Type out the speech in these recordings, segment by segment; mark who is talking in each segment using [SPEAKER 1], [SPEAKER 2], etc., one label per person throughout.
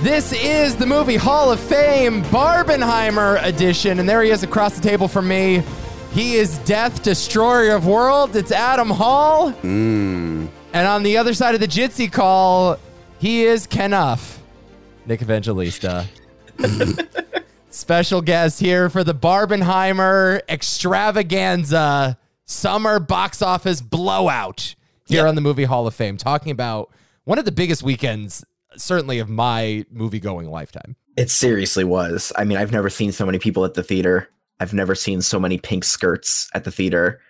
[SPEAKER 1] This is the movie Hall of Fame Barbenheimer edition, and there he is across the table from me. He is Death Destroyer of Worlds. It's Adam Hall. And on the other side of the Jitsi call, he is Kenuff, Nick Evangelista. Special guest here for the Barbenheimer extravaganza summer box office blowout here on the Movie Hall of Fame, talking about one of the biggest weekends, certainly of my movie going lifetime.
[SPEAKER 2] It seriously was. I mean, I've never seen so many people at the theater. I've never seen so many pink skirts at the theater.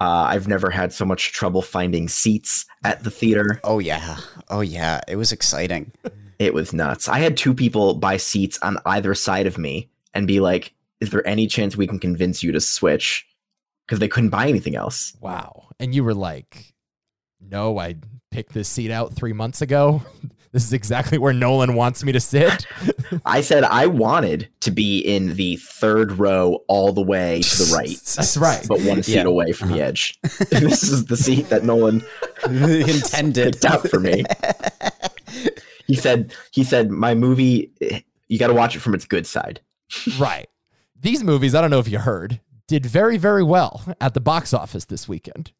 [SPEAKER 2] Uh, I've never had so much trouble finding seats at the theater.
[SPEAKER 3] Oh yeah. Oh yeah. It was exciting.
[SPEAKER 2] It was nuts. I had two people buy seats on either side of me and be like, "Is there any chance we can convince you to switch?" Because they couldn't buy anything else.
[SPEAKER 1] Wow. And you were like, no, I picked this seat out three months ago. This is exactly where Nolan wants me to sit.
[SPEAKER 2] I said I wanted to be in the third row, all the way to the right,
[SPEAKER 1] That's right.
[SPEAKER 2] but one seat
[SPEAKER 3] Yeah.
[SPEAKER 2] away from the edge. this is the seat that Nolan
[SPEAKER 3] Intended.
[SPEAKER 2] picked out for me. he said he said my movie eh, you got to watch it from its good side.
[SPEAKER 1] right. These movies, I don't know if you heard, did very, very well at the box office this weekend.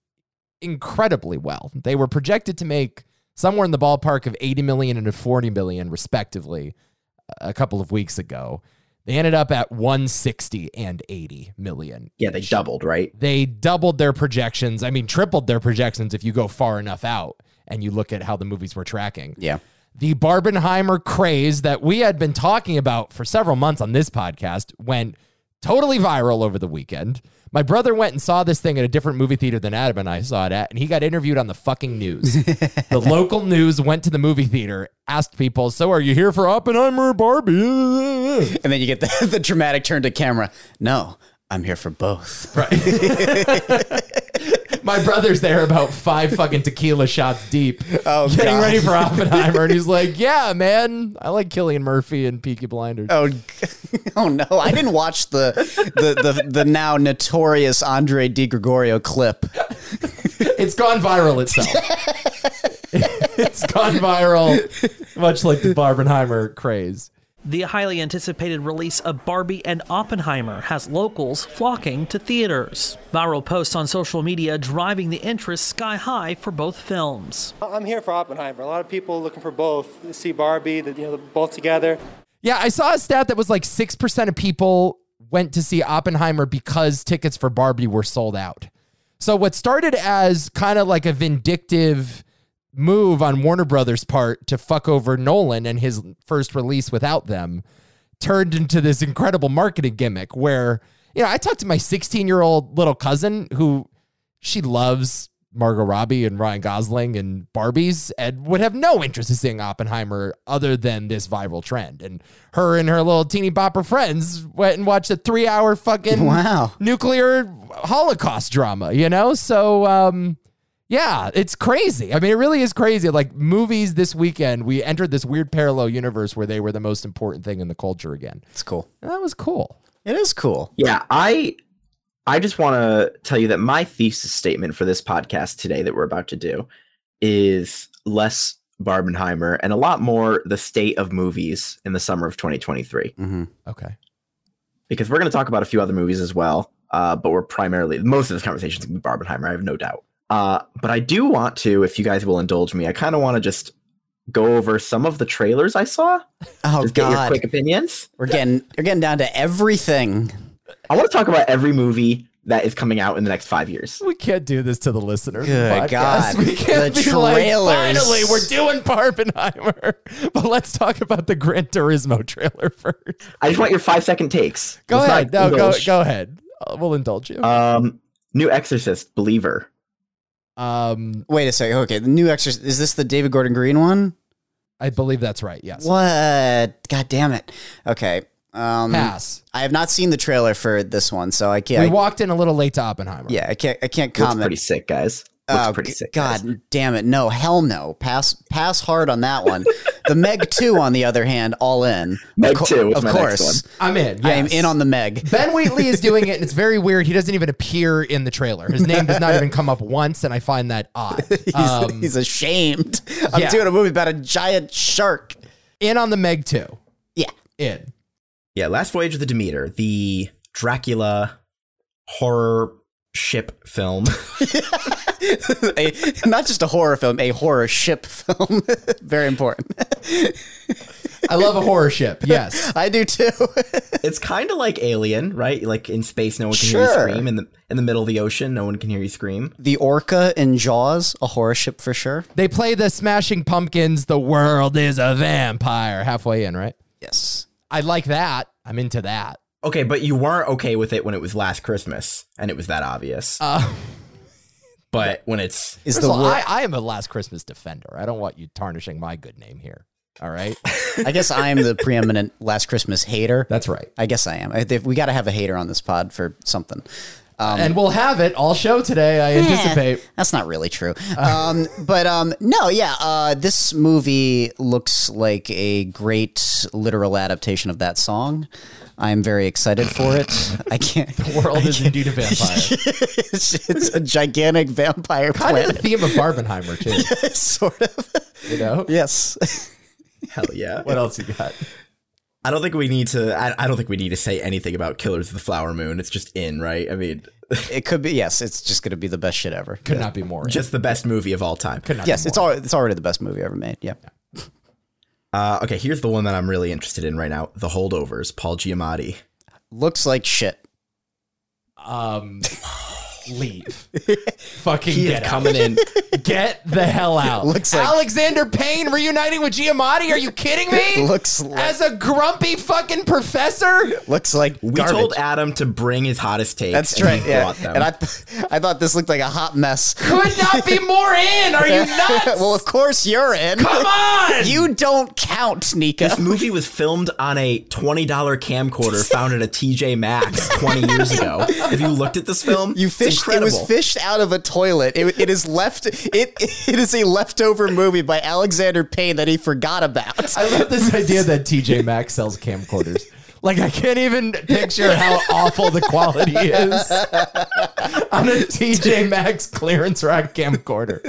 [SPEAKER 1] Incredibly well. They were projected to make somewhere in the ballpark of 80 million and 40 million, respectively, a couple of weeks ago. They ended up at 160 and 80 million.
[SPEAKER 2] Yeah, they doubled, right?
[SPEAKER 1] they doubled their projections. I mean, tripled their projections if you go far enough out and you look at how the movies were tracking.
[SPEAKER 3] Yeah.
[SPEAKER 1] The Barbenheimer craze that we had been talking about for several months on this podcast went totally viral over the weekend. My brother went and saw this thing at a different movie theater than Adam and I saw it at, and he got interviewed on the fucking news. the local news went to the movie theater, asked people, So are you here for Oppenheimer or Barbie?
[SPEAKER 3] And then you get the, the dramatic turn to camera. No, I'm here for both.
[SPEAKER 1] My brother's there about five fucking tequila shots deep,
[SPEAKER 3] Oh,
[SPEAKER 1] getting
[SPEAKER 3] God.
[SPEAKER 1] ready for Oppenheimer, and he's like, "Yeah, man, I like Killian Murphy and Peaky Blinders."
[SPEAKER 3] Oh, g- oh no! I didn't watch the the the, the now notorious Andre Di Gregorio clip.
[SPEAKER 1] It's gone viral itself. it's gone viral, much like the Barbenheimer craze.
[SPEAKER 4] The highly anticipated release of Barbie and Oppenheimer has locals flocking to theaters. Viral posts on social media driving the interest sky high for both films.
[SPEAKER 5] I'm here for Oppenheimer. A lot of people looking for both. See Barbie, the, you know, both together.
[SPEAKER 1] Yeah, I saw a stat that was like six percent of people went to see Oppenheimer because tickets for Barbie were sold out. So what started as kind of like a vindictive move on Warner Brothers' part to fuck over Nolan and his first release without them turned into this incredible marketing gimmick where you know, I talked to my 16-year-old little cousin who she loves Margot Robbie and Ryan Gosling and Barbies and would have no interest in seeing Oppenheimer other than this viral trend. And her and her little teeny bopper friends went and watched a three hour fucking
[SPEAKER 3] Wow.
[SPEAKER 1] nuclear Holocaust drama, you know? So, um, yeah, it's crazy. I mean, it really is crazy. Like movies this weekend, we entered this weird parallel universe where they were the most important thing in the culture again.
[SPEAKER 3] It's cool.
[SPEAKER 1] And that was cool.
[SPEAKER 3] It is cool.
[SPEAKER 2] Yeah, I I just want to tell you that my thesis statement for this podcast today that we're about to do is less Barbenheimer and a lot more the state of movies in the summer of 2023
[SPEAKER 3] hmm
[SPEAKER 1] Okay.
[SPEAKER 2] because we're going to talk about a few other movies as well. Uh, but we're primarily most of this conversation is going to be Barbenheimer. I have no doubt. Uh, but I do want to, if you guys will indulge me, I kind of want to just go over some of the trailers I saw.
[SPEAKER 3] Oh
[SPEAKER 2] just get your
[SPEAKER 3] God,
[SPEAKER 2] quick opinions.
[SPEAKER 3] we're getting we're getting down to everything.
[SPEAKER 2] I want to talk about every movie that is coming out in the next five years.
[SPEAKER 1] We can't do this to the listener.
[SPEAKER 3] Good
[SPEAKER 1] podcast.
[SPEAKER 3] God.
[SPEAKER 1] We can't
[SPEAKER 3] The
[SPEAKER 1] be like,
[SPEAKER 3] trailers.
[SPEAKER 1] finally, we're doing Barbenheimer. But let's talk about the Gran Turismo trailer first.
[SPEAKER 2] I just want your five second takes.
[SPEAKER 1] Go
[SPEAKER 2] Let's not
[SPEAKER 1] ahead. No, go,
[SPEAKER 2] indulge.
[SPEAKER 1] go ahead. Uh, We'll indulge you.
[SPEAKER 2] Um, New Exorcist, Believer.
[SPEAKER 1] um,
[SPEAKER 3] Wait a second. Okay, the new exercise is this the David Gordon Green one?
[SPEAKER 1] I believe that's right. Yes.
[SPEAKER 3] What? God damn it. Okay. Um,
[SPEAKER 1] Pass.
[SPEAKER 3] I have not seen the trailer for this one, so I
[SPEAKER 1] we
[SPEAKER 3] can't.
[SPEAKER 1] walked in a little late to Oppenheimer.
[SPEAKER 3] yeah, I can't. I can't
[SPEAKER 2] Looks
[SPEAKER 3] comment.
[SPEAKER 2] pretty sick, guys. Looks
[SPEAKER 3] Oh,
[SPEAKER 2] pretty
[SPEAKER 3] g-
[SPEAKER 2] sick. guys.
[SPEAKER 3] God damn it! No, hell no. Pass, pass hard on that one. the Meg Two, on the other hand, all in.
[SPEAKER 2] Meg
[SPEAKER 3] of
[SPEAKER 2] 2 was
[SPEAKER 3] of
[SPEAKER 2] my next
[SPEAKER 3] course.
[SPEAKER 2] one.
[SPEAKER 1] I'm in.
[SPEAKER 3] I am
[SPEAKER 1] yes.
[SPEAKER 3] in on the Meg.
[SPEAKER 1] Ben Wheatley is doing it, and it's very weird. He doesn't even appear in the trailer. His name does not even come up once, and I find that odd.
[SPEAKER 3] He's,
[SPEAKER 1] Um,
[SPEAKER 3] he's ashamed. I'm
[SPEAKER 1] yeah.
[SPEAKER 3] doing a movie about a giant shark.
[SPEAKER 1] in on the Meg 2.
[SPEAKER 3] Yeah.
[SPEAKER 1] In.
[SPEAKER 2] Yeah, Last Voyage of the Demeter, the Dracula horror ship film.
[SPEAKER 3] a, not just a horror film, a horror ship film. Very important.
[SPEAKER 1] I love a horror ship. Yes.
[SPEAKER 3] I do too.
[SPEAKER 2] it's kind of like Alien, right? Like in space, no one can hear
[SPEAKER 3] Sure.
[SPEAKER 2] you scream. In the in the middle of the ocean, no one can hear you scream.
[SPEAKER 3] the Orca in Jaws, a horror ship for sure.
[SPEAKER 1] They play the Smashing Pumpkins, The World is a Vampire halfway in, right?
[SPEAKER 3] Yes.
[SPEAKER 1] I like that. I'm into that.
[SPEAKER 2] Okay, but you weren't okay with it when it was Last Christmas, and it was that obvious.
[SPEAKER 1] Uh,
[SPEAKER 2] but when it's
[SPEAKER 3] Is
[SPEAKER 1] first of
[SPEAKER 3] the
[SPEAKER 1] all,
[SPEAKER 3] wor-
[SPEAKER 1] I, I am a Last Christmas defender. I don't want you tarnishing my good name here. All right.
[SPEAKER 3] I guess I am the preeminent Last Christmas hater.
[SPEAKER 1] That's right.
[SPEAKER 3] I guess I am. I, think we got to have a hater on this pod for something.
[SPEAKER 1] Um,
[SPEAKER 3] Um,
[SPEAKER 1] and we'll have it all show today, I anticipate.
[SPEAKER 3] That's not really true. Um, but um, no, yeah, uh, this movie looks like a great literal adaptation of that song. I'm very excited for it. I can't.
[SPEAKER 1] The world is indeed a vampire.
[SPEAKER 3] it's, it's a gigantic vampire
[SPEAKER 1] kind of the
[SPEAKER 3] planet,
[SPEAKER 1] theme of Barbenheimer, too.
[SPEAKER 3] sort of.
[SPEAKER 1] You know?
[SPEAKER 3] Yes.
[SPEAKER 2] hell yeah,
[SPEAKER 1] What else you got?
[SPEAKER 2] I don't think we need to. I, I don't think we need to say anything about Killers of the Flower Moon. It's just in, right? I mean,
[SPEAKER 3] It could be. Yes, it's just going to be the best shit ever.
[SPEAKER 1] Could not be more.
[SPEAKER 2] just the best movie of all time.
[SPEAKER 1] could not
[SPEAKER 3] Yes,
[SPEAKER 1] be
[SPEAKER 3] it's
[SPEAKER 1] more.
[SPEAKER 3] all. It's already the best movie ever made. Yeah.
[SPEAKER 2] Uh, okay, here's the one that I'm really interested in right now: The Holdovers, Paul Giamatti.
[SPEAKER 3] Looks like shit.
[SPEAKER 1] um leave. Fucking
[SPEAKER 2] He is
[SPEAKER 1] get out.
[SPEAKER 2] coming in.
[SPEAKER 1] Get the hell out.
[SPEAKER 3] Looks like-
[SPEAKER 1] Alexander Payne reuniting with Giamatti. Are you kidding me?
[SPEAKER 3] Looks like-
[SPEAKER 1] as a grumpy fucking professor.
[SPEAKER 3] Looks like
[SPEAKER 2] We
[SPEAKER 3] garbage.
[SPEAKER 2] told Adam to bring his hottest takes.
[SPEAKER 3] That's
[SPEAKER 2] and
[SPEAKER 3] right.
[SPEAKER 2] he
[SPEAKER 3] Yeah.
[SPEAKER 2] brought them.
[SPEAKER 3] And I, I thought this looked like a hot mess.
[SPEAKER 1] Could not be more in. Are you nuts?
[SPEAKER 3] well, of course you're in.
[SPEAKER 1] Come on.
[SPEAKER 3] You don't count, Nika.
[SPEAKER 2] This movie was filmed on a $20 camcorder found at a TJ Maxx 20 years ago. Have you looked at this film?
[SPEAKER 3] You
[SPEAKER 2] It's
[SPEAKER 3] fished. It was
[SPEAKER 2] incredible.
[SPEAKER 3] fished out of a toilet. It, it is left. It it is a leftover movie by Alexander Payne that he forgot about.
[SPEAKER 1] I love this idea that TJ Maxx sells camcorders. Like I can't even picture how awful the quality is on a TJ Maxx clearance rack camcorder.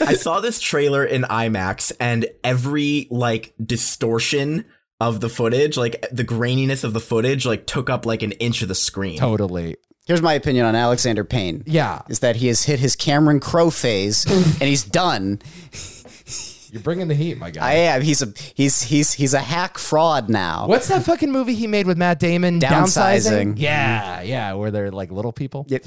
[SPEAKER 2] I saw this trailer in IMAX and every like distortion of the footage, like the graininess of the footage, like took up like an inch of the screen.
[SPEAKER 1] Totally.
[SPEAKER 3] Here's my opinion on Alexander Payne.
[SPEAKER 1] Yeah.
[SPEAKER 3] is that he has hit his Cameron Crowe phase and he's done.
[SPEAKER 1] You're bringing the heat, my guy.
[SPEAKER 3] I am. He's a he's he's he's a hack fraud now.
[SPEAKER 1] What's that fucking movie he made with Matt Damon?
[SPEAKER 3] Downsizing.
[SPEAKER 1] Yeah, yeah, where they're like little people.
[SPEAKER 3] Yep.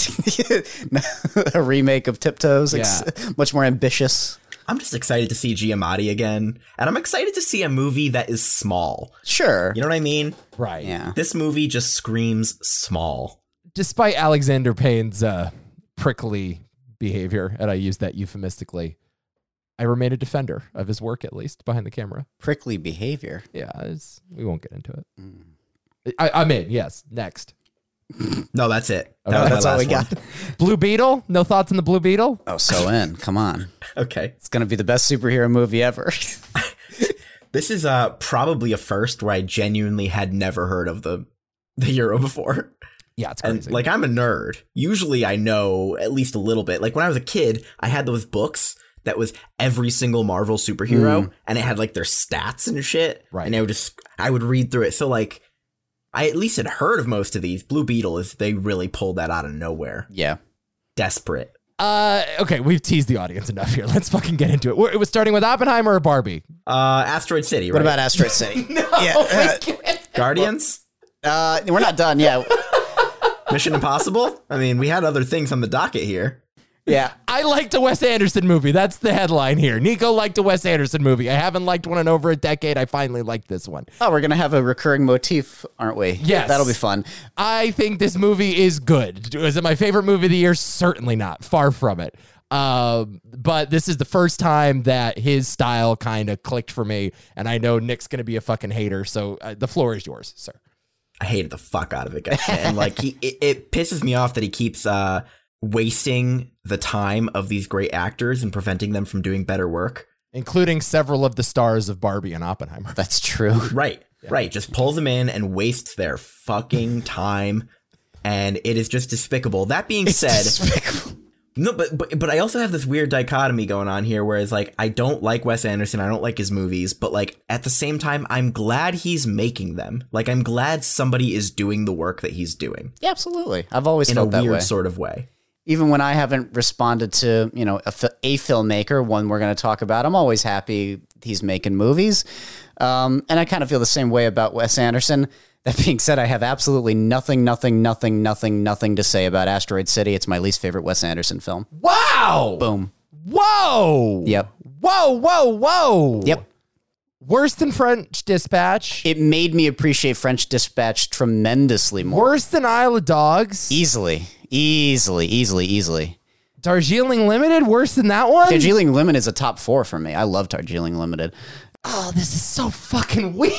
[SPEAKER 3] a remake of Tiptoes, ex-
[SPEAKER 1] Yeah.
[SPEAKER 3] much more ambitious.
[SPEAKER 2] I'm just excited to see Giamatti again. And I'm excited to see a movie that is small.
[SPEAKER 3] Sure.
[SPEAKER 2] You know what I mean?
[SPEAKER 1] Right.
[SPEAKER 3] yeah.
[SPEAKER 2] This movie just screams small.
[SPEAKER 1] Despite Alexander Payne's uh, prickly behavior, and I use that euphemistically, I remain a defender of his work, at least behind the camera.
[SPEAKER 3] Prickly behavior.
[SPEAKER 1] Yeah, it's, we won't get into it.
[SPEAKER 2] Mm.
[SPEAKER 1] I, I'm in. Yes. Next.
[SPEAKER 2] No, that's it. That
[SPEAKER 1] Okay.
[SPEAKER 2] was my
[SPEAKER 3] That's all
[SPEAKER 2] last
[SPEAKER 3] we
[SPEAKER 2] one.
[SPEAKER 3] got.
[SPEAKER 1] Blue Beetle. No thoughts on the Blue Beetle?
[SPEAKER 3] Oh, so in. Come on.
[SPEAKER 2] Okay.
[SPEAKER 3] It's going to be the best superhero movie ever.
[SPEAKER 2] This is uh probably a first where I genuinely had never heard of the the hero before.
[SPEAKER 1] Yeah, it's
[SPEAKER 2] And
[SPEAKER 1] crazy.
[SPEAKER 2] like I'm a nerd. Usually I know at least a little bit. Like when I was a kid, I had those books that was every single Marvel superhero and it had like their stats and shit.
[SPEAKER 1] Right.
[SPEAKER 2] And I would just I would read through it. So like I at least had heard of most of these. Blue Beetle is they really pulled that out of nowhere.
[SPEAKER 3] yeah.
[SPEAKER 2] Desperate.
[SPEAKER 1] uh, okay, we've teased the audience enough here. Let's fucking get into it. We're, it was starting with Oppenheimer or Barbie.
[SPEAKER 2] Uh Asteroid City,
[SPEAKER 3] What
[SPEAKER 2] right?
[SPEAKER 3] about Asteroid City? yeah.
[SPEAKER 2] Guardians?
[SPEAKER 3] Uh, we're not done. Yeah.
[SPEAKER 2] Mission Impossible? I mean, we had other things on the docket here.
[SPEAKER 3] Yeah.
[SPEAKER 1] I liked a Wes Anderson movie. That's the headline here. Nico liked a Wes Anderson movie. I haven't liked one in over a decade. I finally liked this one.
[SPEAKER 3] Oh, we're going to have a recurring motif, aren't we?
[SPEAKER 1] Yes.
[SPEAKER 3] That'll be fun.
[SPEAKER 1] I think this movie is good. Is it my favorite movie of the year? Certainly not. Far from it. Um, but this is the first time that his style kind of clicked for me. And I know Nick's going to be a fucking hater. So uh, the floor is yours, sir.
[SPEAKER 2] I hated the fuck out of it, guys. And like, he, it, it pisses me off that he keeps uh, wasting the time of these great actors and preventing them from doing better work.
[SPEAKER 1] Including several of the stars of Barbie and Oppenheimer.
[SPEAKER 3] That's true.
[SPEAKER 2] Right, right. Just pulls them in and wastes their fucking time. And it is just despicable. That being said,
[SPEAKER 3] Despicable.
[SPEAKER 2] No, but, but but I also have this weird dichotomy going on here where it's like I don't like Wes Anderson, I don't like his movies, but like at the same time I'm glad he's making them. Like I'm glad somebody is doing the work that he's doing
[SPEAKER 3] Yeah, absolutely. I've always
[SPEAKER 2] in a
[SPEAKER 3] felt that
[SPEAKER 2] weird
[SPEAKER 3] way.
[SPEAKER 2] sort of way.
[SPEAKER 3] Even when I haven't responded to you know a, fi- a filmmaker, one we're going to talk about, I'm always happy he's making movies, um, and I kind of feel the same way about Wes Anderson. That being said, I have absolutely nothing, nothing, nothing, nothing, nothing to say about Asteroid City. It's my least favorite Wes Anderson film.
[SPEAKER 1] Wow.
[SPEAKER 3] Boom.
[SPEAKER 1] Whoa.
[SPEAKER 3] Yep.
[SPEAKER 1] Whoa, whoa, whoa.
[SPEAKER 3] Yep.
[SPEAKER 1] Worse than French Dispatch.
[SPEAKER 3] It made me appreciate French Dispatch tremendously more.
[SPEAKER 1] worse than Isle of Dogs.
[SPEAKER 3] Easily, easily, easily, easily.
[SPEAKER 1] Darjeeling Limited. Worse than that one.
[SPEAKER 3] Darjeeling Limited is a top four for me. I love Darjeeling Limited.
[SPEAKER 1] oh, this is so fucking weird.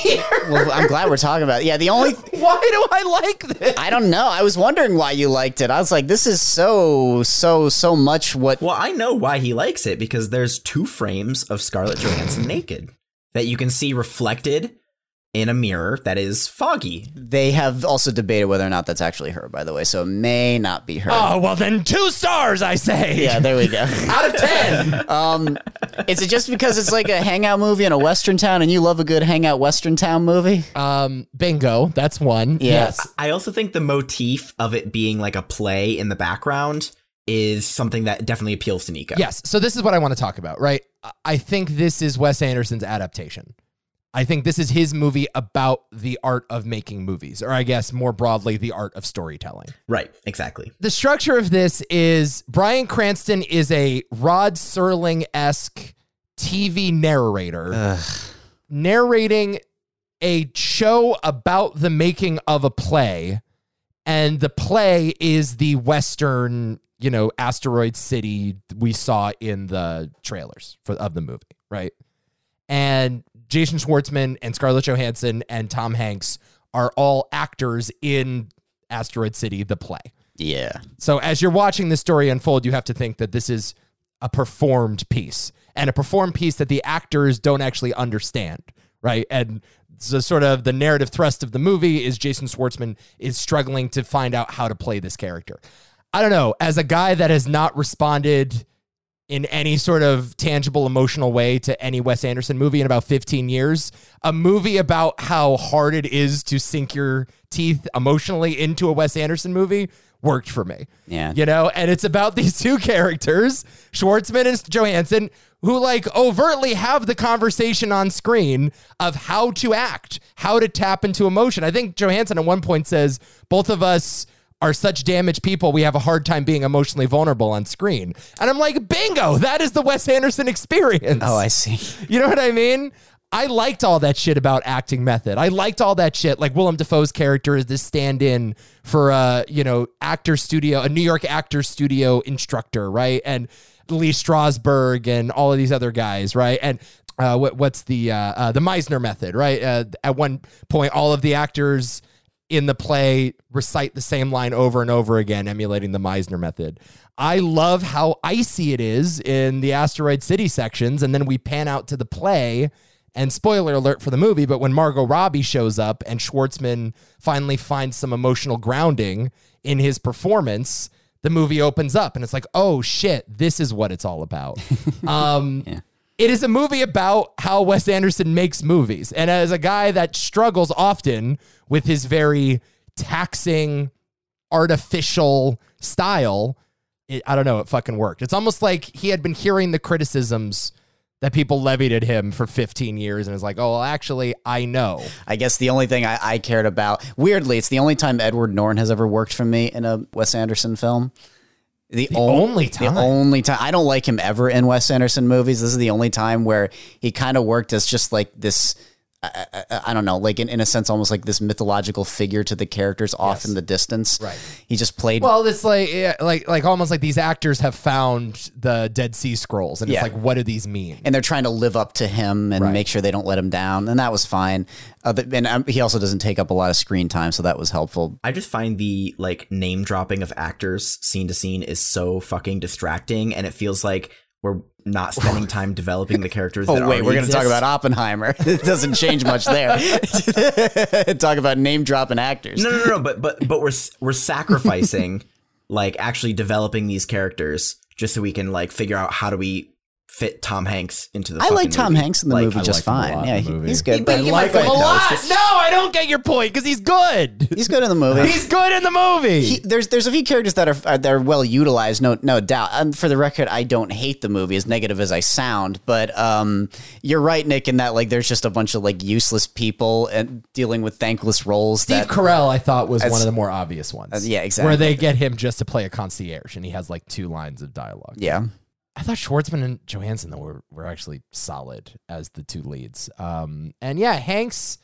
[SPEAKER 3] Well, I'm glad we're talking about it. Yeah, the only
[SPEAKER 1] Why do I like this?
[SPEAKER 3] I don't know. I was wondering why you liked it. I was like, this is so, so, so much what.
[SPEAKER 2] Well, I know why he likes it because there's two frames of Scarlett Johansson naked that you can see reflected in a mirror that is foggy.
[SPEAKER 3] They have also debated whether or not that's actually her, by the way, so it may not be her.
[SPEAKER 1] Oh, well, then two stars, I say.
[SPEAKER 3] Yeah, there we go.
[SPEAKER 1] Out of 10.
[SPEAKER 3] Um, is it just because it's like a hangout movie in a Western town and you love a good hangout Western town movie?
[SPEAKER 1] um, bingo. That's one.
[SPEAKER 3] Yeah.
[SPEAKER 1] Yes.
[SPEAKER 2] I also think the motif of it being like a play in the background is something that definitely appeals to Nico.
[SPEAKER 1] Yes. So this is what I want to talk about, right? I- I think this is Wes Anderson's adaptation. I think this is his movie about the art of making movies, or I guess more broadly, the art of storytelling.
[SPEAKER 2] Right, exactly.
[SPEAKER 1] The structure of this is Brian Cranston is a Rod Serling esque TV narrator narrating a show about the making of a play, and the play is the Western, you know, asteroid city we saw in the trailers for of the movie, right? And Jason Schwartzman and Scarlett Johansson and Tom Hanks are all actors in Asteroid City, the play.
[SPEAKER 3] Yeah.
[SPEAKER 1] So as you're watching this story unfold, you have to think that this is a performed piece and a performed piece that the actors don't actually understand, right? And so sort of the narrative thrust of the movie is Jason Schwartzman is struggling to find out how to play this character. I don't know, as a guy that has not responded in any sort of tangible emotional way to any Wes Anderson movie in about 15 years. A movie about how hard it is to sink your teeth emotionally into a Wes Anderson movie worked for me.
[SPEAKER 3] Yeah.
[SPEAKER 1] You know, and it's about these two characters, Schwartzman and Johansson, who like overtly have the conversation on screen of how to act, how to tap into emotion. I think Johansson at one point says, both of us are such damaged people we have a hard time being emotionally vulnerable on screen. And I'm like, bingo, that is the Wes Anderson experience.
[SPEAKER 3] Oh, I see.
[SPEAKER 1] You know what I mean? I liked all that shit about acting method. I liked all that shit. Like Willem Dafoe's character is this stand-in for a you know actor studio, a New York actor studio instructor, right? And Lee Strasberg and all of these other guys, right? And uh, what, what's the uh, uh, the Meisner method, right? Uh, at one point, all of the actors in the play recite the same line over and over again, emulating the Meisner method. I love how icy it is in the Asteroid City sections, and then we pan out to the play. And spoiler alert for the movie, but when Margot Robbie shows up and Schwartzman finally finds some emotional grounding in his performance, the movie opens up and it's like, oh shit, this is what it's all about. Um, it is a movie about how Wes Anderson makes movies. And as a guy that struggles often with his very taxing, artificial style, it, I don't know, it fucking worked. It's almost like he had been hearing the criticisms that people levied at him for 15 years and is like, oh, well, actually, I know.
[SPEAKER 3] I guess the only thing I, I cared about, weirdly, it's the only time Edward Norton has ever worked for me in a Wes Anderson film. The, on-
[SPEAKER 1] only time.
[SPEAKER 3] The only time. I don't like him ever in Wes Anderson movies. This is the only time where he kind of worked as just like this. I, I, I don't know, like in, in a sense, almost like this mythological figure to the characters off in the distance.
[SPEAKER 1] Right.
[SPEAKER 3] He just played.
[SPEAKER 1] Well, it's like, yeah, like, like almost like these actors have found the Dead Sea Scrolls, and
[SPEAKER 3] Yeah.
[SPEAKER 1] it's like, what do these mean?
[SPEAKER 3] and they're trying to live up to him and make sure they don't let him down, and that was fine. Uh, but- and um, he also doesn't take up a lot of screen time, so that was helpful.
[SPEAKER 2] I just find the like name dropping of actors scene to scene is so fucking distracting, and it feels like we're not spending time developing the characters.
[SPEAKER 3] Oh
[SPEAKER 2] that
[SPEAKER 3] wait, we're
[SPEAKER 2] going to
[SPEAKER 3] talk about Oppenheimer. it doesn't change much there. talk about name dropping actors.
[SPEAKER 2] No, no, no, no, but but but we're s- we're sacrificing like actually developing these characters just so we can like figure out how do we fit Tom Hanks into the.
[SPEAKER 3] I like
[SPEAKER 2] fucking
[SPEAKER 3] Tom
[SPEAKER 2] movie.
[SPEAKER 3] Hanks in the
[SPEAKER 2] Like,
[SPEAKER 3] movie
[SPEAKER 1] I
[SPEAKER 3] just
[SPEAKER 1] like him a lot
[SPEAKER 3] fine.
[SPEAKER 1] in the
[SPEAKER 3] Yeah, he-
[SPEAKER 1] movie.
[SPEAKER 3] he's good.
[SPEAKER 1] He-
[SPEAKER 3] But
[SPEAKER 1] he
[SPEAKER 2] like
[SPEAKER 1] was a
[SPEAKER 2] him though. It's
[SPEAKER 1] lot.
[SPEAKER 2] just-
[SPEAKER 1] No, I don't get your point because he's good.
[SPEAKER 3] he's good in the movie.
[SPEAKER 1] He's good in the movie.
[SPEAKER 3] he, there's there's a few characters that are, are that are well utilized, no no doubt. Um, for the record, I don't hate the movie, as negative as I sound, but um, you're right, Nick, in that like there's just a bunch of like useless people and dealing with thankless roles.
[SPEAKER 1] Steve
[SPEAKER 3] that, Uh,
[SPEAKER 1] Carell, I thought, was one of the more obvious ones.
[SPEAKER 3] yeah, exactly.
[SPEAKER 1] Where they get him just to play a concierge, and he has like two lines of dialogue.
[SPEAKER 3] yeah,
[SPEAKER 1] I thought Schwartzman and Johansson though were, were actually solid as the two leads. Um, and yeah, Hanks,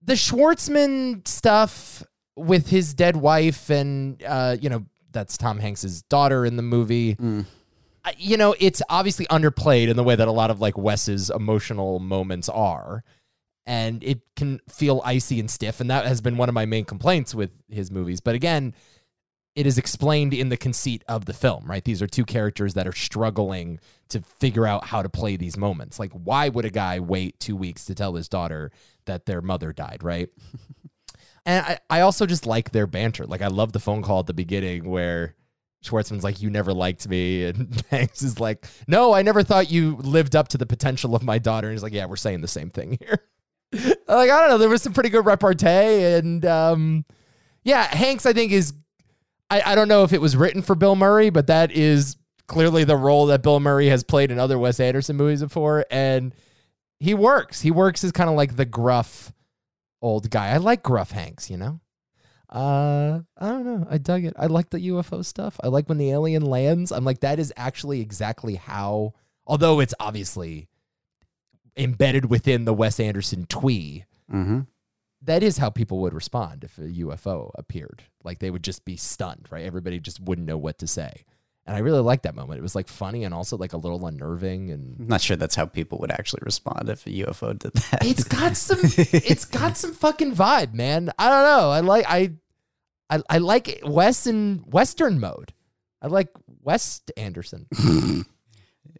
[SPEAKER 1] the Schwartzman stuff with his dead wife, and uh, you know that's Tom Hanks's daughter in the movie. I- you know, it's obviously underplayed in the way that a lot of like Wes's emotional moments are. And it can feel icy and stiff. And that has been one of my main complaints with his movies. But again, it is explained in the conceit of the film, right? These are two characters that are struggling to figure out how to play these moments. Like, why would a guy wait two weeks to tell his daughter that their mother died, right? And I, I also just like their banter. Like I love the phone call at the beginning where Schwartzman's like, You never liked me. And Banks is like, No, I never thought you lived up to the potential of my daughter. And he's like, Yeah, we're saying the same thing here. like, I don't know. There was some pretty good repartee. And um, yeah, Hanks, I think, is I, I don't know if it was written for Bill Murray, but that is clearly the role that Bill Murray has played in other Wes Anderson movies before. And he works. He works as kind of like the gruff old guy. I like gruff Hanks, you know? Uh, I don't know. I dug it. I like the UFO stuff. I like when the alien lands. I'm like, that is actually exactly how, although it's obviously embedded within the Wes Anderson twee
[SPEAKER 3] hmm
[SPEAKER 1] that is how people would respond if a UFO appeared. Like they would just be stunned, right? Everybody just wouldn't know what to say. And I really liked that moment. It was like funny and also like a little unnerving and
[SPEAKER 3] I'm not sure that's how people would actually respond if a UFO did that.
[SPEAKER 1] it's got some it's got some fucking vibe, man. I don't know. I like I I, I like it West and Western mode. I like West Anderson.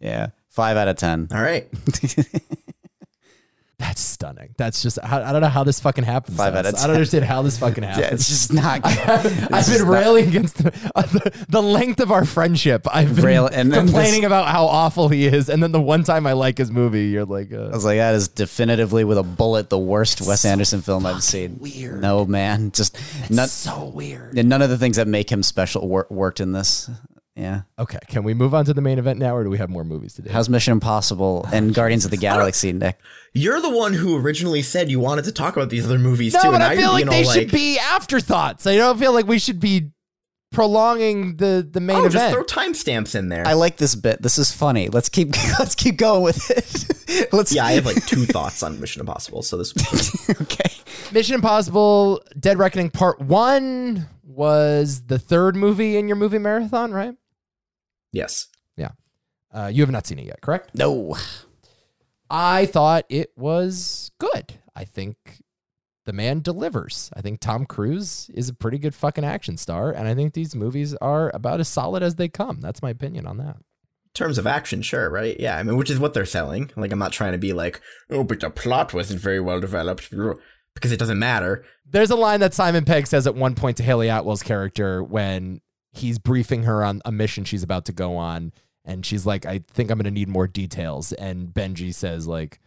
[SPEAKER 3] yeah, five out of ten.
[SPEAKER 2] All right.
[SPEAKER 1] That's stunning. That's just I, I don't know how this fucking happens.
[SPEAKER 3] Five out of
[SPEAKER 1] Alex. I don't understand how this fucking happens.
[SPEAKER 3] Yeah, it's just not. good.
[SPEAKER 1] I've been railing against the, uh, the, the length of our friendship. I've been
[SPEAKER 3] Rail- and then
[SPEAKER 1] complaining
[SPEAKER 3] this-
[SPEAKER 1] about how awful he is, and then the one time I like his movie, you're like,
[SPEAKER 3] I
[SPEAKER 1] uh,
[SPEAKER 3] was like, that is definitively with a bullet the worst Wes Anderson film I've seen.
[SPEAKER 1] weird.
[SPEAKER 3] No man, just not,
[SPEAKER 1] so weird.
[SPEAKER 3] and none of the things that make him special wor- worked in this. Yeah.
[SPEAKER 1] Okay, can we move on to the main event now, or do we have more movies to do?
[SPEAKER 3] How's Mission Impossible and Guardians of the Galaxy, Nick?
[SPEAKER 2] You're the one who originally said you wanted to talk about these other movies
[SPEAKER 1] no,
[SPEAKER 2] too,
[SPEAKER 1] but
[SPEAKER 2] and
[SPEAKER 1] I
[SPEAKER 2] I'm
[SPEAKER 1] feel like
[SPEAKER 2] being
[SPEAKER 1] they
[SPEAKER 2] all
[SPEAKER 1] should be afterthoughts. I don't feel like we should be prolonging the the main
[SPEAKER 2] Oh, just
[SPEAKER 1] event.
[SPEAKER 2] throw timestamps in there.
[SPEAKER 3] I like this bit. This is funny. Let's keep let's keep going with it. let's
[SPEAKER 2] yeah, I have like two thoughts on Mission Impossible. So this
[SPEAKER 3] okay.
[SPEAKER 1] Mission Impossible: Dead Reckoning Part One was the third movie in your movie marathon, right?
[SPEAKER 2] yes.
[SPEAKER 1] Uh, you have not seen it yet, correct?
[SPEAKER 3] No.
[SPEAKER 1] I thought it was good. I think the man delivers. I think Tom Cruise is a pretty good fucking action star, and I think these movies are about as solid as they come. That's my opinion on that.
[SPEAKER 2] terms of action, sure, right? Yeah, I mean, which is what they're selling. Like, I'm not trying to be like, oh, but the plot wasn't very well developed because it doesn't matter.
[SPEAKER 1] There's a line that Simon Pegg says at one point to Haley Atwell's character when he's briefing her on a mission she's about to go on, and she's like, "I think I'm going to need more details." And Benji says, "Like,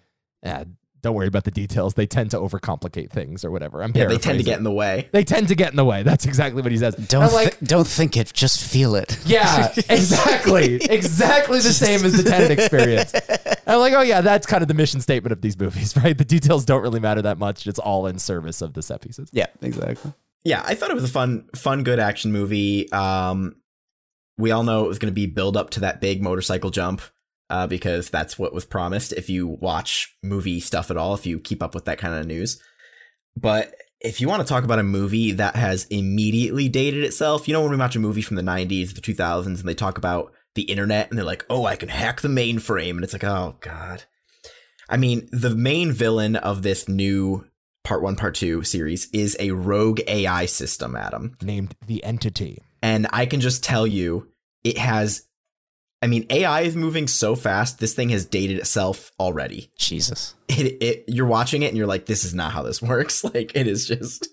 [SPEAKER 1] eh, don't worry about the details. They tend to overcomplicate things, or whatever." I'm
[SPEAKER 2] Yeah, they tend
[SPEAKER 1] paraphrasing.
[SPEAKER 2] to get in the way.
[SPEAKER 1] They tend to get in the way. That's exactly what he says.
[SPEAKER 3] Don't
[SPEAKER 1] I'm like
[SPEAKER 3] thi- don't think it. Just feel it.
[SPEAKER 1] Yeah, exactly. exactly the same as the tenant experience. I'm like, oh yeah, that's kind of the mission statement of these movies, right? The details don't really matter that much. It's all in service of the set pieces.
[SPEAKER 3] Yeah. Exactly.
[SPEAKER 2] Yeah, I thought it was a fun, fun, good action movie. Um, we all know it was going to be build up to that big motorcycle jump uh, because that's what was promised. If you watch movie stuff at all, if you keep up with that kind of news, but if you want to talk about a movie that has immediately dated itself, you know when we watch a movie from the '90s, the 2000s, and they talk about the internet and they're like, "Oh, I can hack the mainframe," and it's like, "Oh God." I mean, the main villain of this new part one, part two series is a rogue AI system, Adam
[SPEAKER 1] Named the entity.
[SPEAKER 2] and I can just tell you it has I mean AI is moving so fast this thing has dated itself already.
[SPEAKER 3] Jesus.
[SPEAKER 2] It, it you're watching it and you're like this is not how this works like it is just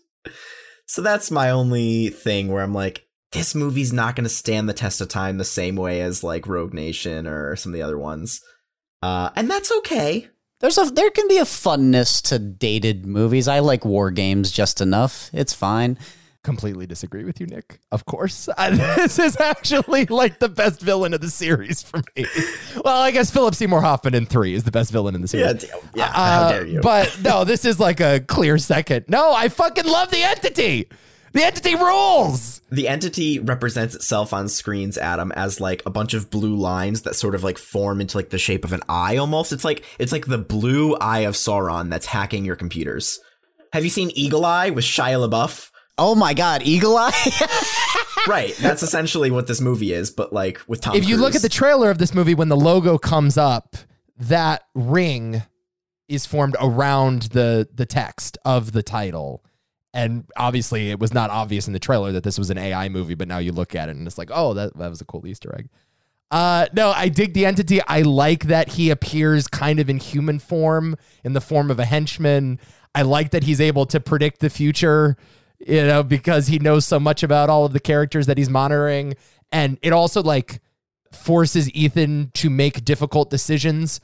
[SPEAKER 2] So that's my only thing where I'm like this movie's not going to stand the test of time the same way as like Rogue Nation or some of the other ones. Uh, and that's okay.
[SPEAKER 3] There's a there can be a funness to dated movies. I like war games just enough. It's fine.
[SPEAKER 1] Completely disagree with you, Nick. Of course. this is actually like the best villain of the series for me. Well, I guess Philip Seymour Hoffman in three is the best villain in the series.
[SPEAKER 2] d- oh, yeah,
[SPEAKER 1] Uh, But no, this is like a clear second. No, I fucking love the entity. The entity rules.
[SPEAKER 2] the entity represents itself on screens, Adam, as like a bunch of blue lines that sort of like form into like the shape of an eye almost. It's like it's like the blue eye of Sauron that's hacking your computers. Have you seen Eagle Eye with Shia LaBeouf?
[SPEAKER 3] Oh my god, Eagle Eye.
[SPEAKER 2] Right, that's essentially what this movie is, but like with Tom.
[SPEAKER 1] if you look at
[SPEAKER 2] Cruise.
[SPEAKER 1] the trailer of this movie, when the logo comes up, that ring is formed around the the text of the title. And obviously, it was not obvious in the trailer that this was an AI movie, but now you look at it and it's like, oh, that, that was a cool Easter egg. Uh, no, I dig the entity. I like that he appears kind of in human form, in the form of a henchman. I like that he's able to predict the future, you know, because he knows so much about all of the characters that he's monitoring. And it also like forces Ethan to make difficult decisions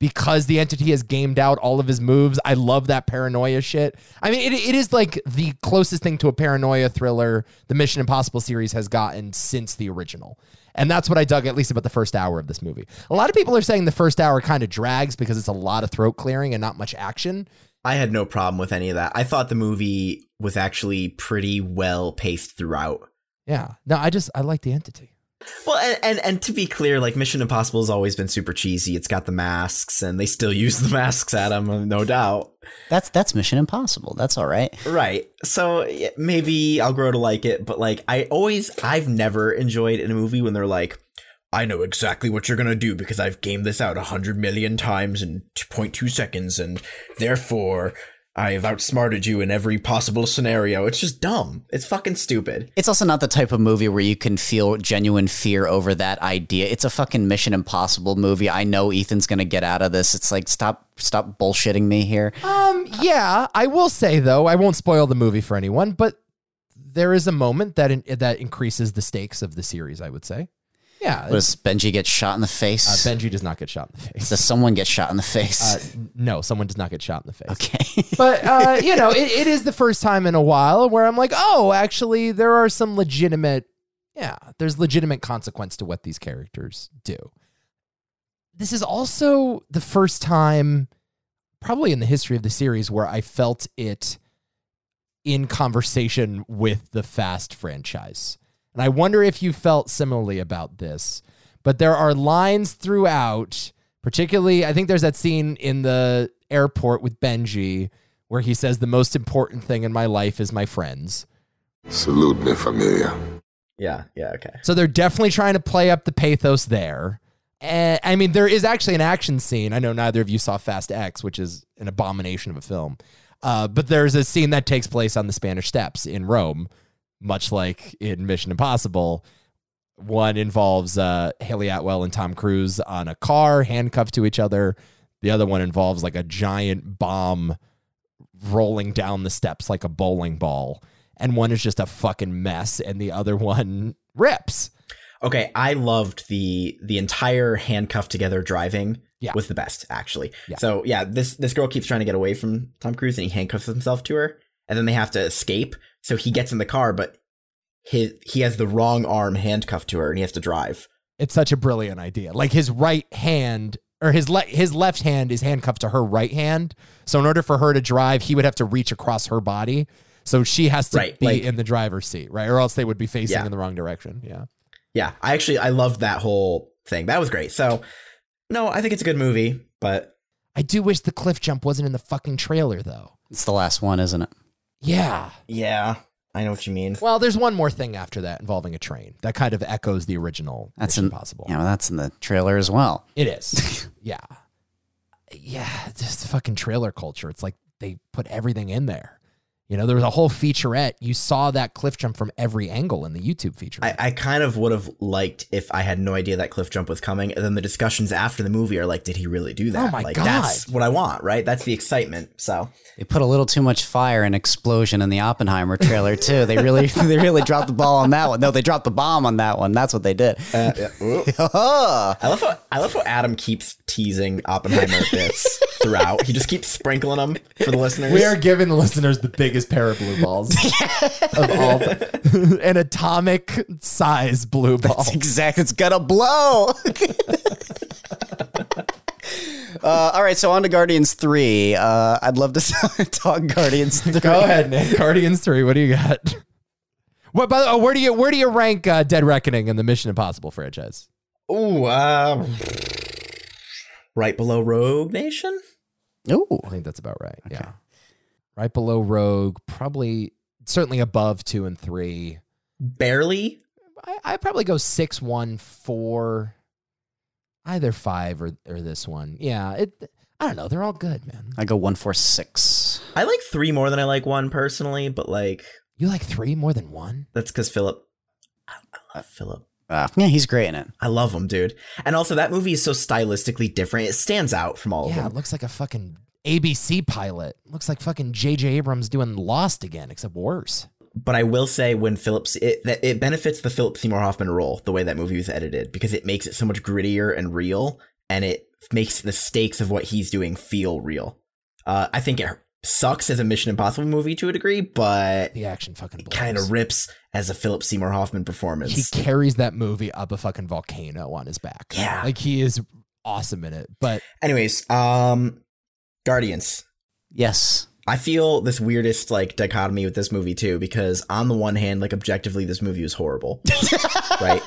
[SPEAKER 1] because the entity has gamed out all of his moves. I love that paranoia shit. I mean, it, it is like the closest thing to a paranoia thriller the Mission Impossible series has gotten since the original. And that's what I dug at least about the first hour of this movie. A lot of people are saying the first hour kind of drags because it's a lot of throat clearing and not much action.
[SPEAKER 2] I had no problem with any of that. I thought the movie was actually pretty well paced throughout.
[SPEAKER 1] Yeah. No, I just, I like the entity.
[SPEAKER 2] Well, and, and and to be clear, like Mission Impossible has always been super cheesy. It's got the masks, and they still use the masks, Adam, no doubt.
[SPEAKER 3] that's that's Mission Impossible. That's all right.
[SPEAKER 2] Right. So yeah, maybe I'll grow to like it, but like I always, I've never enjoyed in a movie when they're like, I know exactly what you're gonna do because I've gamed this out a hundred million times in 0.2 seconds, and therefore I have outsmarted you in every possible scenario. It's just dumb. It's fucking stupid.
[SPEAKER 3] It's also not the type of movie where you can feel genuine fear over that idea. It's a fucking Mission Impossible movie. I know Ethan's gonna get out of this. It's like stop stop bullshitting me here.
[SPEAKER 1] Um, yeah, I will say though, I won't spoil the movie for anyone, but there is a moment that in, that increases the stakes of the series. I would say. Yeah,
[SPEAKER 3] Does Benji get shot in the
[SPEAKER 1] uh,
[SPEAKER 3] face?
[SPEAKER 1] Benji does not get shot in the face.
[SPEAKER 3] Does someone get shot in the
[SPEAKER 1] Uh,
[SPEAKER 3] face?
[SPEAKER 1] n- no, someone does not get shot in the face.
[SPEAKER 3] okay.
[SPEAKER 1] But uh, you know, it, it is the first time in a while where I'm like, oh, actually, there are some legitimate, yeah, there's legitimate consequence to what these characters do. This is also the first time, probably in the history of the series, where I felt it in conversation with the Fast franchise. And I wonder if you felt similarly about this. But there are lines throughout, particularly, I think there's that scene in the airport with Benji where he says, The most important thing in my life is my friends.
[SPEAKER 6] Salute me, familia.
[SPEAKER 2] Yeah. Yeah. Okay.
[SPEAKER 1] So they're definitely trying to play up the pathos there. And, I mean, there is actually an action scene. I know neither of you saw Fast X, which is an abomination of a film. Uh, but there's a scene that takes place on the Spanish Steps in Rome, much like in Mission Impossible. One involves uh, Haley Atwell and Tom Cruise on a car, handcuffed to each other. The other one involves like a giant bomb rolling down the steps like a bowling ball. And one is just a fucking mess, and the other one rips.
[SPEAKER 2] Okay, I loved the the entire handcuffed together driving
[SPEAKER 1] Yeah.
[SPEAKER 2] was the best actually.
[SPEAKER 1] Yeah.
[SPEAKER 2] So yeah, this this girl keeps trying to get away from Tom Cruise and he handcuffs himself to her, and then they have to escape. So he gets in the car, but his he has the wrong arm handcuffed to her, and he has to drive.
[SPEAKER 1] It's such a brilliant idea. Like his right hand or his le- his left hand is handcuffed to her right hand. So in order for her to drive, he would have to reach across her body. So she has to
[SPEAKER 2] Right,
[SPEAKER 1] be
[SPEAKER 2] like-
[SPEAKER 1] in the driver's seat, right? Or else they would be facing
[SPEAKER 2] Yeah.
[SPEAKER 1] in the wrong direction. Yeah.
[SPEAKER 2] Yeah, I actually I loved that whole thing. That was great. So no, I think it's a good movie, but
[SPEAKER 1] I do wish the cliff jump wasn't in the fucking trailer though.
[SPEAKER 3] It's the last one, isn't it?
[SPEAKER 1] Yeah.
[SPEAKER 2] yeah, I know what you mean.
[SPEAKER 1] Well, there's one more thing after that involving a train that kind of echoes the original.
[SPEAKER 3] That's
[SPEAKER 1] Mission
[SPEAKER 3] in-
[SPEAKER 1] Impossible.
[SPEAKER 3] Yeah, well, that's in the trailer as well.
[SPEAKER 1] It is. yeah. Yeah. Just fucking trailer culture. It's like they put everything in there. You know, there was a whole featurette. You saw that cliff jump from every angle in the YouTube feature.
[SPEAKER 2] I, I kind of would have liked if I had no idea that cliff jump was coming, and then the discussions after the movie are like, "Did he really do that?"
[SPEAKER 1] Oh my
[SPEAKER 2] like,
[SPEAKER 1] God.
[SPEAKER 2] That's what I want, right? That's the excitement. So
[SPEAKER 3] They put a little too much fire and explosion in the Oppenheimer trailer too. They really, they really dropped the ball on that one. No, they dropped the bomb on that one. That's what they did.
[SPEAKER 2] I love how I love how Adam keeps teasing Oppenheimer bits throughout. He just keeps sprinkling them for the listeners.
[SPEAKER 1] we are giving the listeners the biggest pair of blue balls of all, the- an atomic size blue ball.
[SPEAKER 3] exactly. It's gonna blow. Uh, all right, so on to Guardians three. Uh, I'd love to talk Guardians three.
[SPEAKER 1] Go ahead, Nick. Guardians three. What do you got? What by the oh, where do you where do you rank uh, Dead Reckoning in the Mission Impossible franchise?
[SPEAKER 2] Ooh, uh, right below Rogue Nation.
[SPEAKER 3] Ooh,
[SPEAKER 1] I think that's about right. Yeah. Right below Rogue, probably certainly above two and three.
[SPEAKER 2] Barely.
[SPEAKER 1] I, I probably go six, one, four, either five or or this one. Yeah. It I don't know. They're all good, man.
[SPEAKER 3] I go one four six.
[SPEAKER 2] I like three more than I like one personally, but like
[SPEAKER 1] You like three more than one?
[SPEAKER 2] that's because Philip. I, I love Philip.
[SPEAKER 3] Uh, yeah, he's great in it.
[SPEAKER 2] I love him, dude. And also, that movie is so stylistically different; it stands out from all of
[SPEAKER 1] yeah,
[SPEAKER 2] them.
[SPEAKER 1] it looks like a fucking ABC pilot. Looks like fucking JJ Abrams doing Lost again, except worse.
[SPEAKER 2] But I will say, when Phillips, it that it benefits the Philip Seymour Hoffman role the way that movie was edited because it makes it so much grittier and real, and it makes the stakes of what he's doing feel real. Uh, I think it sucks as a Mission Impossible movie to a degree, but
[SPEAKER 1] The action fucking
[SPEAKER 2] it kind
[SPEAKER 1] blows.
[SPEAKER 2] of rips as a Philip Seymour Hoffman performance.
[SPEAKER 1] he carries that movie up a fucking volcano on his back.
[SPEAKER 2] Yeah.
[SPEAKER 1] Like he is awesome in it. But
[SPEAKER 2] Anyways, um, Guardians.
[SPEAKER 3] Yes,
[SPEAKER 2] I feel this weirdest like dichotomy with this movie too, because on the one hand, like objectively, this movie was horrible, right?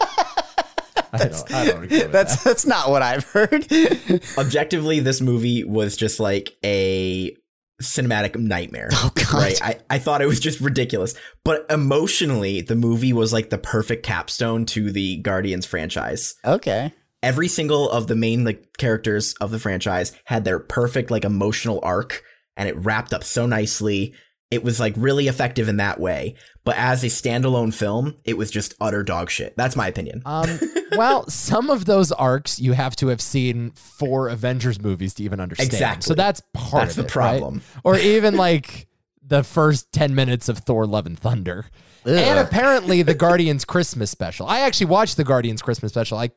[SPEAKER 1] I don't, I don't agree with that.
[SPEAKER 3] that's that's not what I've heard.
[SPEAKER 2] Objectively, this movie was just like a cinematic nightmare.
[SPEAKER 3] Oh, God.
[SPEAKER 2] Right? I, I thought it was just ridiculous, but emotionally, the movie was like the perfect capstone to the Guardians franchise.
[SPEAKER 3] okay.
[SPEAKER 2] every single of the main like characters of the franchise had their perfect like emotional arc and it wrapped up so nicely it was like really effective in that way but as a standalone film it was just utter dog shit that's my opinion
[SPEAKER 1] Um, well, some of those arcs you have to have seen four Avengers movies to even understand.
[SPEAKER 2] Exactly.
[SPEAKER 1] So that's part of
[SPEAKER 2] That's the
[SPEAKER 1] it, right?
[SPEAKER 2] problem.
[SPEAKER 1] Or even like the first 10 minutes of Thor Love and Thunder. And apparently the Guardians Christmas special. I actually watched the Guardians Christmas special. I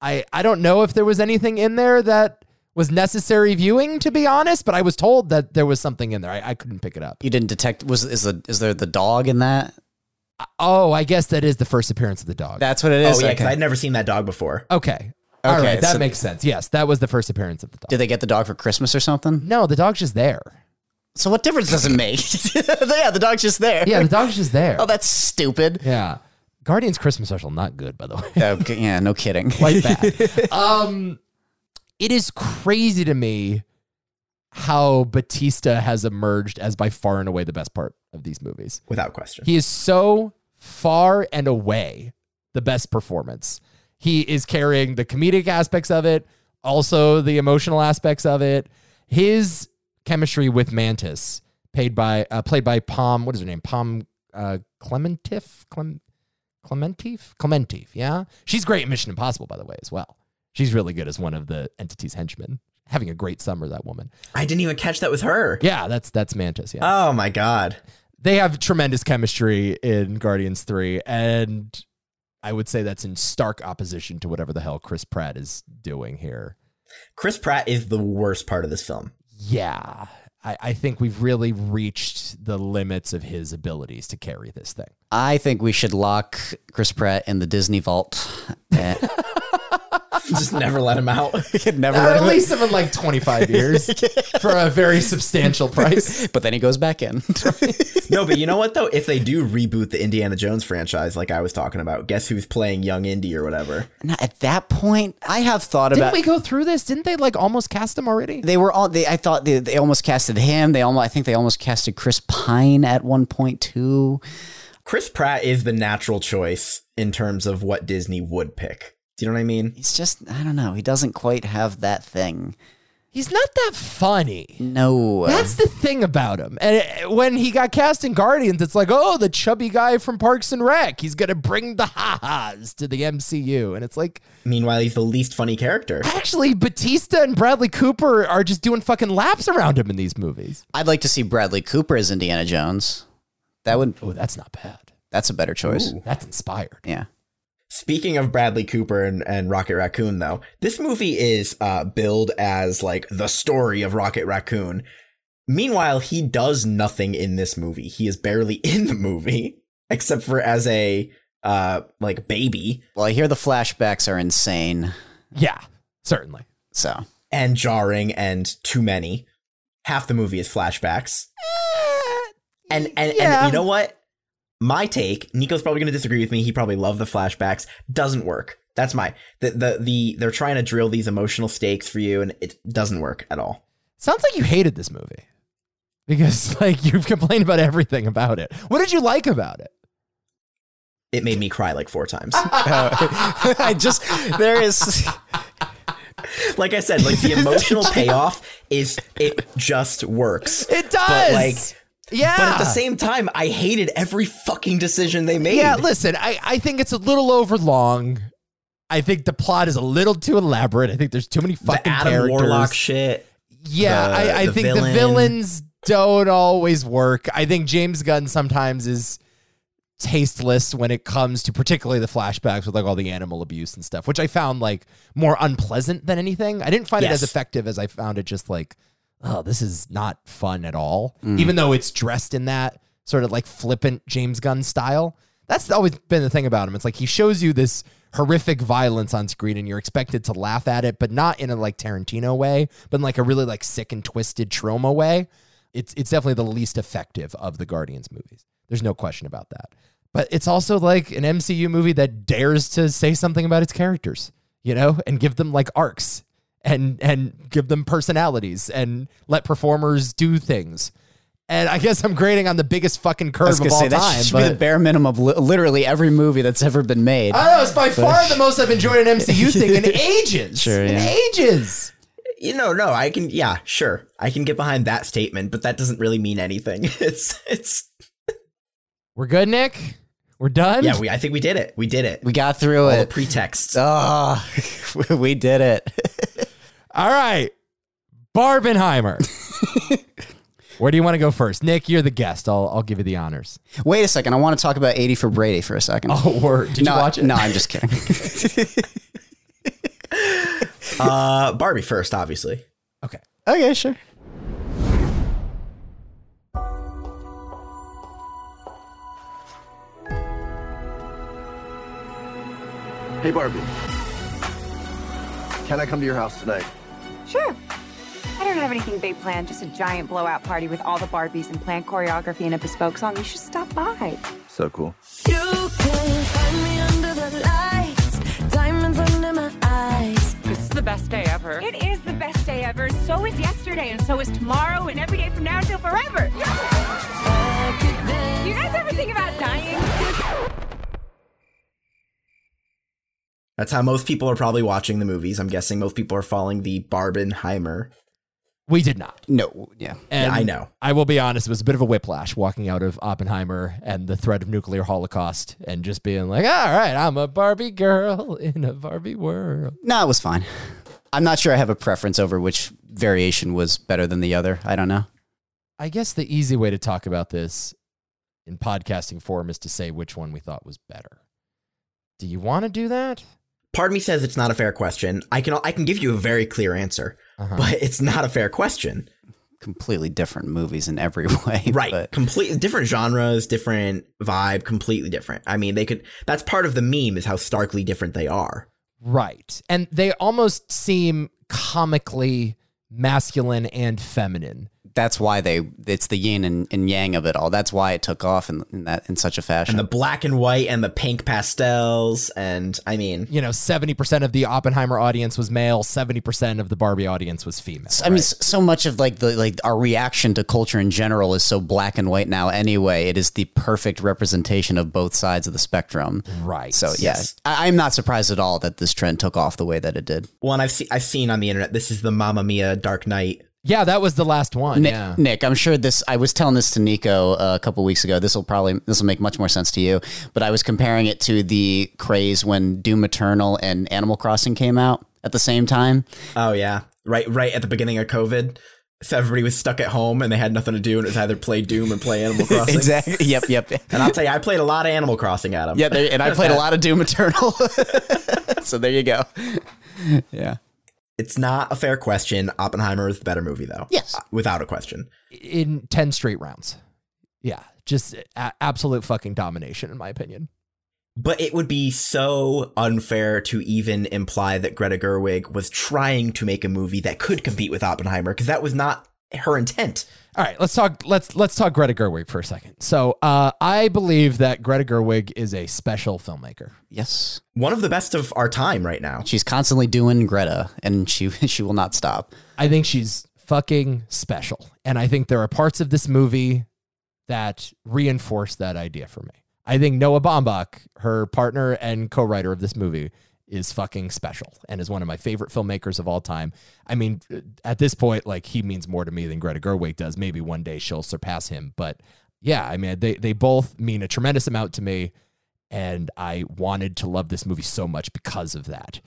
[SPEAKER 1] I I don't know if there was anything in there that was necessary viewing to be honest, but I was told that there was something in there. I, I couldn't pick it up.
[SPEAKER 3] You didn't detect was is the is there the dog in that?
[SPEAKER 1] Oh, I guess that is the first appearance of the dog.
[SPEAKER 3] That's what it
[SPEAKER 2] oh
[SPEAKER 3] is.
[SPEAKER 2] yeah
[SPEAKER 3] okay.
[SPEAKER 2] because i'd never seen that dog before
[SPEAKER 1] okay. All
[SPEAKER 3] Okay,
[SPEAKER 1] right, that
[SPEAKER 3] so-
[SPEAKER 1] makes sense. Yes, that was the first appearance of the dog.
[SPEAKER 3] Did they get the dog for Christmas or something?
[SPEAKER 1] No, the dog's just there.
[SPEAKER 3] So what difference does it make? yeah, the dog's just there.
[SPEAKER 1] Yeah, the dog's just there.
[SPEAKER 3] Oh, that's stupid.
[SPEAKER 1] yeah. Guardians Christmas special, not good, by the way.
[SPEAKER 3] Okay, yeah, no kidding.
[SPEAKER 1] Quite bad. um, it is crazy to me how Batista has emerged as by far and away the best part of these movies.
[SPEAKER 2] without question
[SPEAKER 1] He is so far and away the best performance. He is carrying the comedic aspects of it, also the emotional aspects of it. His chemistry with Mantis, paid by uh, played by Palm, what is her name? Palm uh, Clementif, Clem, Clementif, Clementif. Yeah, she's great in Mission Impossible, by the way, as well. She's really good as one of the entity's henchmen. Having a great summer, that woman.
[SPEAKER 2] i didn't even catch that with her
[SPEAKER 1] Yeah, that's that's Mantis. Yeah
[SPEAKER 2] oh my god
[SPEAKER 1] they have tremendous chemistry in Guardians 3 and I would say that's in stark opposition to whatever the hell Chris Pratt is doing here.
[SPEAKER 2] chris pratt is the worst part of this film
[SPEAKER 1] Yeah. I, I think we've really reached the limits of his abilities to carry this thing.
[SPEAKER 3] I think we should lock Chris Pratt in the Disney vault. Eh,
[SPEAKER 2] just never let him out
[SPEAKER 3] we could never
[SPEAKER 1] At
[SPEAKER 3] let him
[SPEAKER 1] least in like 25 years for a very substantial price.
[SPEAKER 3] But then he goes back in.
[SPEAKER 2] no but you know what though if they do reboot the indiana jones franchise like i was talking about guess who's playing young indy or whatever
[SPEAKER 3] Now, at that point, I have thought
[SPEAKER 1] Didn't
[SPEAKER 3] about.
[SPEAKER 1] we go through this? Didn't they like almost cast him already?
[SPEAKER 3] they were all. They, I thought they, they almost casted him. They almost. I think they almost casted Chris Pine at one point too.
[SPEAKER 2] Chris Pratt is the natural choice in terms of what Disney would pick. Do you know what I mean?
[SPEAKER 3] It's just I don't know. He doesn't quite have that thing.
[SPEAKER 1] He's not that funny.
[SPEAKER 3] No.
[SPEAKER 1] That's the thing about him. And it- when he got cast in Guardians, it's like, oh, the chubby guy from Parks and Rec. He's going to bring the ha-has to the MCU. And it's like,
[SPEAKER 2] Meanwhile, he's the least funny character.
[SPEAKER 1] actually, Batista and Bradley Cooper are just doing fucking laps around him in these movies.
[SPEAKER 3] I'd like to see Bradley Cooper as Indiana Jones. That would
[SPEAKER 1] Oh, that's not bad.
[SPEAKER 3] that's a better choice.
[SPEAKER 1] That's inspired.
[SPEAKER 3] Yeah.
[SPEAKER 2] Speaking of Bradley Cooper and, and Rocket Raccoon, though, this movie is uh, billed as like the story of Rocket Raccoon. Meanwhile, he does nothing in this movie. He is barely in the movie, except for as a uh, like baby
[SPEAKER 3] Well, I hear the flashbacks are insane.
[SPEAKER 1] Yeah, certainly.
[SPEAKER 3] So
[SPEAKER 2] and jarring and too many. Half the movie is flashbacks.
[SPEAKER 1] Eh,
[SPEAKER 2] And and,
[SPEAKER 1] yeah.
[SPEAKER 2] and you know what? My take, Nico's probably going to disagree with me. He probably loved the flashbacks. Doesn't work. That's my the the the they're trying to drill these emotional stakes for you, and it doesn't work at all.
[SPEAKER 1] Sounds like you hated this movie because, like, you've complained about everything about it. What did you like about it?
[SPEAKER 2] It made me cry like four times.
[SPEAKER 3] I just there is
[SPEAKER 2] like I said, like the emotional payoff is it just works.
[SPEAKER 1] It does.
[SPEAKER 2] But like,
[SPEAKER 1] yeah.
[SPEAKER 2] but at the same time, I hated every fucking decision they made.
[SPEAKER 1] Yeah, listen, I, I think it's a little over long. I think the plot is a little too elaborate. I think there's too many fucking
[SPEAKER 2] the Adam
[SPEAKER 1] characters.
[SPEAKER 2] Warlock shit.
[SPEAKER 1] yeah,
[SPEAKER 2] the-
[SPEAKER 1] I, I
[SPEAKER 2] the
[SPEAKER 1] think the
[SPEAKER 2] villain.
[SPEAKER 1] villains don't always work. I think James Gunn sometimes is tasteless when it comes to particularly the flashbacks with like all the animal abuse and stuff, which I found like more unpleasant than anything. I didn't find it
[SPEAKER 2] Yes.
[SPEAKER 1] as effective as I found it just like, oh, this is not fun at all. Even though it's dressed in that sort of like flippant James Gunn style. That's always been the thing about him. It's like he shows you this horrific violence on screen and you're expected to laugh at it, but not in a like Tarantino way, but in like a really like sick and twisted trauma way. It's it's definitely the least effective of the Guardians movies. There's no question about that. But it's also like an MCU movie that dares to say something about its characters, you know, and give them like arcs and and give them personalities and let performers do things. And I guess I'm grading on the biggest fucking
[SPEAKER 3] I
[SPEAKER 1] curve
[SPEAKER 3] was
[SPEAKER 1] of
[SPEAKER 3] gonna
[SPEAKER 1] all
[SPEAKER 3] say
[SPEAKER 1] time.
[SPEAKER 3] that should be
[SPEAKER 1] But
[SPEAKER 3] the bare minimum of li- literally every movie that's ever been made.
[SPEAKER 1] I don't know it's by far the most I've enjoyed an MCU thing in ages.
[SPEAKER 3] Sure,
[SPEAKER 1] in
[SPEAKER 3] yeah.
[SPEAKER 1] ages.
[SPEAKER 2] You know, no, I can. Yeah, sure, I can get behind that statement, but that doesn't really mean anything. It's it's.
[SPEAKER 1] We're good, Nick. We're done.
[SPEAKER 2] Yeah, we. I think we did it. We did it.
[SPEAKER 3] we got through
[SPEAKER 2] All the
[SPEAKER 3] it.
[SPEAKER 1] Oh.
[SPEAKER 2] pretexts.
[SPEAKER 3] Ah, we did it.
[SPEAKER 1] all right. Barbenheimer. Where do you want to go first? Nick, you're the guest. I'll I'll give you the honors.
[SPEAKER 3] Wait a second. I want to talk about 80 for Brady for a second.
[SPEAKER 1] Oh, word. Did
[SPEAKER 3] no,
[SPEAKER 1] you watch it?
[SPEAKER 3] No, I'm just kidding.
[SPEAKER 2] Uh, Barbie first, obviously.
[SPEAKER 1] Okay.
[SPEAKER 3] okay, sure.
[SPEAKER 7] Hey, Barbie. Can I come to your house tonight?
[SPEAKER 8] Sure. I don't have anything big planned, just a giant blowout party with all the Barbies and planned choreography and a bespoke song. You should stop by.
[SPEAKER 7] So cool.
[SPEAKER 9] You can find me under the lights, diamonds under my eyes.
[SPEAKER 10] This is the best day ever.
[SPEAKER 8] It is the best day ever. So is yesterday, and so is tomorrow, and every day from now until forever.
[SPEAKER 9] I could dance.
[SPEAKER 8] Do you guys ever think about dying?
[SPEAKER 2] That's how most people are probably watching the movies. I'm guessing most people are following the Barbenheimer.
[SPEAKER 1] We did not.
[SPEAKER 3] No, yeah.
[SPEAKER 1] And
[SPEAKER 2] I know.
[SPEAKER 1] I will be honest, it was a bit of a whiplash walking out of Oppenheimer and the threat of nuclear holocaust and just being like, all right, I'm a Barbie girl in a Barbie world.
[SPEAKER 3] No, it was fine. I'm not sure I have a preference over which variation was better than the other. I don't know.
[SPEAKER 1] I guess the easy way to talk about this in podcasting form is to say which one we thought was better. Do you want to do that?
[SPEAKER 2] Part of me says it's not a fair question. I can I can give you a very clear answer,
[SPEAKER 3] Uh-huh.
[SPEAKER 2] but it's not a fair question.
[SPEAKER 3] Completely different movies in every way.
[SPEAKER 2] Right.
[SPEAKER 3] but-
[SPEAKER 2] Completely different genres, different vibe, completely different. I mean, they could that's part of the meme is how starkly different they are.
[SPEAKER 1] Right. And they almost seem comically masculine and feminine
[SPEAKER 3] that's why they it's the yin and, and yang of it all. That's why it took off in, in that in such a fashion.
[SPEAKER 2] and the black and white and the pink pastels and I mean
[SPEAKER 1] You know, 70% of the Oppenheimer audience was male, 70% of the Barbie audience was female.
[SPEAKER 3] I mean, s- so much of like the like our reaction to culture in general is so black and white now. Anyway, it is the perfect representation of both sides of the spectrum.
[SPEAKER 1] Right.
[SPEAKER 3] So yes, I, I'm not surprised at all that this trend took off the way that it did.
[SPEAKER 2] one I've seen I've seen on the internet this is the Mamma Mia Dark Knight
[SPEAKER 1] Yeah, that was the last one.
[SPEAKER 3] Nick,
[SPEAKER 1] yeah.
[SPEAKER 3] Nick, I'm sure this. I was telling this to Nico uh, a couple weeks ago. This will probably this will make much more sense to you. But I was comparing it to the craze when Doom Eternal and Animal Crossing came out at the same time.
[SPEAKER 2] oh yeah right right at the beginning of COVID so everybody was stuck at home and they had nothing to do and it was either play Doom or play Animal Crossing
[SPEAKER 3] yep. Yep.
[SPEAKER 2] and I'll tell you I played a lot of Animal Crossing Adam
[SPEAKER 3] yeah. There, and I played a lot of Doom Eternal. so there you go. Yeah.
[SPEAKER 2] it's not a fair question Oppenheimer is the better movie though
[SPEAKER 3] Yes.
[SPEAKER 2] Uh, without a question
[SPEAKER 1] In 10 straight rounds. Yeah. Just a- absolute fucking domination, in my opinion.
[SPEAKER 2] But it would be so unfair to even imply that Greta Gerwig was trying to make a movie that could compete with Oppenheimer because that was not her intent.
[SPEAKER 1] All right, let's talk. Let's let's talk Greta Gerwig for a second. So, uh, I believe that Greta Gerwig is a special filmmaker.
[SPEAKER 3] Yes.
[SPEAKER 2] One of the best of our time right now.
[SPEAKER 3] She's constantly doing Greta, and she she will not stop.
[SPEAKER 1] I think she's fucking special, and I think there are parts of this movie that reinforce that idea for me. I think Noah Baumbach, her partner and co-writer of this movie, is fucking special and is one of my favorite filmmakers of all time. I mean, uh, at this point, like he means more to me than Greta Gerwig does. Maybe one day she'll surpass him, but yeah, I mean, they they both mean a tremendous amount to me. and I wanted to love this movie so much because of that.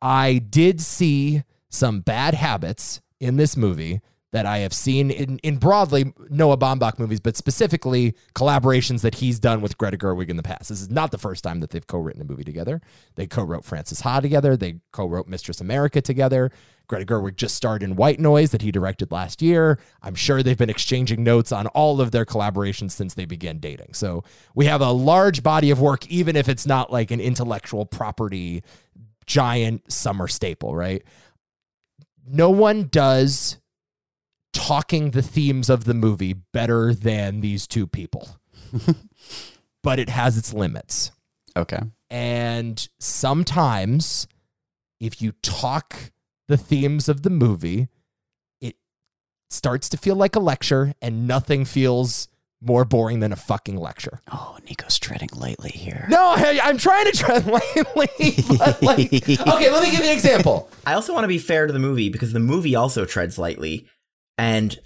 [SPEAKER 1] I did see some bad habits in this movie that I have seen in, in broadly Noah Baumbach movies, but specifically collaborations that he's done with Greta Gerwig in the past. This is not the first time that they've co-written a movie together. They co-wrote Frances Ha together. They co-wrote Mistress America together. Greta Gerwig just starred in White Noise that he directed last year. I'm sure they've been exchanging notes on all of their collaborations since they began dating. So we have a large body of work, even if it's not like an intellectual property giant summer staple, right? No one does talking the themes of the movie better than these two people, but it has its limits.
[SPEAKER 3] Okay.
[SPEAKER 1] And sometimes, if you talk the themes of the movie, it starts to feel like a lecture, and nothing feels more boring than a fucking lecture.
[SPEAKER 3] Oh, Nico's treading lightly here.
[SPEAKER 1] No, I, I'm trying to tread lightly, but like, okay, let me give you an example.
[SPEAKER 2] I also want to be fair to the movie because the movie also treads lightly, and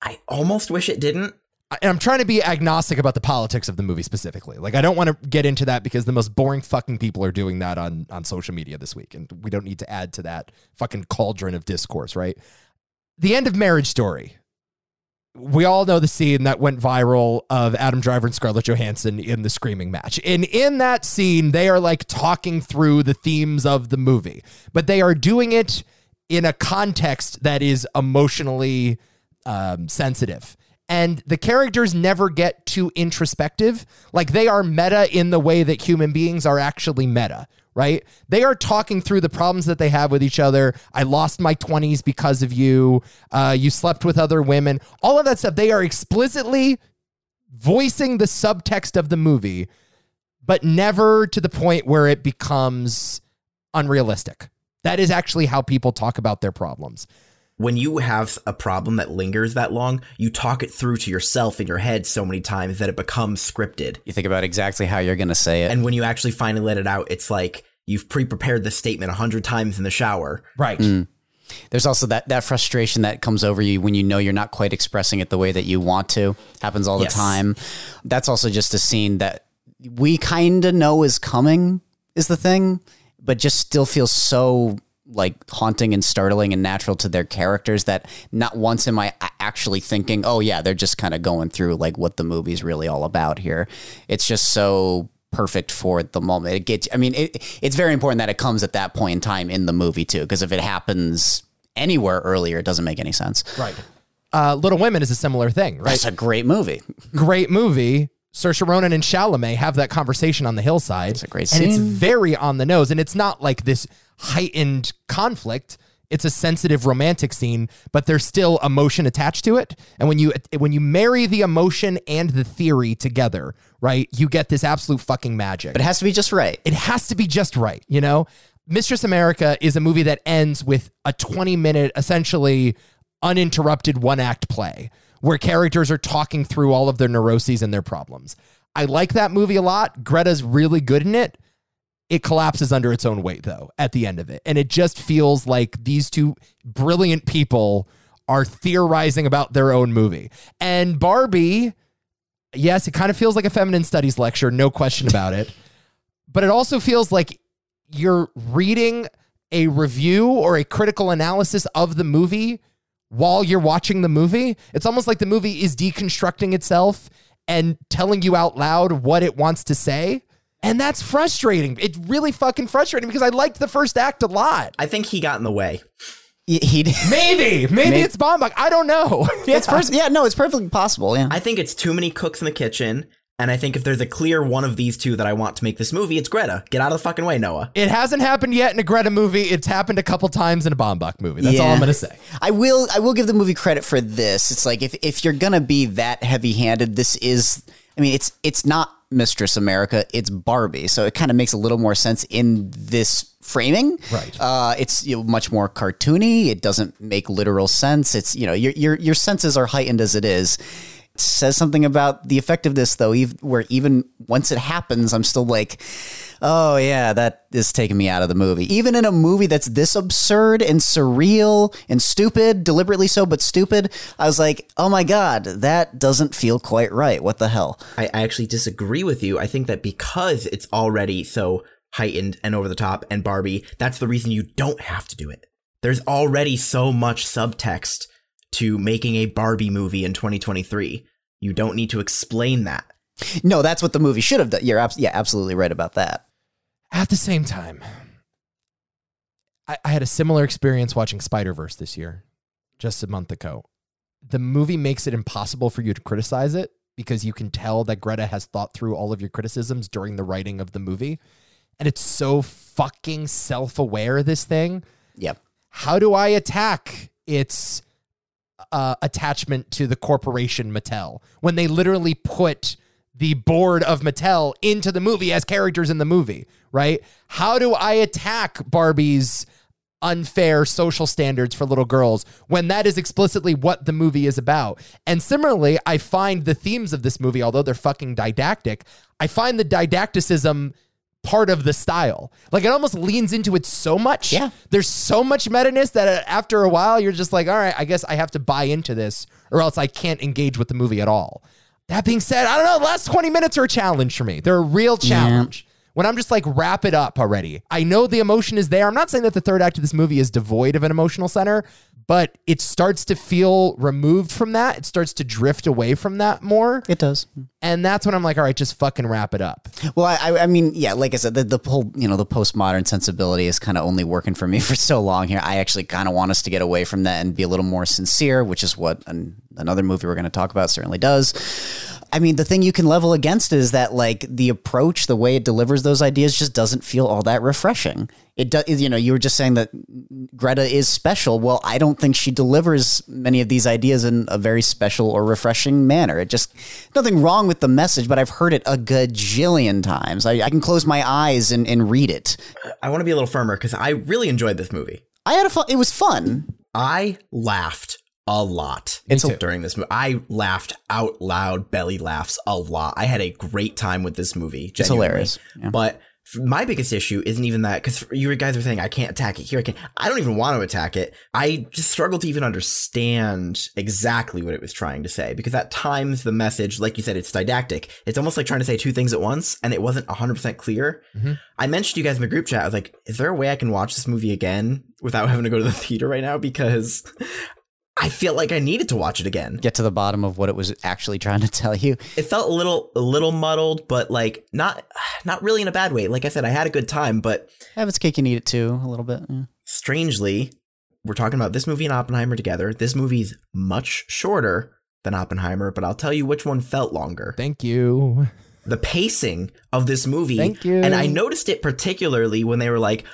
[SPEAKER 2] I almost wish it didn't.
[SPEAKER 1] and I'm trying to be agnostic about the politics of the movie specifically. Like I don't want to get into that because the most boring fucking people are doing that on on social media this week and we don't need to add to that fucking cauldron of discourse, right? The end of Marriage Story. We all know the scene that went viral of Adam Driver and Scarlett Johansson in the screaming match. And in that scene, they are like talking through the themes of the movie, but they are doing it in a context that is emotionally um, sensitive. And the characters never get too introspective. Like they are meta in the way that human beings are actually meta, right? They are talking through the problems that they have with each other. I lost my 20s because of you. Uh, you slept with other women. All of that stuff. They are explicitly voicing the subtext of the movie, but never to the point where it becomes unrealistic. That is actually how people talk about their problems.
[SPEAKER 2] When you have a problem that lingers that long, you talk it through to yourself in your head so many times that it becomes scripted.
[SPEAKER 3] You think about exactly how you're going to say it.
[SPEAKER 2] And when you actually finally let it out, it's like you've pre prepared the statement a hundred times in the shower.
[SPEAKER 1] Right.
[SPEAKER 3] There's also that that frustration that comes over you when you know you're not quite expressing it the way that you want to. Happens all
[SPEAKER 2] Yes.
[SPEAKER 3] the time. That's also just a scene that we kind of know is coming is the thing, but just still feels so like haunting and startling and natural to their characters that not once am I a- actually thinking, "Oh yeah, they're just kind of going through like what the movie's really all about here." It's just so perfect for the moment. It gets I mean, it, it's very important that it comes at that point in time in the movie too because if it happens anywhere earlier, it doesn't make any sense.
[SPEAKER 1] Right. Uh, Little Women is a similar thing, right?
[SPEAKER 3] It's a great movie.
[SPEAKER 1] Great movie. Saoirse Ronan and Chalamet have that conversation on the hillside. It's
[SPEAKER 3] a great
[SPEAKER 1] and it's
[SPEAKER 3] scene.
[SPEAKER 1] very on the nose, and it's not like this heightened conflict. it's a sensitive romantic scene, but there's still emotion attached to it. And when you when you marry the emotion and the theory together, right, you get this absolute fucking magic.
[SPEAKER 3] But it has to be just right.
[SPEAKER 1] it has to be just right, you know? Mistress America is a movie that ends with a 20 minute, essentially uninterrupted one act play where characters are talking through all of their neuroses and their problems. I like that movie a lot. Greta's really good in it. It collapses under its own weight, though, at the end of it. And it just feels like these two brilliant people are theorizing about their own movie. And Barbie, yes, it kind of feels like a feminine studies lecture, no question about it but it also feels like you're reading a review or a critical analysis of the movie while you're watching the movie. It's almost like the movie is deconstructing itself and telling you out loud what it wants to say. And that's frustrating. It really fucking frustrating because I liked the first act a lot.
[SPEAKER 2] I think he got in the way.
[SPEAKER 3] He, he
[SPEAKER 1] Maybe, maybe, it's Bombach. I don't know.
[SPEAKER 3] it's pers- yeah, no, it's perfectly possible. Yeah,
[SPEAKER 2] I think it's too many cooks in the kitchen. And I think if there's a clear one of these two that I want to make this movie, it's Greta. Get out of the fucking way, Noah.
[SPEAKER 1] It hasn't happened yet in a Greta movie. It's happened a couple times in a Bombach movie. That's all
[SPEAKER 3] Yeah.
[SPEAKER 1] I'm going to say.
[SPEAKER 3] I will. I will give the movie credit for this. It's like if if you're gonna be that heavy handed, this is. I mean, it's it's not Mistress America. It's Barbie. So it kind of makes a little more sense in this framing.
[SPEAKER 1] Right.
[SPEAKER 3] Uh, it's you know, much more cartoony. It doesn't make literal sense. It's you know your your your senses are heightened as it is. It says something about the effectiveness though, ev where even once it happens, I'm still like, oh yeah, that is taking me out of the movie. Even in a movie that's this absurd and surreal and stupid, deliberately so but stupid, I was like, oh my god, that doesn't feel quite right. What the hell?
[SPEAKER 2] I, I actually disagree with you. I think that because it's already so heightened and over the top and Barbie, that's the reason you don't have to do it. There's already so much subtext to making a Barbie movie in 2023. You don't need to explain that.
[SPEAKER 3] No, that's what the movie should have done. You're abs- yeah, absolutely right about that.
[SPEAKER 1] At the same time, I, I had a similar experience watching Spider Verse this year, just a month ago. The movie makes it impossible for you to criticize it because you can tell that Greta has thought through all of your criticisms during the writing of the movie. And it's so fucking self aware, this thing.
[SPEAKER 3] Yep.
[SPEAKER 1] How do I attack its uh, attachment to the corporation Mattel when they literally put the board of Mattel into the movie as characters in the movie, right? How do I attack Barbie's unfair social standards for little girls when that is explicitly what the movie is about? And similarly, I find the themes of this movie, although they're fucking didactic, I find the didacticism part of the style. Like it almost leans into it so much.
[SPEAKER 3] Yeah.
[SPEAKER 1] There's so much meta-ness that uh, after a while you're just like, all right, I guess I have to buy into this or else I can't engage with the movie at all. That being said, I don't know, the last 20 minutes are a challenge for me. They're a real challenge. When I'm just like, wrap it up already. I know the emotion is there. I'm not saying that the third act of this movie is devoid of an emotional center, but it starts to feel removed from that. It starts to drift away from that more.
[SPEAKER 3] It does.
[SPEAKER 1] And that's when I'm like, all right, just fucking wrap it up.
[SPEAKER 3] Well, I, I- I mean, yeah, like I said, the, the whole, you know, the postmodern sensibility is kind of only working for me for so long here. I actually kind of want us to get away from that and be a little more sincere, which is what an, another movie we're going to talk about certainly does. I mean, the thing you can level against is that, like, the approach, the way it delivers those ideas just doesn't feel all that refreshing. It does, you know, you were just saying that Greta is special. Well, I don't think she delivers many of these ideas in a very special or refreshing manner. It just nothing wrong with the message, but I've heard it a gajillion times. I, I can close my eyes and, and read it.
[SPEAKER 2] I want to be a little firmer because I really enjoyed this movie.
[SPEAKER 3] I had a fun. It was fun.
[SPEAKER 2] I laughed a lot
[SPEAKER 1] Me too.
[SPEAKER 2] during this movie. I laughed out loud, belly laughs a lot. I had a great time with this movie.
[SPEAKER 3] It's
[SPEAKER 2] genuinely.
[SPEAKER 3] hilarious. Yeah.
[SPEAKER 2] But f- my biggest issue isn't even that because you guys were saying I can't attack it here. I can. I don't even want to attack it. I just struggle to even understand exactly what it was trying to say because at times the message, like you said, it's didactic. It's almost like trying to say two things at once, and it wasn't hundred percent clear. I mentioned to you guys in the group chat. I was like, "Is there a way I can watch this movie again without having to go to the theater right now?" Because I feel like I needed to watch it again
[SPEAKER 3] Get to the bottom of what it was actually trying to tell you.
[SPEAKER 2] it felt a little a little muddled but like not not really in a bad way like i said i had a good time but
[SPEAKER 3] Have its cake and eat it too, a little bit. yeah.
[SPEAKER 2] strangely we're talking about this movie and oppenheimer together this movie's much shorter than oppenheimer but i'll tell you which one felt longer
[SPEAKER 1] Thank you.
[SPEAKER 2] the pacing of this movie
[SPEAKER 1] Thank you.
[SPEAKER 2] and i noticed it particularly when they were like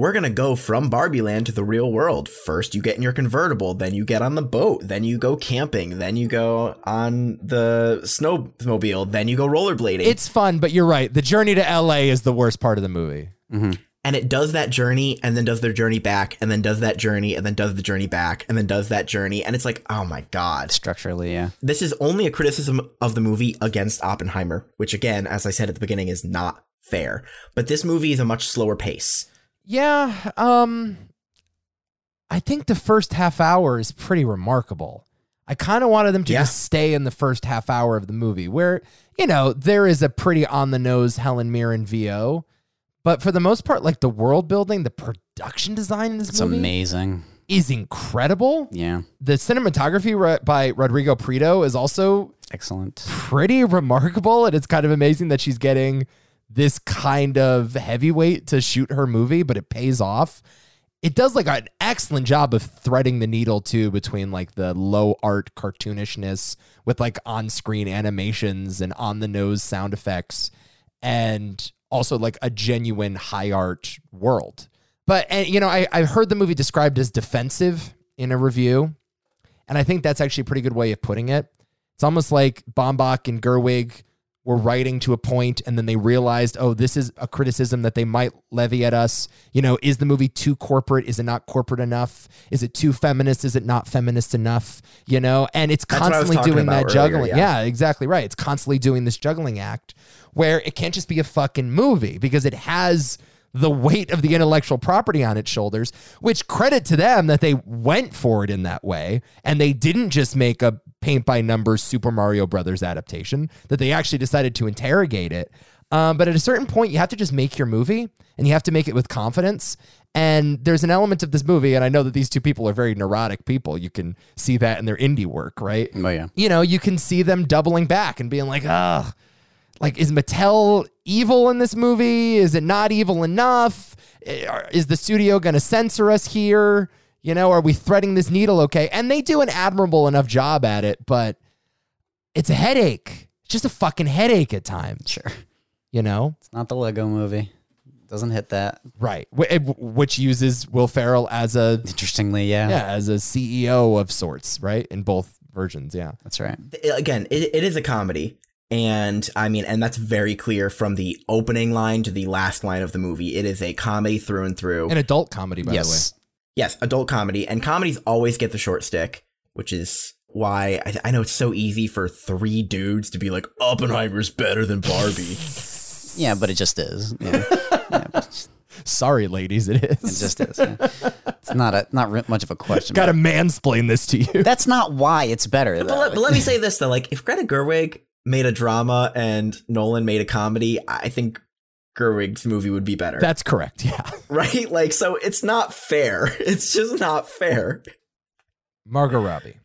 [SPEAKER 2] we're going to go from Barbie land to the real world. First, you get in your convertible, then you get on the boat, then you go camping, then you go on the snowmobile, then you go rollerblading.
[SPEAKER 1] It's fun, but you're right. The journey to LA is the worst part of the movie.
[SPEAKER 2] and it does that journey and then does their journey back and then does that journey and then does the journey back and then does that journey. And it's like, oh my God.
[SPEAKER 3] Structurally, yeah.
[SPEAKER 2] This is only a criticism of the movie against Oppenheimer, which, again, as I said at the beginning, is not fair. But this movie is a much slower pace.
[SPEAKER 1] Yeah, um I think the first half hour is pretty remarkable. I kind of wanted them to
[SPEAKER 2] Yeah.
[SPEAKER 1] just stay in the first half hour of the movie where, you know, there is a pretty on the nose Helen Mirren VO, but for the most part like the world building, the production design in this
[SPEAKER 3] It's
[SPEAKER 1] movie
[SPEAKER 3] amazing.
[SPEAKER 1] is incredible.
[SPEAKER 3] Yeah.
[SPEAKER 1] The cinematography ri- by Rodrigo Prieto is also
[SPEAKER 3] Excellent.
[SPEAKER 1] pretty remarkable and it's kind of amazing that she's getting this kind of heavyweight to shoot her movie but it pays off it does like an excellent job of threading the needle too between like the low art cartoonishness with like on-screen animations and on the nose sound effects and also like a genuine high art world but and you know I, I heard the movie described as defensive in a review and i think that's actually a pretty good way of putting it it's almost like Bombach and Gerwig were writing to a point and then they realized, oh, this is a criticism that they might levy at us. You know, is the movie too corporate? Is it not corporate enough? Is it too feminist? Is it not feminist enough? You know, and it's
[SPEAKER 2] That's what I was
[SPEAKER 1] constantly
[SPEAKER 2] talking
[SPEAKER 1] doing that
[SPEAKER 2] about earlier,
[SPEAKER 1] juggling. yeah, exactly right. It's constantly doing this juggling act where it can't just be a fucking movie because it has the weight of the intellectual property on its shoulders, which credit to them that they went for it in that way. And they didn't just make a paint by numbers Super Mario Brothers adaptation, that they actually decided to interrogate it. Um, but at a certain point, you have to just make your movie and you have to make it with confidence. And there's an element of this movie, and I know that these two people are very neurotic people. You can see that in their indie work, right?
[SPEAKER 3] Oh, yeah.
[SPEAKER 1] you know, you can see them doubling back and being like, ugh, like, is Mattel evil in this movie? Is it not evil enough? Eh, Is the studio going to censor us here? You know, are we threading this needle okay? And they do an admirable enough job at it, but it's a headache. It's just a fucking headache at times,
[SPEAKER 3] Sure.
[SPEAKER 1] you know?
[SPEAKER 3] It's not the Lego movie. Doesn't hit that.
[SPEAKER 1] Right. Wh- eh, wh- Which uses Will Ferrell as a.
[SPEAKER 3] Interestingly, yeah.
[SPEAKER 1] Yeah, as a CEO of sorts, right? In both versions, yeah.
[SPEAKER 3] That's right.
[SPEAKER 2] Th- Again, it, it is a comedy. And I mean, and that's very clear from the opening line to the last line of the movie. It is a comedy through and through.
[SPEAKER 1] An adult comedy, by the way.
[SPEAKER 3] yes.
[SPEAKER 2] yes, adult comedy, and comedies always get the short stick, which is why I, I know it's so easy for three dudes to be like Oppenheimer's better than Barbie.
[SPEAKER 3] Yeah, but it just is. Yeah.
[SPEAKER 1] Sorry, ladies, it
[SPEAKER 3] It
[SPEAKER 1] is.
[SPEAKER 3] just is. yeah. It's not a not re- much of a question.
[SPEAKER 1] Got to mansplain this to you.
[SPEAKER 3] That's not why it's better.
[SPEAKER 2] but,
[SPEAKER 3] Though.
[SPEAKER 2] let, but let me say this though, like if Greta Gerwig made a drama and Nolan made a comedy, I think Gerwig's movie would be better,
[SPEAKER 1] That's correct. Yeah.
[SPEAKER 2] right? Like, so it's not fair. It's just not fair.
[SPEAKER 1] Margot Robbie.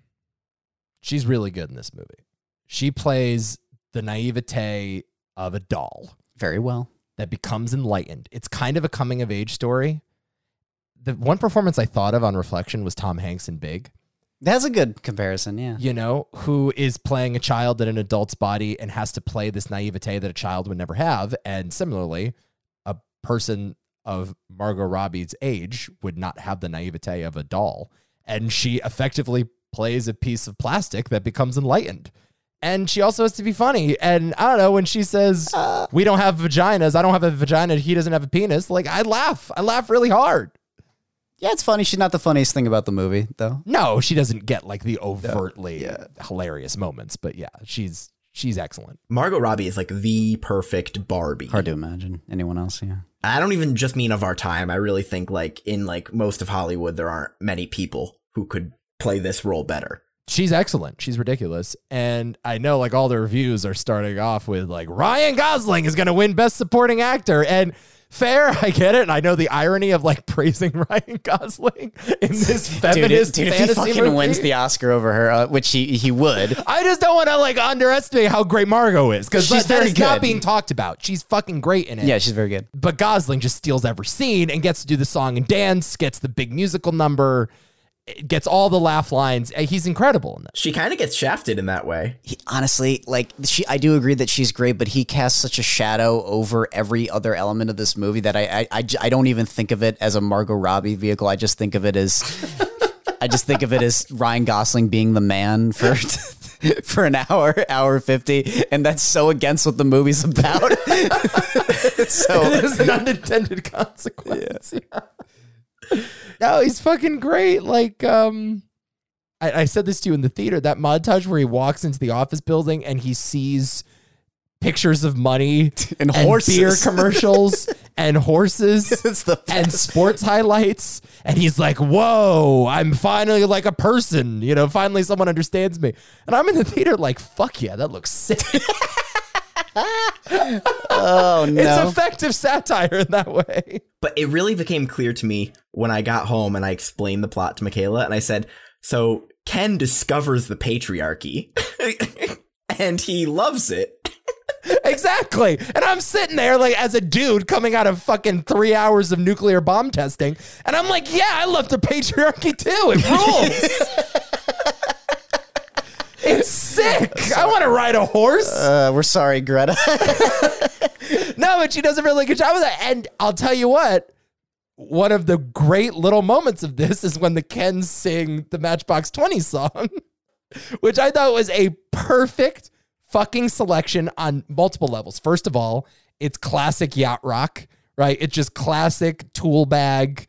[SPEAKER 1] She's really good in this movie. She plays the naivete of a doll
[SPEAKER 3] Very well.
[SPEAKER 1] that becomes enlightened. It's kind of a coming of age story. The one performance I thought of on reflection was Tom Hanks in Big,
[SPEAKER 3] That's a good comparison. Yeah.
[SPEAKER 1] you know, who is playing a child in an adult's body and has to play this naivete that a child would never have. And similarly, a person of Margot Robbie's age would not have the naivete of a doll. And she effectively plays a piece of plastic that becomes enlightened. And she also has to be funny. And I don't know, when she says, We don't have vaginas, I don't have a vagina, he doesn't have a penis, like I laugh. I laugh really hard.
[SPEAKER 3] Yeah, it's funny. She's not the funniest thing about the movie, though.
[SPEAKER 1] No, she doesn't get like the overtly hilarious moments, but yeah, she's she's excellent.
[SPEAKER 2] Margot Robbie is like the perfect Barbie.
[SPEAKER 3] Hard to imagine anyone else. Yeah.
[SPEAKER 2] I don't even just mean of our time. I really think like in like most of Hollywood, there aren't many people who could play this role better.
[SPEAKER 1] She's excellent. She's ridiculous. And I know like all the reviews are starting off with like Ryan Gosling is going to win best supporting actor and fair, I get it. And I know the irony of like praising Ryan Gosling in this feminist
[SPEAKER 3] dude, if he
[SPEAKER 1] fantasy
[SPEAKER 3] fucking
[SPEAKER 1] movie.
[SPEAKER 3] wins the Oscar over her, uh, which he he would.
[SPEAKER 1] I just don't want to like underestimate how great Margot is because
[SPEAKER 3] She's
[SPEAKER 1] that that
[SPEAKER 3] very
[SPEAKER 1] is not
[SPEAKER 3] good.
[SPEAKER 1] being talked about. She's fucking great in it.
[SPEAKER 3] Yeah, she's very good.
[SPEAKER 1] but Gosling just steals every scene and gets to do the song and dance, gets the big musical number. gets all the laugh lines. Uh, He's incredible in this.
[SPEAKER 2] She kind of gets shafted in that way.
[SPEAKER 3] He, honestly, like she, I do agree that she's great, but he casts such a shadow over every other element of this movie that I, I, I j- I don't even think of it as a Margot Robbie vehicle. I just think of it as, I just think of it as Ryan Gosling being the man for. For an hour, hour fifty, and that's so against what the movie's about. so
[SPEAKER 1] There's an unintended consequence. Yeah. no, he's fucking great. Like, um, I, I said this to you in the theater that montage where he walks into the office building and he sees pictures of money
[SPEAKER 3] And
[SPEAKER 1] beer
[SPEAKER 3] horses.
[SPEAKER 1] commercials and horses
[SPEAKER 3] it's the
[SPEAKER 1] and sports highlights. And he's like, whoa, I'm finally like a person. You know, finally someone understands me. And I'm in the theater like, fuck yeah, that looks sick.
[SPEAKER 3] oh no,
[SPEAKER 1] It's effective satire in that way.
[SPEAKER 2] But it really became clear to me when I got home and I explained the plot to Michaela and I said, So Ken discovers the patriarchy and he loves it.
[SPEAKER 1] Exactly. And I'm sitting there like as a dude coming out of fucking three hours of nuclear bomb testing. And I'm like, yeah, I love the patriarchy too. It rules. it's sick. I want to ride a horse.
[SPEAKER 3] uh, we're sorry, Greta.
[SPEAKER 1] no, but she does a really good job of that. And I'll tell you what, one of the great little moments of this is when the Kens sing the Matchbox 20 song, which I thought was a perfect fucking selection on multiple levels. First of all, it's classic yacht rock, right? It's just classic tool bag,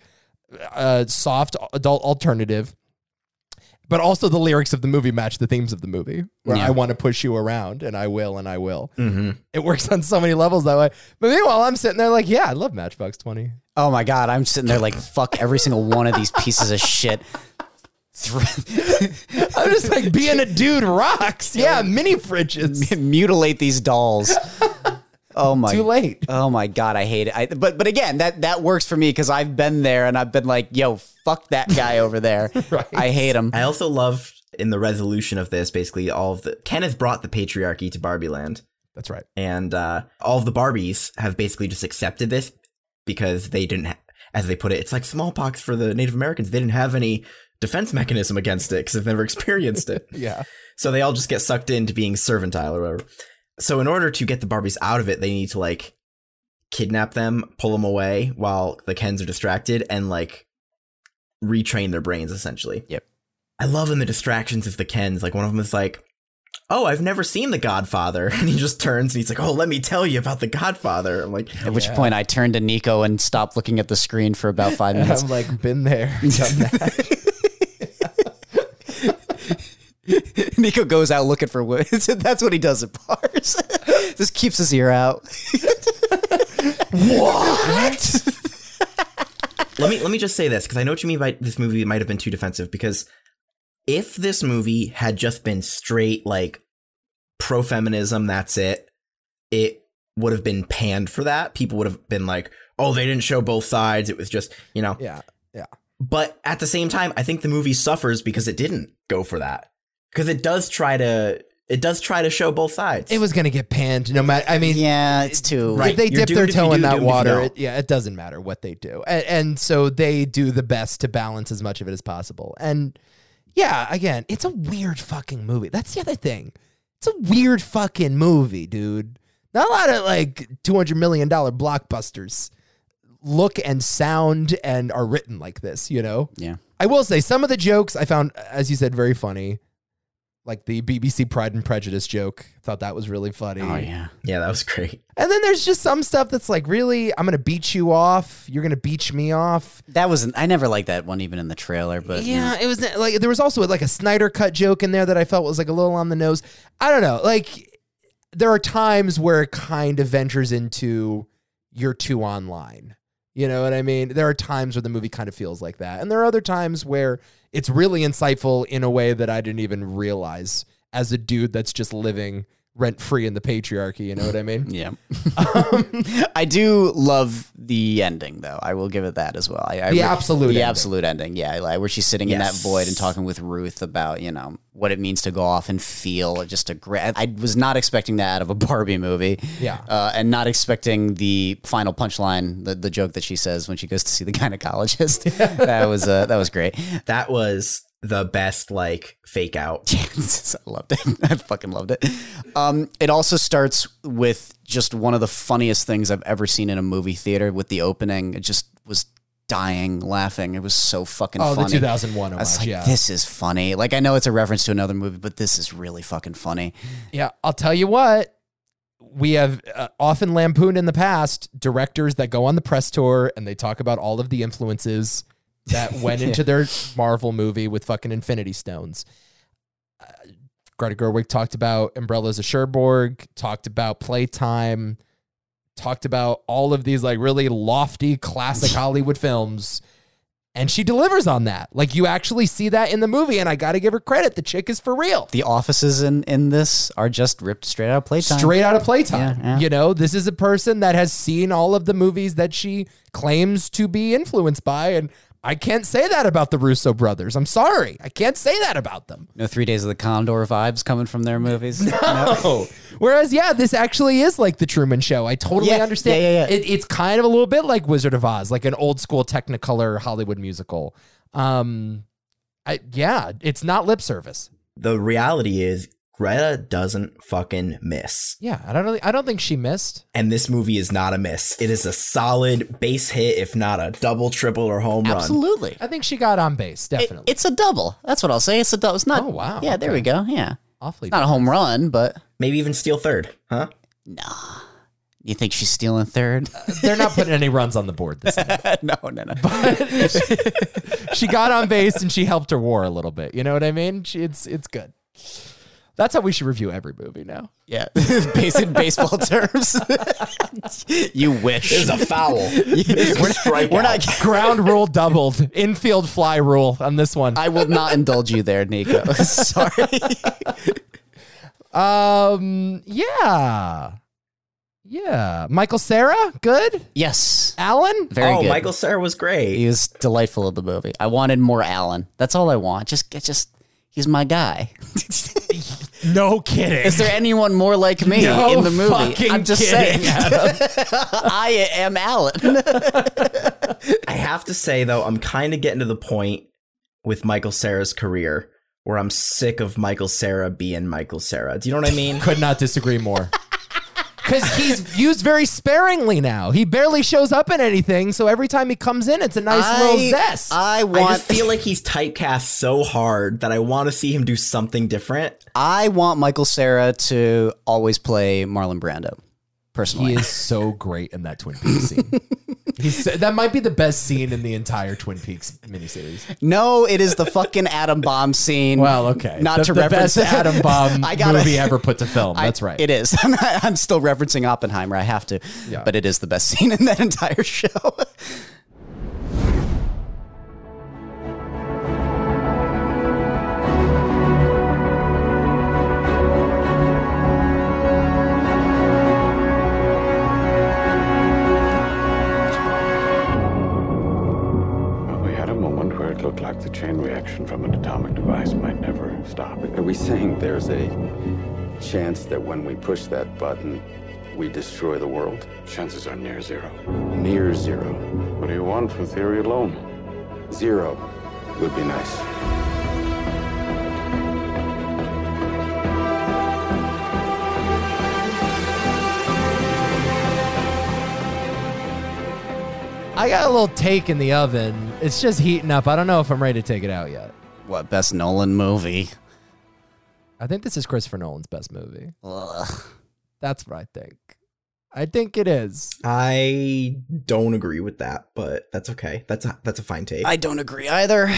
[SPEAKER 1] uh, soft adult alternative. But also the lyrics of the movie match the themes of the movie, where I want to push you around and I will and I will it works on so many levels that way. But meanwhile, I'm sitting there like, yeah, I love Matchbox 20.
[SPEAKER 3] Oh my god, I'm sitting there like fuck every single one of these pieces of shit.
[SPEAKER 1] I'm just like, being a dude rocks. Yeah, mini fridges.
[SPEAKER 3] Mutilate these dolls. Oh my
[SPEAKER 1] Too late.
[SPEAKER 3] Oh my god, I hate it. I, but but again, that that works for me because I've been there and I've been like, yo, fuck that guy over there.
[SPEAKER 1] Right.
[SPEAKER 3] I hate him.
[SPEAKER 2] I also loved in the resolution of this, basically, all of the Ken has brought the patriarchy to Barbie land.
[SPEAKER 1] That's right.
[SPEAKER 2] and uh, all of the Barbies have basically just accepted this because they didn't, ha- as they put it, it's like smallpox for the Native Americans. They didn't have any defense mechanism against it because they've never experienced it.
[SPEAKER 1] Yeah.
[SPEAKER 2] So they all just get sucked into being servile or whatever. So in order to get the Barbies out of it, they need to like kidnap them, pull them away while the Kens are distracted, and like retrain their brains essentially.
[SPEAKER 3] Yep.
[SPEAKER 2] I love in the distractions of the Kens. Like one of them is like, "Oh, I've never seen The Godfather," and he just turns and he's like, "Oh, let me tell you about The Godfather." I'm like,
[SPEAKER 3] At which point I turned to Nico and stopped looking at the screen for about five minutes.
[SPEAKER 1] I'm like, been there, done that.
[SPEAKER 3] Nico goes out looking for wood. That's what he does at bars. Just keeps his ear out. what?
[SPEAKER 2] let me let me just say this because I know what you mean by this movie might have been too defensive because if this movie had just been straight like pro feminism, that's it, it would have been panned for that. People would have been like, "Oh, they didn't show both sides. It was just you know."
[SPEAKER 1] Yeah. Yeah.
[SPEAKER 2] But at the same time, I think the movie suffers because it didn't go for that because it does try to it does try to show both sides.
[SPEAKER 1] It was going to get panned no matter. I mean,
[SPEAKER 3] Yeah, it's too
[SPEAKER 1] if
[SPEAKER 2] Right.
[SPEAKER 1] they
[SPEAKER 2] You're
[SPEAKER 1] dip their
[SPEAKER 2] doomed if you
[SPEAKER 1] toe
[SPEAKER 2] do,
[SPEAKER 1] in that
[SPEAKER 2] doomed if you
[SPEAKER 1] water,
[SPEAKER 2] don't.
[SPEAKER 1] it, yeah, it doesn't matter what they do. And, and so they do the best to balance as much of it as possible. And yeah, again, it's a weird fucking movie. That's the other thing. It's a weird fucking movie, dude. Not a lot of like $200 million blockbusters look and sound and are written like this, you know?
[SPEAKER 3] Yeah.
[SPEAKER 1] I will say some of the jokes I found, as you said, very funny. Like the BBC Pride and Prejudice joke. Thought that was really funny.
[SPEAKER 3] Oh yeah.
[SPEAKER 2] yeah, that was great.
[SPEAKER 1] And then there's just some stuff that's like, really, I'm gonna beat you off. You're gonna beat me off.
[SPEAKER 3] That wasn't. I never liked that one, even in the trailer. But
[SPEAKER 1] yeah, it was like there was also like a Snyder cut joke in there that I felt was like a little on the nose. I don't know. Like there are times where it kind of ventures into you're too online. You know what I mean? There are times where the movie kind of feels like that. And there are other times where it's really insightful in a way that I didn't even realize as a dude that's just living rent free in the patriarchy. You know what I mean?
[SPEAKER 3] Yeah. Um, I do love the ending, though. I will give it that as well. I, I
[SPEAKER 1] The absolute
[SPEAKER 3] The
[SPEAKER 1] ending.
[SPEAKER 3] absolute ending, yeah. Like, where she's sitting in that
[SPEAKER 2] Yes.
[SPEAKER 3] void and talking with Ruth about, you know, what it means to go off and feel just a great. I was not expecting that out of a Barbie movie.
[SPEAKER 1] Yeah.
[SPEAKER 3] Uh, and not expecting the final punchline, the, the joke that she says when she goes to see the gynecologist. that was uh, that was great.
[SPEAKER 2] That was the best like fake out.
[SPEAKER 3] I loved it. I fucking loved it. Um, it also starts with just one of the funniest things I've ever seen in a movie theater with the opening. It just was dying laughing. It was so fucking
[SPEAKER 1] Oh,
[SPEAKER 3] funny.
[SPEAKER 1] the 2001
[SPEAKER 3] I
[SPEAKER 1] homage.
[SPEAKER 3] was like,
[SPEAKER 1] yeah.
[SPEAKER 3] this is funny. Like, I know it's a reference to another movie, but this is really fucking funny.
[SPEAKER 1] Yeah, I'll tell you what. We have uh, often lampooned in the past directors that go on the press tour and they talk about all of the influences that went into their Marvel movie with fucking Infinity Stones. Uh, Greta Gerwig talked about Umbrellas of Cherbourg, talked about Playtime, talked about all of these like really lofty classic Hollywood films. And she delivers on that. Like you actually see that in the movie, and I got to give her credit. The chick is for real
[SPEAKER 3] The offices in, in this are just ripped straight out of playtime.
[SPEAKER 1] straight out of playtime.
[SPEAKER 3] Yeah, yeah.
[SPEAKER 1] You know, this is a person that has seen all of the movies that she claims to be influenced by, and I can't say that about the Russo brothers. I'm sorry, I can't say that about them.
[SPEAKER 3] No Three Days of the Condor vibes coming from their movies.
[SPEAKER 1] No. Whereas, yeah, this actually is like the Truman Show. I totally
[SPEAKER 3] Yeah,
[SPEAKER 1] understand.
[SPEAKER 3] yeah, yeah, yeah.
[SPEAKER 1] It, it's kind of a little bit like Wizard of Oz, like an old school Technicolor Hollywood musical. Um, I, yeah, it's not lip service.
[SPEAKER 2] The reality is Greta doesn't fucking miss.
[SPEAKER 1] Yeah, I don't really, I don't think she missed.
[SPEAKER 2] And this movie is not a miss. It is a solid base hit, if not a double, triple, or home run.
[SPEAKER 3] Absolutely.
[SPEAKER 1] I think she got on base,
[SPEAKER 3] It-
[SPEAKER 1] definitely.
[SPEAKER 3] it's a double. That's what I'll say. It's a double. It's not.
[SPEAKER 1] Oh, wow.
[SPEAKER 3] Yeah, there
[SPEAKER 1] Okay.
[SPEAKER 3] we go. Yeah.
[SPEAKER 1] awfully
[SPEAKER 3] Not a home run, but.
[SPEAKER 2] Maybe even steal third, huh?
[SPEAKER 3] You think she's stealing third?
[SPEAKER 1] They're not putting any runs on the board this time.
[SPEAKER 3] no, no, no.
[SPEAKER 1] She got on base and she helped her war a little bit. You know what I mean? She, it's it's good. That's how we should review every movie now.
[SPEAKER 3] yeah, basic baseball terms. you wish.
[SPEAKER 2] This is a foul.
[SPEAKER 3] we're, not, we're not.
[SPEAKER 1] Ground rule doubled, infield fly rule on this one.
[SPEAKER 3] I will not indulge you there, Nico. Sorry.
[SPEAKER 1] Um, yeah, yeah. Michael Sarah, good.
[SPEAKER 3] Yes,
[SPEAKER 1] Alan,
[SPEAKER 3] very
[SPEAKER 2] oh,
[SPEAKER 3] good.
[SPEAKER 2] Michael Sarah was
[SPEAKER 3] he
[SPEAKER 2] great.
[SPEAKER 3] was delightful in the movie. I wanted more Alan. That's all I want. Just, get- just he's my guy.
[SPEAKER 1] no kidding.
[SPEAKER 3] Is there anyone more like me
[SPEAKER 1] No
[SPEAKER 3] in the movie?
[SPEAKER 1] fucking
[SPEAKER 3] I'm just
[SPEAKER 1] kidding,
[SPEAKER 3] saying. I am Alan.
[SPEAKER 2] I have to say though, I'm kind of getting to the point with Michael Sarah's career where I'm sick of Michael Sarah being Michael Sarah. Do you know what I mean?
[SPEAKER 1] Could not disagree more. Because he's used very sparingly now. He barely shows up in anything, so every time he comes in, it's a nice little
[SPEAKER 3] I,
[SPEAKER 1] zest.
[SPEAKER 3] I
[SPEAKER 2] I
[SPEAKER 3] want
[SPEAKER 2] just feel like he's typecast so hard that I want to see him do something different.
[SPEAKER 3] I want Michael Sarah to always play Marlon Brando. Personally,
[SPEAKER 1] He is so great in that Twin Peaks scene. He's, that might be the best scene in the entire Twin Peaks miniseries.
[SPEAKER 3] no, it is the fucking atom bomb scene.
[SPEAKER 1] Well, okay.
[SPEAKER 3] not
[SPEAKER 1] The-
[SPEAKER 3] to
[SPEAKER 1] the
[SPEAKER 3] reference
[SPEAKER 1] best atom bomb
[SPEAKER 3] I gotta-
[SPEAKER 1] movie ever put to film.
[SPEAKER 3] I-
[SPEAKER 1] That's right.
[SPEAKER 3] It is. I'm, not, I'm still referencing Oppenheimer. I have to,
[SPEAKER 1] Yeah.
[SPEAKER 3] but it is the best scene in that entire show.
[SPEAKER 6] We had a moment where it looked like the chain reaction from an atomic device might never stop.
[SPEAKER 10] Are we saying there's a chance that when we push that button, we destroy the world?
[SPEAKER 6] Chances are near zero.
[SPEAKER 10] Near zero.
[SPEAKER 6] What do you want from theory alone?
[SPEAKER 10] Zero would be nice.
[SPEAKER 1] I got a little take in the oven. It's just heating up. I don't know if I'm ready to take it out yet.
[SPEAKER 3] what best Nolan movie?
[SPEAKER 1] I think this is Christopher Nolan's best movie.
[SPEAKER 3] Ugh.
[SPEAKER 1] That's what I think. I think it is.
[SPEAKER 2] I don't agree with that, but that's okay. That's a, that's a fine take.
[SPEAKER 3] I don't agree either.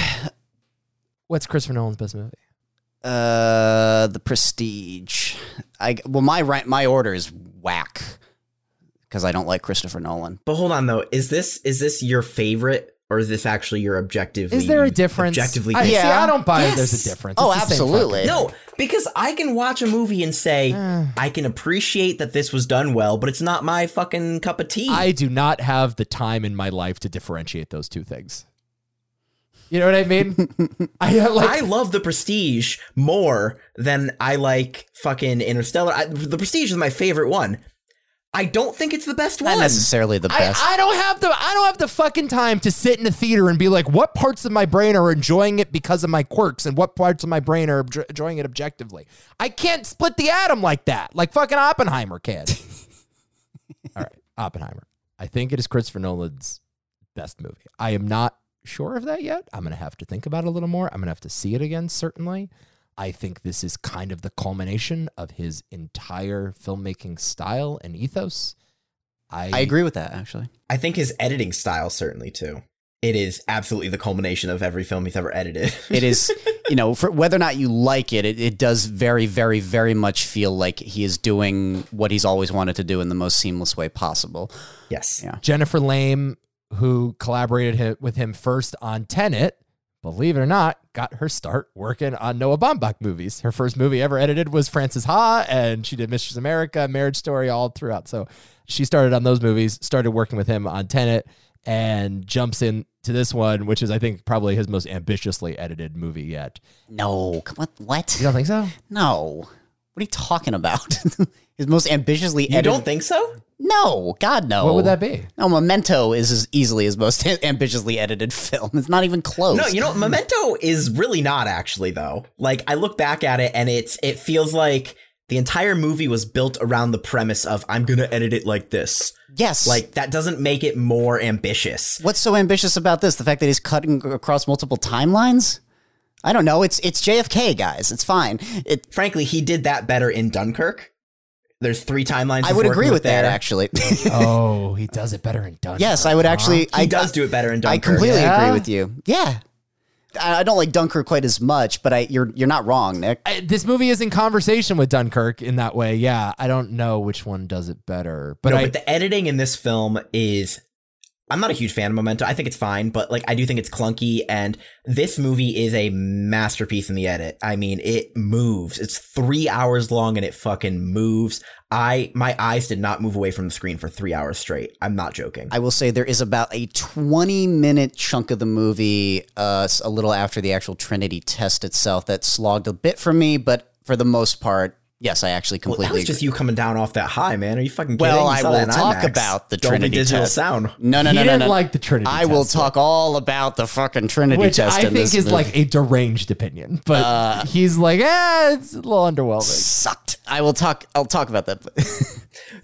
[SPEAKER 1] What's Christopher Nolan's best movie?
[SPEAKER 3] Uh, The Prestige. I well, my ri- my order is whack because I don't like Christopher Nolan.
[SPEAKER 2] but hold on though, is this is this your favorite or is this actually your objectively?
[SPEAKER 1] Is there a difference?
[SPEAKER 2] Objectively,
[SPEAKER 1] I,
[SPEAKER 2] pick?
[SPEAKER 1] see, I don't buy it.
[SPEAKER 3] Yes.
[SPEAKER 1] There's a difference.
[SPEAKER 3] Oh,
[SPEAKER 1] It's the same
[SPEAKER 3] absolutely.
[SPEAKER 1] fucking-
[SPEAKER 2] no. because I can watch a movie and say
[SPEAKER 1] Uh.
[SPEAKER 2] I can appreciate that this was done well, but it's not my fucking cup of tea.
[SPEAKER 1] I do not have the time in my life to differentiate those two things. You know what I mean? I uh, like
[SPEAKER 2] I love The Prestige more than I like fucking Interstellar. I, the Prestige is my favorite one. I don't think it's the best
[SPEAKER 3] Not
[SPEAKER 2] one.
[SPEAKER 3] necessarily the
[SPEAKER 1] I,
[SPEAKER 3] best.
[SPEAKER 1] I don't have the I don't have the fucking time to sit in a theater and be like, what parts of my brain are enjoying it because of my quirks, and what parts of my brain are obj- enjoying it objectively. I can't split the atom like that, like fucking Oppenheimer can. All right, Oppenheimer. I think it is Christopher Nolan's best movie. I am not sure of that yet. I'm gonna have to think about it a little more. I'm gonna have to see it again, certainly. I think this is kind of the culmination of his entire filmmaking style and ethos. I,
[SPEAKER 3] I agree with that actually.
[SPEAKER 2] I think his editing style certainly too. It is absolutely the culmination of every film he's ever edited.
[SPEAKER 3] It is, you know, for whether or not you like it, it, it does very, very, very much feel like he is doing what he's always wanted to do in the most seamless way possible.
[SPEAKER 2] yes.
[SPEAKER 3] Yeah.
[SPEAKER 1] Jennifer Lame, who collaborated hi- with him first on Tenet, believe it or not, got her start working on Noah Baumbach movies. Her first movie ever edited was Frances Ha, and she did Mistress America, Marriage Story, all throughout. So she started on those movies, started working with him on Tenet, and jumps in to this one, which is, I think, probably his most ambitiously edited movie yet.
[SPEAKER 3] No, come on, what?
[SPEAKER 1] You don't think so?
[SPEAKER 3] No, what are you talking about? his most ambitiously
[SPEAKER 2] You
[SPEAKER 3] edited.
[SPEAKER 2] don't think so?
[SPEAKER 3] no, God no.
[SPEAKER 1] What would that be?
[SPEAKER 3] No, Memento is as easily his most ambitiously edited film. It's not even close.
[SPEAKER 2] No, you know, Memento is really not actually though. Like I look back at it and it's it feels like the entire movie was built around the premise of I'm going to edit it like this.
[SPEAKER 3] yes,
[SPEAKER 2] Like that doesn't make it more ambitious.
[SPEAKER 3] What's so ambitious about this? The fact that he's cutting across multiple timelines? I don't know. It's it's JFK, guys. It's fine. It,
[SPEAKER 2] Frankly, he did that better in Dunkirk. There's three timelines.
[SPEAKER 3] I
[SPEAKER 2] he's
[SPEAKER 3] would
[SPEAKER 2] working
[SPEAKER 3] agree with that,
[SPEAKER 2] there.
[SPEAKER 3] actually.
[SPEAKER 1] Oh, he does it better in Dunkirk.
[SPEAKER 3] yes, I would actually.
[SPEAKER 2] He
[SPEAKER 3] I,
[SPEAKER 2] does do it better in
[SPEAKER 3] I
[SPEAKER 2] Dunkirk.
[SPEAKER 3] completely
[SPEAKER 1] Yeah?
[SPEAKER 3] agree with you. Yeah, I, I don't like Dunkirk quite as much, but I you're you're not wrong, Nick.
[SPEAKER 1] I, this movie is in conversation with Dunkirk in that way. Yeah, I don't know which one does it better, but
[SPEAKER 2] no,
[SPEAKER 1] I,
[SPEAKER 2] but the editing in this film is. I'm not a huge fan of Memento. I think it's fine, but like I do think it's clunky. And this movie is a masterpiece in the edit. I mean, it moves. It's three hours long and it fucking moves. I my eyes did not move away from the screen for three hours straight. I'm not joking.
[SPEAKER 3] I will say there is about a 20 minute chunk of the movie, uh, s- a little after the actual Trinity test itself, that slogged a bit for me, but for the most part, yes, I actually
[SPEAKER 2] Well,
[SPEAKER 3] completely
[SPEAKER 2] that was
[SPEAKER 3] agree.
[SPEAKER 2] just you coming down off that high, man. Are you fucking kidding?
[SPEAKER 3] Well,
[SPEAKER 2] You
[SPEAKER 3] I
[SPEAKER 2] saw
[SPEAKER 3] will
[SPEAKER 2] that in
[SPEAKER 3] talk
[SPEAKER 2] IMAX.
[SPEAKER 3] about the
[SPEAKER 2] Dolby
[SPEAKER 3] Trinity
[SPEAKER 2] digital
[SPEAKER 3] test.
[SPEAKER 2] sound.
[SPEAKER 3] no, no,
[SPEAKER 1] he
[SPEAKER 3] no, no,
[SPEAKER 1] didn't
[SPEAKER 3] no.
[SPEAKER 1] like the Trinity.
[SPEAKER 3] I will
[SPEAKER 1] test,
[SPEAKER 3] talk all about the fucking Trinity
[SPEAKER 1] which
[SPEAKER 3] test.
[SPEAKER 1] I think
[SPEAKER 3] in this
[SPEAKER 1] is
[SPEAKER 3] movie. Uh,
[SPEAKER 1] like a deranged opinion, but he's like, ah, it's a little underwhelming.
[SPEAKER 3] sucked. I will talk. I'll talk about that.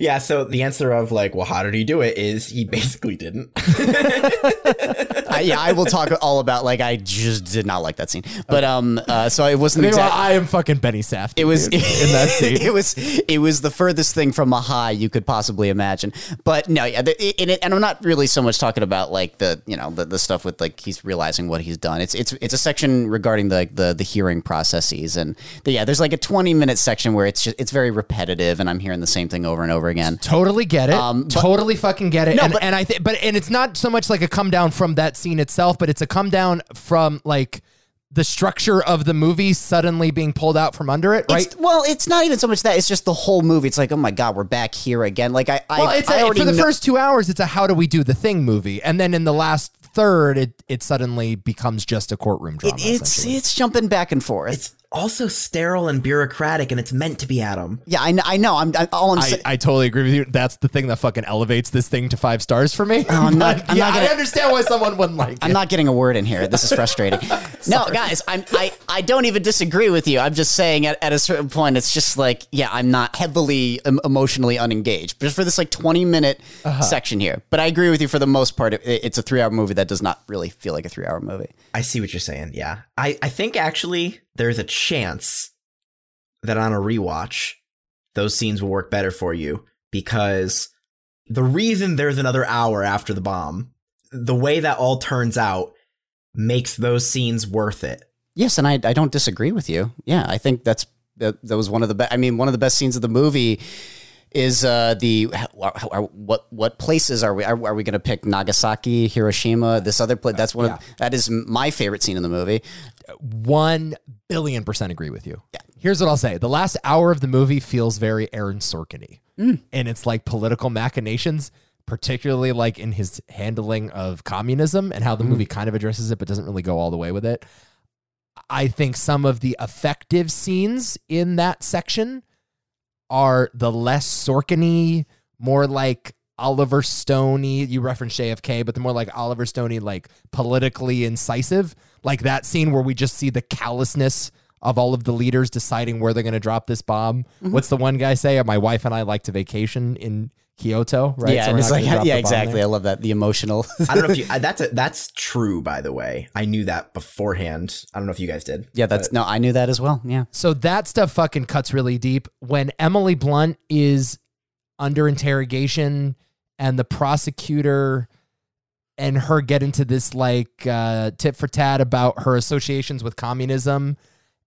[SPEAKER 2] Yeah, so the answer of like, well, how did he do it is he basically didn't.
[SPEAKER 3] I, yeah, I will talk all about like I just did not like that scene. But um, uh, so it wasn't
[SPEAKER 1] Meanwhile,
[SPEAKER 3] exactly.
[SPEAKER 1] I am fucking Benny Safdie.
[SPEAKER 3] It was
[SPEAKER 1] dude, in that scene.
[SPEAKER 3] it was it was the furthest thing from a high you could possibly imagine. But no, yeah, the, it, it, and I'm not really so much talking about like the you know the, the stuff with like he's realizing what he's done. It's it's it's a section regarding the the, the hearing processes and the, yeah, there's like a 20 minute section where it's just it's very repetitive and I'm hearing the same thing over and over again.
[SPEAKER 1] Totally get it.
[SPEAKER 3] Um, but-
[SPEAKER 1] totally fucking get it.
[SPEAKER 3] No,
[SPEAKER 1] and,
[SPEAKER 3] but-
[SPEAKER 1] and I think, but and it's not so much like a come down from that scene itself, but it's a come down from like the structure of the movie suddenly being pulled out from under it. Right?
[SPEAKER 3] It's, well, it's not even so much that. It's just the whole movie. It's like, oh my god, we're back here again. Like I,
[SPEAKER 1] Well,
[SPEAKER 3] I,
[SPEAKER 1] it's
[SPEAKER 3] I
[SPEAKER 1] a,
[SPEAKER 3] already
[SPEAKER 1] for the
[SPEAKER 3] kno-
[SPEAKER 1] first two hours, it's a how do we do the thing movie, and then in the last third, it it suddenly becomes just a courtroom drama.
[SPEAKER 3] It, it's
[SPEAKER 1] essentially.
[SPEAKER 3] it's jumping back and forth.
[SPEAKER 2] it's also sterile and bureaucratic, and it's meant to be Adam.
[SPEAKER 3] yeah, I know. I know. I'm I, all I'm
[SPEAKER 1] I,
[SPEAKER 3] saying.
[SPEAKER 1] I totally agree with you. That's the thing that fucking elevates this thing to five stars for me.
[SPEAKER 3] Oh, I'm not-
[SPEAKER 1] But,
[SPEAKER 3] I'm
[SPEAKER 1] yeah,
[SPEAKER 3] not
[SPEAKER 1] I
[SPEAKER 3] gonna-
[SPEAKER 1] understand why someone wouldn't like
[SPEAKER 3] I'm
[SPEAKER 1] it.
[SPEAKER 3] not getting a word in here. This is frustrating. no, guys, I'm, I I don't even disagree with you. I'm just saying at, at a certain point, it's just like, yeah, I'm not heavily em- emotionally unengaged. Just for this like 20 minute section here. But I agree with you for the most part. It, it's a three hour movie that does not really feel like a three hour movie.
[SPEAKER 2] I see what you're saying. Yeah, I I think actually there's a chance that on a rewatch, those scenes will work better for you because the reason there's another hour after the bomb, the way that all turns out, makes those scenes worth it.
[SPEAKER 3] Yes, and I, I don't disagree with you. Yeah, I think that's that, that was one of the best. I mean, one of the best scenes of the movie is uh, the how- how- what what places are we are, are we going to pick Nagasaki, Hiroshima, this other place? That's one of that is my favorite scene in the movie.
[SPEAKER 1] One billion percent agree with you. Here's what I'll say: the last hour of the movie feels very Aaron Sorkin-y,
[SPEAKER 3] Mm.
[SPEAKER 1] and it's like political machinations, particularly like in his handling of communism and how
[SPEAKER 3] Mm.
[SPEAKER 1] the movie kind of addresses it, but doesn't really go all the way with it. I think some of the effective scenes in that section are the less Sorkin-y, more like Oliver Stoney. You referenced JFK, but the more like Oliver Stoney, like politically incisive, like that scene where we just see the callousness of all of the leaders deciding where they're going to drop this bomb.
[SPEAKER 3] Mhm.
[SPEAKER 1] What's the one guy say? My wife and I like to vacation in Kyoto, right?
[SPEAKER 3] Yeah,
[SPEAKER 1] So
[SPEAKER 3] and
[SPEAKER 1] we're
[SPEAKER 3] it's
[SPEAKER 1] not
[SPEAKER 3] like
[SPEAKER 1] gonna drop
[SPEAKER 3] yeah,
[SPEAKER 1] the bomb
[SPEAKER 3] exactly.
[SPEAKER 1] there.
[SPEAKER 3] I love that the emotional.
[SPEAKER 11] I don't know if you. I, that's a, that's true. By the way, I knew that beforehand. I don't know if you guys did.
[SPEAKER 3] yeah, that's no, I knew that as well. Yeah,
[SPEAKER 1] So that stuff fucking cuts really deep. When Emily Blunt is under interrogation and the prosecutor and her get into this like uh, tit for tat about her associations with communism,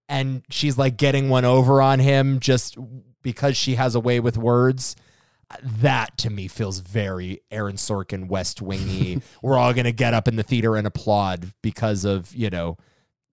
[SPEAKER 1] and she's like getting one over on him just because she has a way with words. That to me feels very Aaron Sorkin, West Wingy. We're all gonna get up in the theater and applaud because of you know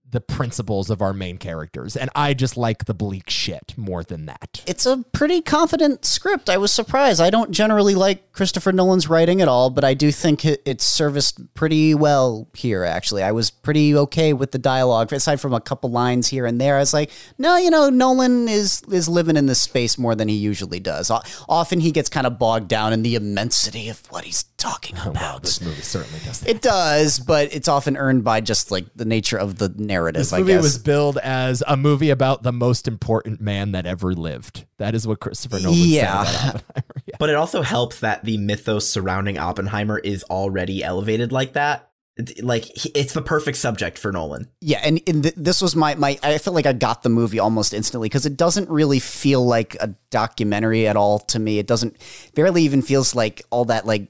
[SPEAKER 1] the principles of our main characters, and I just like the bleak shit more than that.
[SPEAKER 3] it's a pretty confident script. I was surprised. I don't generally like Christopher Nolan's writing at all, but I do think it, it's serviced pretty well here. Actually, I was pretty okay with the dialogue, aside from a couple lines here and there. I was like, no, you know, Nolan is is living in this space more than he usually does. O- often he gets kind of bogged down in the immensity of what he's talking about.
[SPEAKER 1] This movie certainly does.
[SPEAKER 3] It does, but it's often earned by just like the nature of the narrative.
[SPEAKER 1] This
[SPEAKER 3] I
[SPEAKER 1] movie
[SPEAKER 3] guess.
[SPEAKER 1] was billed as a movie about the most important man that ever lived. That is what Christopher Nolan
[SPEAKER 11] Yeah.
[SPEAKER 1] said. about it.
[SPEAKER 11] But it also helps that the mythos surrounding Oppenheimer is already elevated like that. It- Like he- it's the perfect subject for Nolan.
[SPEAKER 3] Yeah, and, and th- this was my my. I felt like I got the movie almost instantly because it doesn't really feel like a documentary at all to me. It doesn't barely even feels like all that like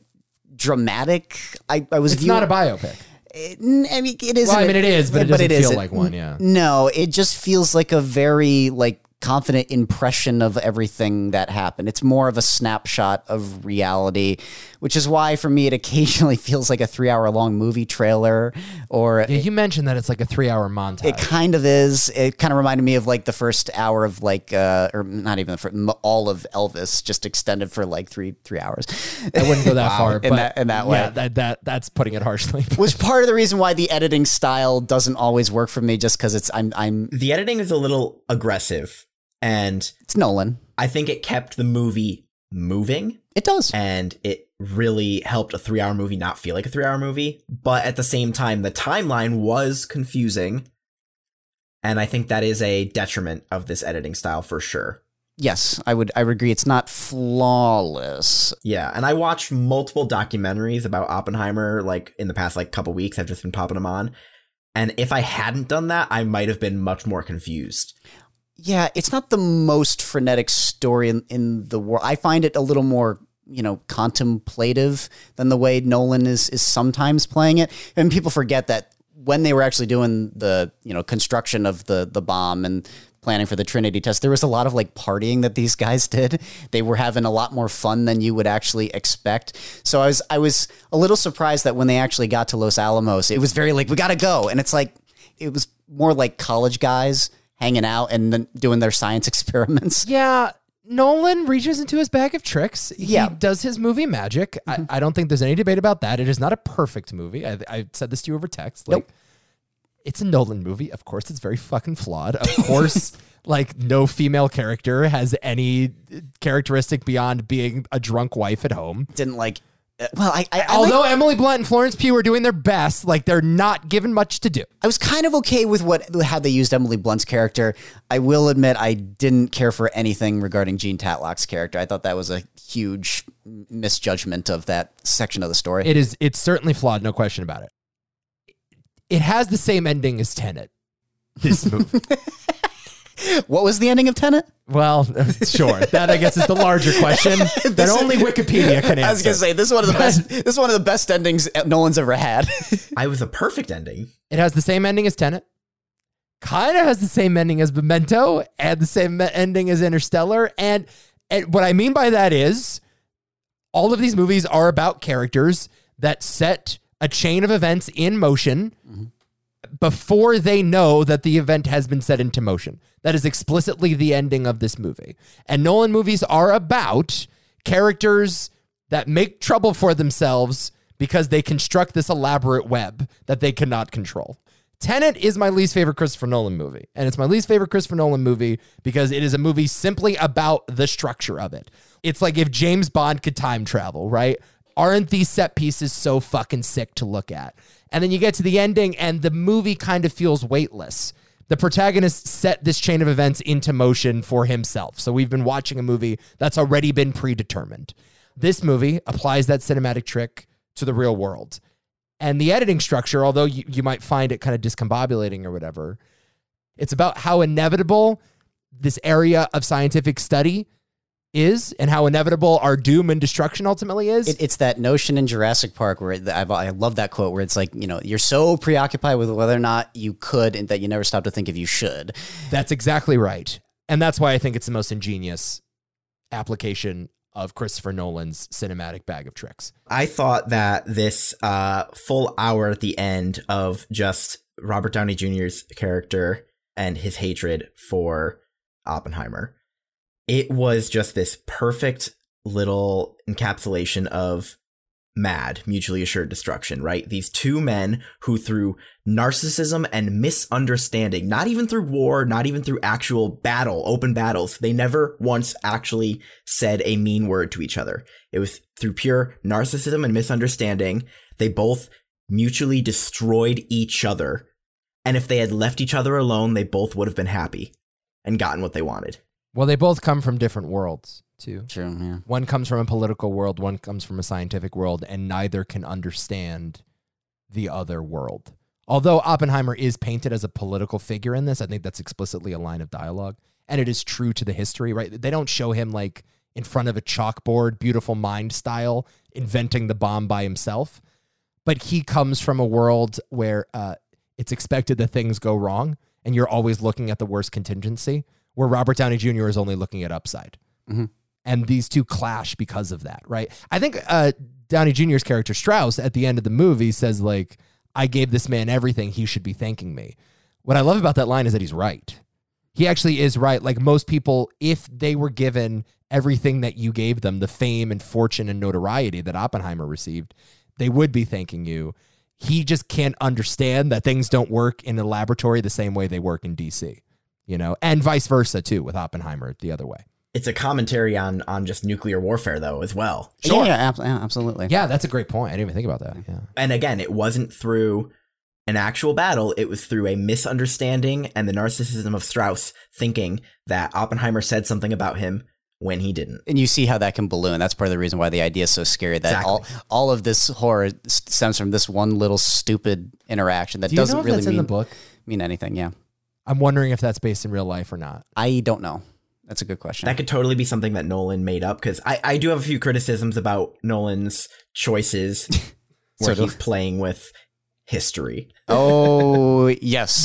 [SPEAKER 3] dramatic. I, I was.
[SPEAKER 1] It's not a biopic.
[SPEAKER 3] It, I mean, it is.
[SPEAKER 1] Well, I mean, it is, but it doesn't feel like one, yeah.
[SPEAKER 3] No, it just feels like a very like confident impression of everything that happened. It's more of a snapshot of reality, which is why for me it occasionally feels like a three-hour-long movie trailer or
[SPEAKER 1] Yeah, you mentioned that it's like a three-hour montage.
[SPEAKER 3] it kind of is. It kind of reminded me of like the first hour of like, uh, or not even the first, m- all of Elvis, just extended for like three three hours.
[SPEAKER 1] I wouldn't go that far.
[SPEAKER 3] in
[SPEAKER 1] but
[SPEAKER 3] that in that
[SPEAKER 1] yeah,
[SPEAKER 3] way.
[SPEAKER 1] that, that that's putting it harshly.
[SPEAKER 3] Which part of the reason why the editing style doesn't always work for me, just because it's I'm I'm
[SPEAKER 11] The editing is a little aggressive, and
[SPEAKER 3] it's Nolan.
[SPEAKER 11] I think it kept the movie moving.
[SPEAKER 3] It does.
[SPEAKER 11] And it really helped a three hour movie not feel like a three hour movie. But at the same time, the timeline was confusing. And I think that is a detriment of this editing style for sure.
[SPEAKER 3] Yes, I would I would agree. It's not flawless.
[SPEAKER 11] Yeah. And I watched multiple documentaries about Oppenheimer like in the past like couple weeks. I've just been popping them on. And if I hadn't done that, I might have been much more confused.
[SPEAKER 3] Yeah, it's not the most frenetic story in, in the world. I find it a little more, you know, contemplative than the way Nolan is is sometimes playing it. And people forget that when they were actually doing the, you know, construction of the the bomb and planning for the Trinity test, there was a lot of like partying that these guys did. They were having a lot more fun than you would actually expect. So I was I was a little surprised that when they actually got to Los Alamos, it was very like we got to go and it's like it was more like college guys hanging out and then doing their science experiments.
[SPEAKER 1] Yeah, Nolan reaches into his bag of tricks.
[SPEAKER 3] Yeah. Mm-hmm.
[SPEAKER 1] He does his movie magic. I, I don't think there's any debate about that. It is not a perfect movie. I, I said this to you over text. Like, It's a Nolan movie. Of course, it's very fucking flawed. Of course, like, no female character has any characteristic beyond being a drunk wife at home.
[SPEAKER 3] Didn't like. uh, Well, I, I, I
[SPEAKER 1] Although
[SPEAKER 3] like-
[SPEAKER 1] Emily Blunt and Florence Pugh are doing their best, like, they're not given much to do.
[SPEAKER 3] I was kind of okay with what how they used Emily Blunt's character. I will admit I didn't care for anything regarding Gene Tatlock's character. I thought that was a huge misjudgment of that section of the story.
[SPEAKER 1] It is, it's certainly flawed, no question about it. It has the same ending as Tenet, this movie.
[SPEAKER 3] what was the ending of Tenet?
[SPEAKER 1] Well, sure. That I guess is the larger question that only Wikipedia can answer.
[SPEAKER 3] I was gonna say this is one of the best. this is one of the best endings Nolan's ever had.
[SPEAKER 11] I was a perfect ending.
[SPEAKER 1] It has the same ending as Tenet. Kind of has the same ending as Memento and the same ending as Interstellar and And what I mean by that is all of these movies are about characters that set a chain of events in motion before they know that the event has been set into motion. That is explicitly the ending of this movie. And Nolan movies are about characters that make trouble for themselves because they construct this elaborate web that they cannot control. Tenet is my least favorite Christopher Nolan movie. And it's my least favorite Christopher Nolan movie because it is a movie simply about the structure of it. It's like if James Bond could time travel, right? Aren't these set pieces so fucking sick to look at? And then you get to the ending and the movie kind of feels weightless. The protagonist set this chain of events into motion for himself. So we've been watching a movie that's already been predetermined. This movie applies that cinematic trick to the real world and the editing structure, although you, you might find it kind of discombobulating or whatever, it's about how inevitable this area of scientific study is and how inevitable our doom and destruction ultimately is.
[SPEAKER 3] It, it's that notion in Jurassic Park where it, I've, I love that quote where it's like, you know, you're so preoccupied with whether or not you could and that you never stop to think if you should.
[SPEAKER 1] That's exactly right. And that's why I think it's the most ingenious application of Christopher Nolan's cinematic bag of tricks.
[SPEAKER 2] I thought that this uh, full hour at the end of just Robert Downey Jr.'s character and his hatred for Oppenheimer, it was just this perfect little encapsulation of mad, mutually assured destruction, right? These two men who, through narcissism and misunderstanding, not even through war, not even through actual battle, open battles, they never once actually said a mean word to each other. It was through pure narcissism and misunderstanding. They both mutually destroyed each other. And if they had left each other alone, they both would have been happy and gotten what they wanted.
[SPEAKER 1] Well, they both come from different worlds, too.
[SPEAKER 3] True, yeah.
[SPEAKER 1] One comes from a political world, one comes from a scientific world, and neither can understand the other world. Although Oppenheimer is painted as a political figure in this, I think that's explicitly a line of dialogue. And it is true to the history, right? They don't show him like in front of a chalkboard, beautiful mind style, inventing the bomb by himself. But he comes from a world where uh, it's expected that things go wrong and you're always looking at the worst contingency, where Robert Downey Jr. is only looking at upside.
[SPEAKER 3] Mhm.
[SPEAKER 1] And these two clash because of that, right? I think uh, Downey Jr.'s character Strauss at the end of the movie says, like, I gave this man everything. He should be thanking me. What I love about that line is that he's right. He actually is right. Like most people, if they were given everything that you gave them, the fame and fortune and notoriety that Oppenheimer received, they would be thanking you. He just can't understand that things don't work in the laboratory the same way they work in DC, you know, and vice versa too with Oppenheimer the other way.
[SPEAKER 2] It's a commentary on on just nuclear warfare though as well.
[SPEAKER 3] Yeah, yeah, ab- yeah, absolutely.
[SPEAKER 1] Yeah, that's a great point. I didn't even think about that. Yeah.
[SPEAKER 2] And again, it wasn't through an actual battle, it was through a misunderstanding and the narcissism of Strauss thinking that Oppenheimer said something about him when he didn't.
[SPEAKER 3] And you see how that can balloon. That's part of the reason why the idea is so scary that all, all of this horror s- stems from this one little stupid interaction that
[SPEAKER 1] Do you know
[SPEAKER 3] doesn't
[SPEAKER 1] if
[SPEAKER 3] really
[SPEAKER 1] that's
[SPEAKER 3] mean,
[SPEAKER 1] in the book?
[SPEAKER 3] mean anything. Yeah.
[SPEAKER 1] I'm wondering if that's based in real life or not.
[SPEAKER 3] I don't know. That's a good question.
[SPEAKER 2] That could totally be something that Nolan made up because I, I do have a few criticisms about Nolan's choices where
[SPEAKER 3] So do-
[SPEAKER 2] he's playing with history.
[SPEAKER 3] oh, yes.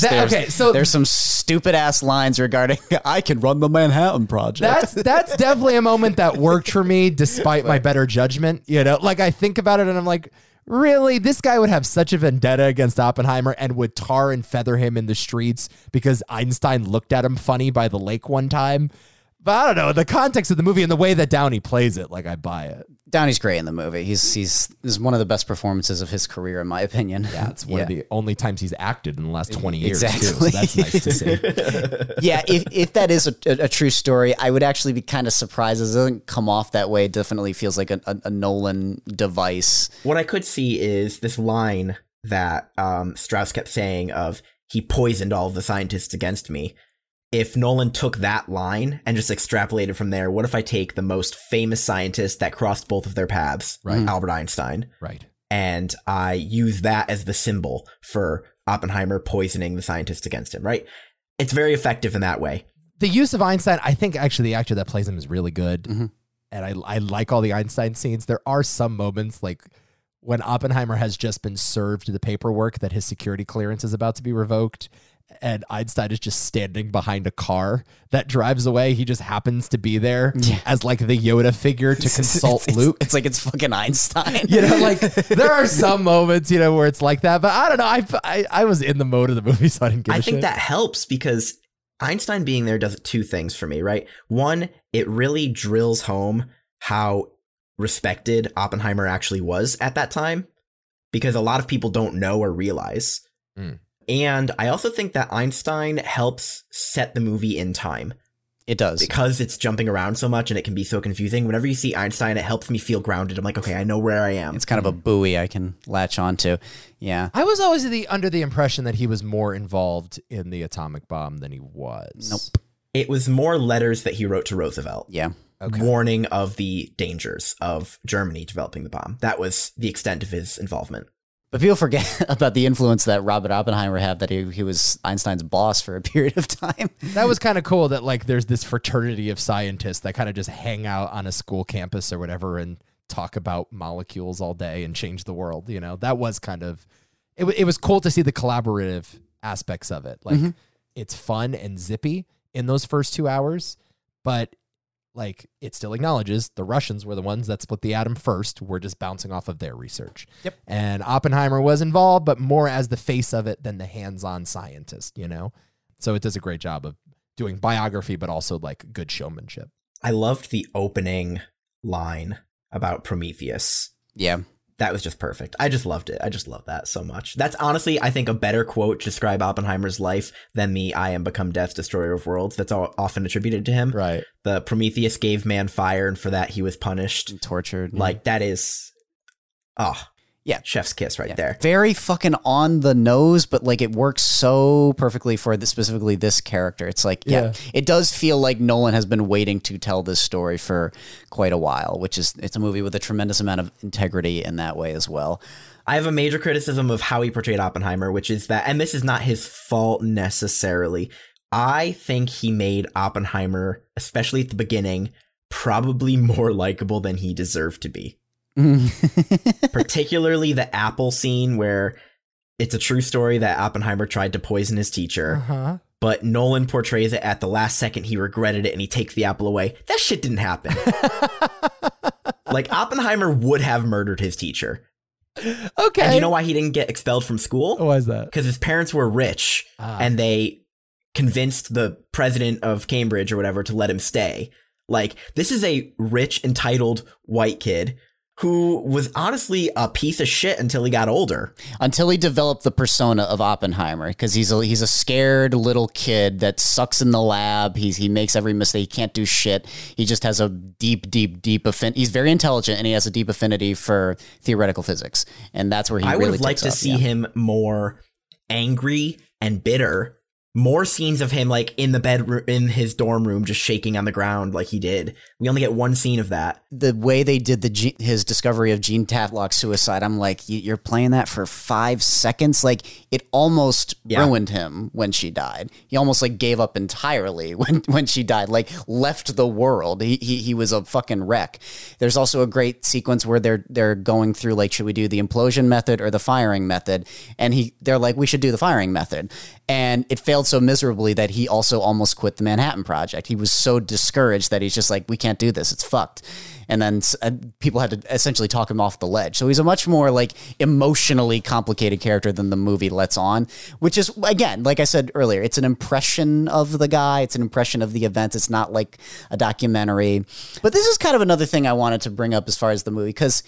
[SPEAKER 1] That-
[SPEAKER 3] there's,
[SPEAKER 1] okay, so-
[SPEAKER 3] there's some stupid ass lines regarding I can run the Manhattan Project.
[SPEAKER 1] That's that's definitely a moment that worked for me despite my better judgment. You know, like I think about it and I'm like, really, this guy would have such a vendetta against Oppenheimer and would tar and feather him in the streets because Einstein looked at him funny by the lake one time. But I don't know, the context of the movie and the way that Downey plays it, like I buy it.
[SPEAKER 3] Downey's great in the movie. He's he's this is one of the best performances of his career, in my opinion. Yeah,
[SPEAKER 1] That's one of the only times he's acted in the last 20 years, too.
[SPEAKER 3] Exactly.
[SPEAKER 1] So that's nice to see.
[SPEAKER 3] yeah, if, if that is a, a, a true story, I would actually be kind of surprised. It doesn't come off that way. It definitely feels like a, a, a Nolan device.
[SPEAKER 2] What I could see is this line that um, Strauss kept saying of he poisoned all of the scientists against me. If Nolan took that line and just extrapolated from there, what if I take the most famous scientist that crossed both of their paths,
[SPEAKER 1] Right.
[SPEAKER 2] Albert Einstein,
[SPEAKER 1] Right.
[SPEAKER 2] and I use that as the symbol for Oppenheimer poisoning the scientists against him, right? It's very effective in that way.
[SPEAKER 1] the use of Einstein, I think actually the actor that plays him is really good. And I, I like all the Einstein scenes. There are some moments like when Oppenheimer has just been served the paperwork that his security clearance is about to be revoked and Einstein is just standing behind a car that drives away. He just happens to be there as like the Yoda figure to consult Luke.
[SPEAKER 3] It's like it's fucking Einstein.
[SPEAKER 1] You know, like there are some moments, you know, where it's like that, but I don't know. I, I, I was in the mode of the movie, so I didn't give a
[SPEAKER 2] I think
[SPEAKER 1] shit.
[SPEAKER 2] that helps because Einstein being there does two things for me, right? One, it really drills home how respected Oppenheimer actually was at that time because a lot of people don't know or realize.
[SPEAKER 3] Hmm.
[SPEAKER 1] Mm.
[SPEAKER 2] And I also think that Einstein helps set the movie in time
[SPEAKER 3] It does.
[SPEAKER 2] because it's jumping around so much and it can be so confusing. Whenever you see Einstein, it helps me feel grounded. I'm like, okay, I know where I am.
[SPEAKER 3] It's kind of a buoy I can latch onto. Yeah.
[SPEAKER 1] I was always the under the impression that he was more involved in the atomic bomb than he was.
[SPEAKER 3] Nope.
[SPEAKER 2] It was more letters that he wrote to Roosevelt.
[SPEAKER 3] Yeah.
[SPEAKER 1] Okay.
[SPEAKER 2] warning of the dangers of Germany developing the bomb. That was the extent of his involvement.
[SPEAKER 3] But people forget about the influence that Robert Oppenheimer had that he, he was Einstein's boss for a period of time.
[SPEAKER 1] That was kind of cool that like there's this fraternity of scientists that kind of just hang out on a school campus or whatever and talk about molecules all day and change the world. You know, that was kind of it. wa- It was cool to see the collaborative aspects of it. Like
[SPEAKER 3] Mhm.
[SPEAKER 1] it's fun and zippy in those first two hours, but like it still acknowledges the Russians were the ones that split the atom first. We're just bouncing off of their research.
[SPEAKER 3] Yep.
[SPEAKER 1] And Oppenheimer was involved, but more as the face of it than the hands-on scientist. You know. So it does a great job of doing biography, but also like good showmanship.
[SPEAKER 2] I loved the opening line about Prometheus.
[SPEAKER 3] Yeah.
[SPEAKER 2] That was just perfect. I just loved it. I just love that so much. That's honestly, I think, a better quote to describe Oppenheimer's life than the I am become death, destroyer of worlds that's all often attributed to him.
[SPEAKER 1] Right.
[SPEAKER 2] The Prometheus gave man fire, and for that he was punished.
[SPEAKER 3] Mm-hmm. Tortured.
[SPEAKER 2] Like, that is, oh,
[SPEAKER 3] Yeah.
[SPEAKER 2] chef's kiss right
[SPEAKER 3] Yeah.
[SPEAKER 2] there.
[SPEAKER 3] Very fucking on the nose, but like it works so perfectly for this, specifically this character. It's like, yeah,
[SPEAKER 1] Yeah.
[SPEAKER 3] it does feel like Nolan has been waiting to tell this story for quite a while, which is, it's a movie with a tremendous amount of integrity in that way as well.
[SPEAKER 2] I have a major criticism of how he portrayed Oppenheimer, which is that, and this is not his fault necessarily. I think he made Oppenheimer, especially at the beginning, probably more likable than he deserved to be. Particularly the apple scene where it's a true story that Oppenheimer tried to poison his teacher,
[SPEAKER 1] huh.
[SPEAKER 2] but Nolan portrays it at the last second he regretted it and he takes the apple away. That shit didn't happen. like Oppenheimer would have murdered his teacher.
[SPEAKER 1] Okay.
[SPEAKER 2] And you know why he didn't get expelled from school?
[SPEAKER 1] Why is that?
[SPEAKER 2] Because his parents were rich
[SPEAKER 1] Ah.
[SPEAKER 2] and they convinced the president of Cambridge or whatever to let him stay. Like, this is a rich, entitled white kid who was honestly a piece of shit until he got older.
[SPEAKER 3] until he developed the persona of Oppenheimer because he's a he's a scared little kid that sucks in the lab. He's he makes every mistake. He can't do shit. He just has a deep, deep, deep affin. He's very intelligent and he has a deep affinity for theoretical physics, and that's where he.
[SPEAKER 2] I would
[SPEAKER 3] really
[SPEAKER 2] have liked
[SPEAKER 3] takes
[SPEAKER 2] to
[SPEAKER 3] off,
[SPEAKER 2] see
[SPEAKER 3] yeah.
[SPEAKER 2] him more angry and bitter. More scenes of him like in the bedroom, in his dorm room, just shaking on the ground like he did. We only get one scene of that.
[SPEAKER 3] the way they did the Gene- his discovery of Gene Tatlock's suicide. I'm like, "You- you're playing that for five seconds. Like it almost
[SPEAKER 2] Yeah.
[SPEAKER 3] ruined him when she died. He almost like gave up entirely when when she died. Like left the world. He he, he was a fucking wreck. There's also a great sequence where they're they're going through like, should we do the implosion method or the firing method? And he they're like, we should do the firing method. And it failed so miserably that he also almost quit the Manhattan Project. He was so discouraged that he's just like, we can't do this. It's fucked and then s- uh, people had to essentially talk him off the ledge. So he's a much more like emotionally complicated character than the movie lets on, which is again, like I said earlier, it's an impression of the guy, it's an impression of the events. It's not like a documentary. But this is kind of another thing I wanted to bring up as far as the movie because.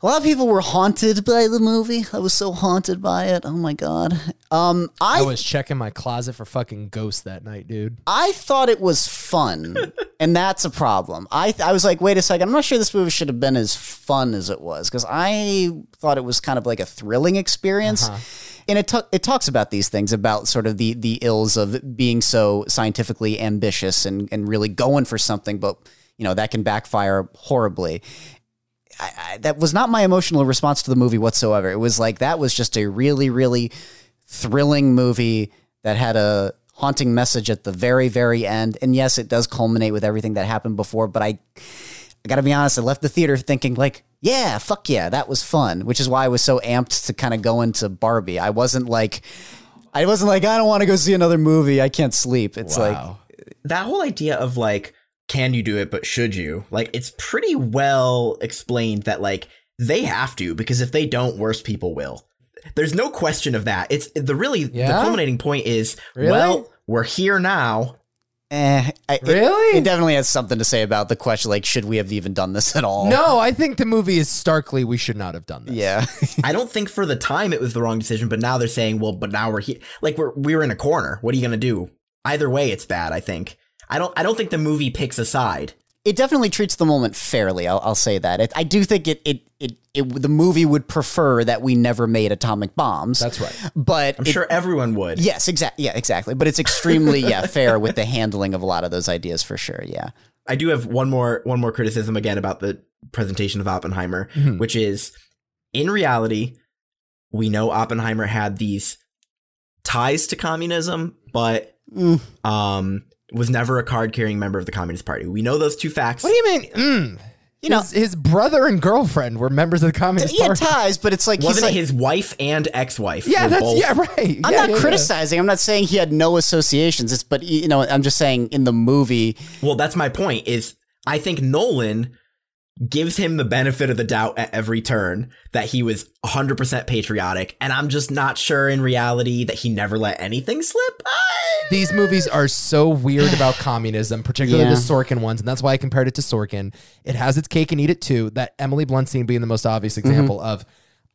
[SPEAKER 3] A lot of people were haunted by the movie. I was so haunted by it. Oh my god. Um, I
[SPEAKER 1] I was checking my closet for fucking ghosts that night, dude.
[SPEAKER 3] I thought it was fun, and that's a problem. I I was like, wait a second, I'm not sure this movie should have been as fun as it was because I thought it was kind of like a thrilling experience. And it ta- it talks about these things about sort of the the ills of being so scientifically ambitious and and really going for something, but you know that can backfire horribly. I, I, that was not my emotional response to the movie whatsoever. It was like that was just a really, really thrilling movie that had a haunting message at the very, very end. And yes, it does culminate with everything that happened before, but I, I gotta be honest, I left the theater thinking like, yeah, fuck yeah, that was fun, which is why I was so amped to kind of go into Barbie. I wasn't like, I- I wasn't like, I don't want to go see another movie. I can't sleep. It's like,
[SPEAKER 2] that whole idea of like can you do it but should you like it's pretty well explained that like they have to because if they don't worse people will there's no question of that it's the really the
[SPEAKER 3] Yeah?
[SPEAKER 2] culminating point is
[SPEAKER 3] Really?
[SPEAKER 2] well we're here now
[SPEAKER 3] eh. I, it-
[SPEAKER 1] Really?
[SPEAKER 3] It, definitely has something to say about the question, like, should we have even done this at all?
[SPEAKER 1] No, I think the movie is starkly we should not have done this.
[SPEAKER 3] Yeah.
[SPEAKER 2] i don't think for the time it was the wrong decision but now they're saying well but now we're here like we're we're in a corner what are you going to do either way it's bad i think i don't i don't think the movie picks a side
[SPEAKER 3] It definitely treats the moment fairly. I'll, I'll say that. It, I do think it, it, it, it, the movie would prefer that we never made atomic bombs.
[SPEAKER 1] That's right.
[SPEAKER 3] But
[SPEAKER 2] i'm
[SPEAKER 3] it-
[SPEAKER 2] sure everyone would
[SPEAKER 3] Yes, exactly. Yeah, exactly. But it's extremely yeah fair with the handling of a lot of those ideas for sure. Yeah.
[SPEAKER 2] I do have one more one more criticism again about the presentation of Oppenheimer,
[SPEAKER 1] Mhm.
[SPEAKER 2] which is in reality, we know Oppenheimer had these ties to communism, but
[SPEAKER 3] Mm.
[SPEAKER 2] um was never a card carrying member of the Communist Party. We know those two facts.
[SPEAKER 1] What do you mean? Mm.
[SPEAKER 3] You know-
[SPEAKER 1] his, his brother and girlfriend were members of the Communist
[SPEAKER 3] He had
[SPEAKER 1] Party.
[SPEAKER 3] ties, but it's like
[SPEAKER 2] Wasn't
[SPEAKER 3] he's like.
[SPEAKER 2] it his wife and ex-wife?
[SPEAKER 1] yeah,
[SPEAKER 2] were
[SPEAKER 1] that's
[SPEAKER 2] both-
[SPEAKER 1] yeah, right.
[SPEAKER 3] I'm
[SPEAKER 1] Yeah,
[SPEAKER 3] not
[SPEAKER 1] yeah, yeah.
[SPEAKER 3] criticizing. I'm not saying he had no associations. It's but you know I'm just saying in the movie.
[SPEAKER 2] Well, that's my point. Is I think Nolan gives him the benefit of the doubt at every turn that he was 100% patriotic, and I'm just not sure in reality that he never let anything slip. I-
[SPEAKER 1] These movies are so weird about communism, particularly
[SPEAKER 3] Yeah.
[SPEAKER 1] the Sorkin ones, and that's why I compared it to Sorkin. It has its cake and eat it too. That Emily Blunt scene being the most obvious
[SPEAKER 3] Mm-hmm.
[SPEAKER 1] example of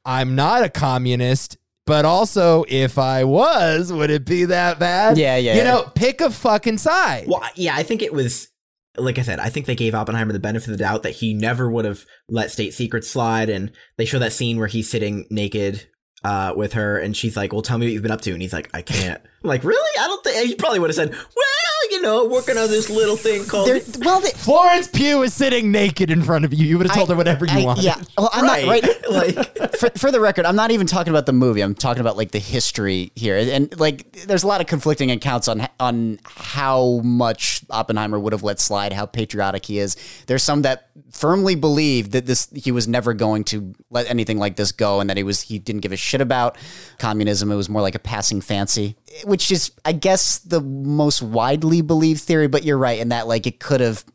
[SPEAKER 1] I'm not a communist, but also if I was, would it be that bad?
[SPEAKER 3] Yeah, yeah,
[SPEAKER 1] You
[SPEAKER 3] yeah.
[SPEAKER 1] know, pick a fucking side.
[SPEAKER 2] Well, I- yeah, I think it was like I said, I think they gave Oppenheimer the benefit of the doubt that he never would have let state secrets slide, and they show that scene where he's sitting naked. Uh, with her, and she's like, "Well, tell me what you've been up to," and he's like, "I can't." I'm like, "Really? I don't think." He probably would have said, "Well, you know, working on this little thing called."
[SPEAKER 3] There, well, they,
[SPEAKER 1] Florence Pugh is sitting naked in front of you. You would have told her whatever you
[SPEAKER 3] I-
[SPEAKER 1] want.
[SPEAKER 3] yeah. Well, I'm not right.
[SPEAKER 2] like,
[SPEAKER 3] For, for the record, I'm not even talking about the movie. I'm talking about like the history here, and like there's a lot of conflicting accounts on on how much Oppenheimer would have let slide, how patriotic he is. There's some that firmly believe that this he was never going to let anything like this go, and that he was he didn't give a shit about communism. It was more like a passing fancy, which is I guess the most widely believed theory. But you're right in that like it could have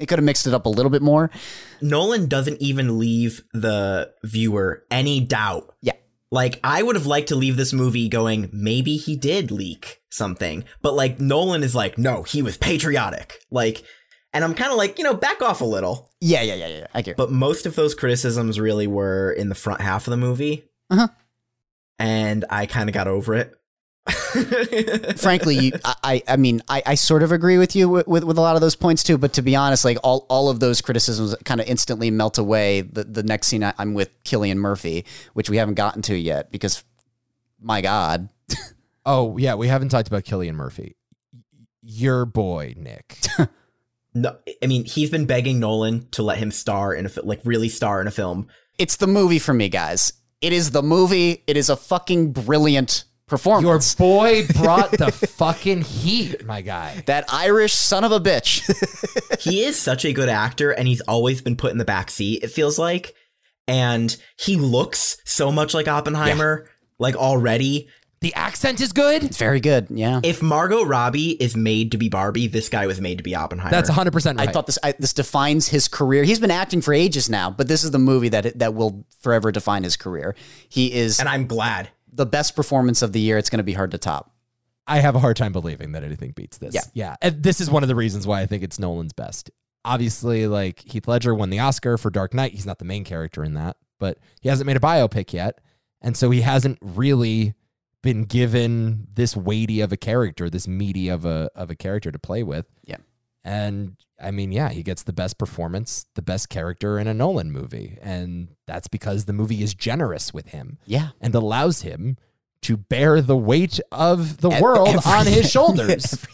[SPEAKER 3] it could have mixed it up a little bit more.
[SPEAKER 2] Nolan doesn't even leave the viewer any doubt.
[SPEAKER 3] Yeah.
[SPEAKER 2] Like I would have liked to leave this movie going, maybe he did leak something. But like Nolan is like, no, he was patriotic. Like and I'm kind of like, you know, back off a little.
[SPEAKER 3] Yeah, yeah, yeah, yeah. yeah. I get.
[SPEAKER 2] But most of those criticisms really were in the front half of the movie.
[SPEAKER 3] Uh-huh.
[SPEAKER 2] And I kind of got over it.
[SPEAKER 3] frankly, you, I- I, I mean, I, I sort of agree with you with, with, with a lot of those points too. But to be honest, like all, all of those criticisms kind of instantly melt away. The, the next scene, I, I'm with Killian Murphy, which we haven't gotten to yet because, my God,
[SPEAKER 1] Oh, yeah. We haven't talked about Killian Murphy. Your boy, Nick.
[SPEAKER 2] no, I mean, he's been begging Nolan to let him star in a fi- like really star in a film
[SPEAKER 3] it's the movie for me, guys. It is the movie. It is a fucking brilliant
[SPEAKER 1] Your
[SPEAKER 3] performance.
[SPEAKER 1] boy brought the fucking heat, my guy.
[SPEAKER 3] that Irish son of a bitch.
[SPEAKER 2] he is such a good actor and he's always been put in the back seat it feels like and he looks so much like oppenheimer like already
[SPEAKER 1] The accent is good.
[SPEAKER 3] it's very good. Yeah.
[SPEAKER 2] if margot robbie is made to be barbie this guy was made to be oppenheimer
[SPEAKER 1] That's 100% right.
[SPEAKER 3] I thought this I, this defines his career. He's been acting for ages now, but this is the movie that that will forever define his career. He is
[SPEAKER 2] and i'm glad
[SPEAKER 3] the best performance of the year. It's going to be hard to top.
[SPEAKER 1] I have a hard time believing that anything beats this.
[SPEAKER 3] Yeah.
[SPEAKER 1] Yeah. And this is one of the reasons why I think it's Nolan's best. Obviously, like Heath Ledger won the Oscar for Dark Knight. He's not the main character in that, but he hasn't made a biopic yet. And so he hasn't really been given this weighty of a character, this meaty of a of a character to play with.
[SPEAKER 3] Yeah.
[SPEAKER 1] And I mean, yeah, he gets the best performance, the best character in a Nolan movie. And that's because the movie is generous with him
[SPEAKER 3] Yeah.
[SPEAKER 1] and allows him to bear the weight of the
[SPEAKER 3] Ev-
[SPEAKER 1] world on his
[SPEAKER 3] everything.
[SPEAKER 1] shoulders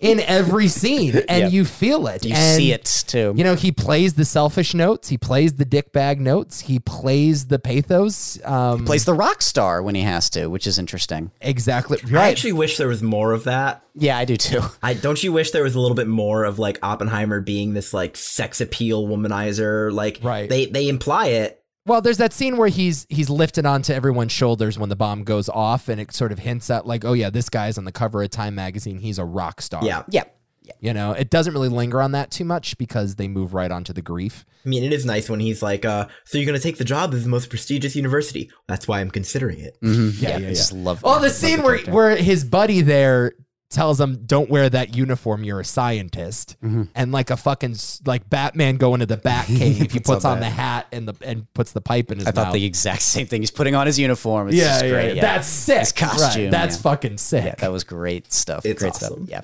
[SPEAKER 1] in every scene. And
[SPEAKER 3] Yeah.
[SPEAKER 1] you feel it.
[SPEAKER 3] You
[SPEAKER 1] And,
[SPEAKER 3] see it too.
[SPEAKER 1] You know, he plays the selfish notes, he plays the dick bag notes, he plays the pathos. Um,
[SPEAKER 3] Plays the rock star when he has to, which is interesting.
[SPEAKER 1] exactly
[SPEAKER 2] i
[SPEAKER 1] right.
[SPEAKER 2] actually wish there was more of that
[SPEAKER 3] Yeah, I do too.
[SPEAKER 2] I don't you wish there was a little bit more of like Oppenheimer being this like sex appeal womanizer like
[SPEAKER 1] Right.
[SPEAKER 2] they they imply it
[SPEAKER 1] Well, there's that scene where he's he's lifted onto everyone's shoulders when the bomb goes off, and it sort of hints at like, oh yeah, this guy's on the cover of Time magazine. He's a rock star.
[SPEAKER 2] Yeah.
[SPEAKER 3] Yeah.
[SPEAKER 1] You know, it doesn't really linger on that too much because they move right onto the grief.
[SPEAKER 2] I mean, it is nice when he's like, uh, "So you're gonna take the job at the most prestigious university? That's why I'm considering it."
[SPEAKER 1] Yeah, yeah, Oh, yeah.
[SPEAKER 3] Just love.
[SPEAKER 1] Well, the scene where where his buddy there tells him, "Don't wear that uniform. You're a scientist."
[SPEAKER 3] Mm-hmm.
[SPEAKER 1] And like a fucking s- like Batman going to the Batcave, he puts on, the hat and the and puts the pipe in his
[SPEAKER 3] I thought
[SPEAKER 1] mouth.
[SPEAKER 3] the exact same thing. He's putting on his uniform. It's
[SPEAKER 1] Yeah,
[SPEAKER 3] just
[SPEAKER 1] yeah,
[SPEAKER 3] great.
[SPEAKER 1] yeah. That's sick.
[SPEAKER 3] His costume.
[SPEAKER 1] Right. That's
[SPEAKER 3] yeah.
[SPEAKER 1] fucking sick.
[SPEAKER 3] Yeah, that was great stuff.
[SPEAKER 2] It's
[SPEAKER 3] great
[SPEAKER 2] awesome.
[SPEAKER 3] stuff. Yeah.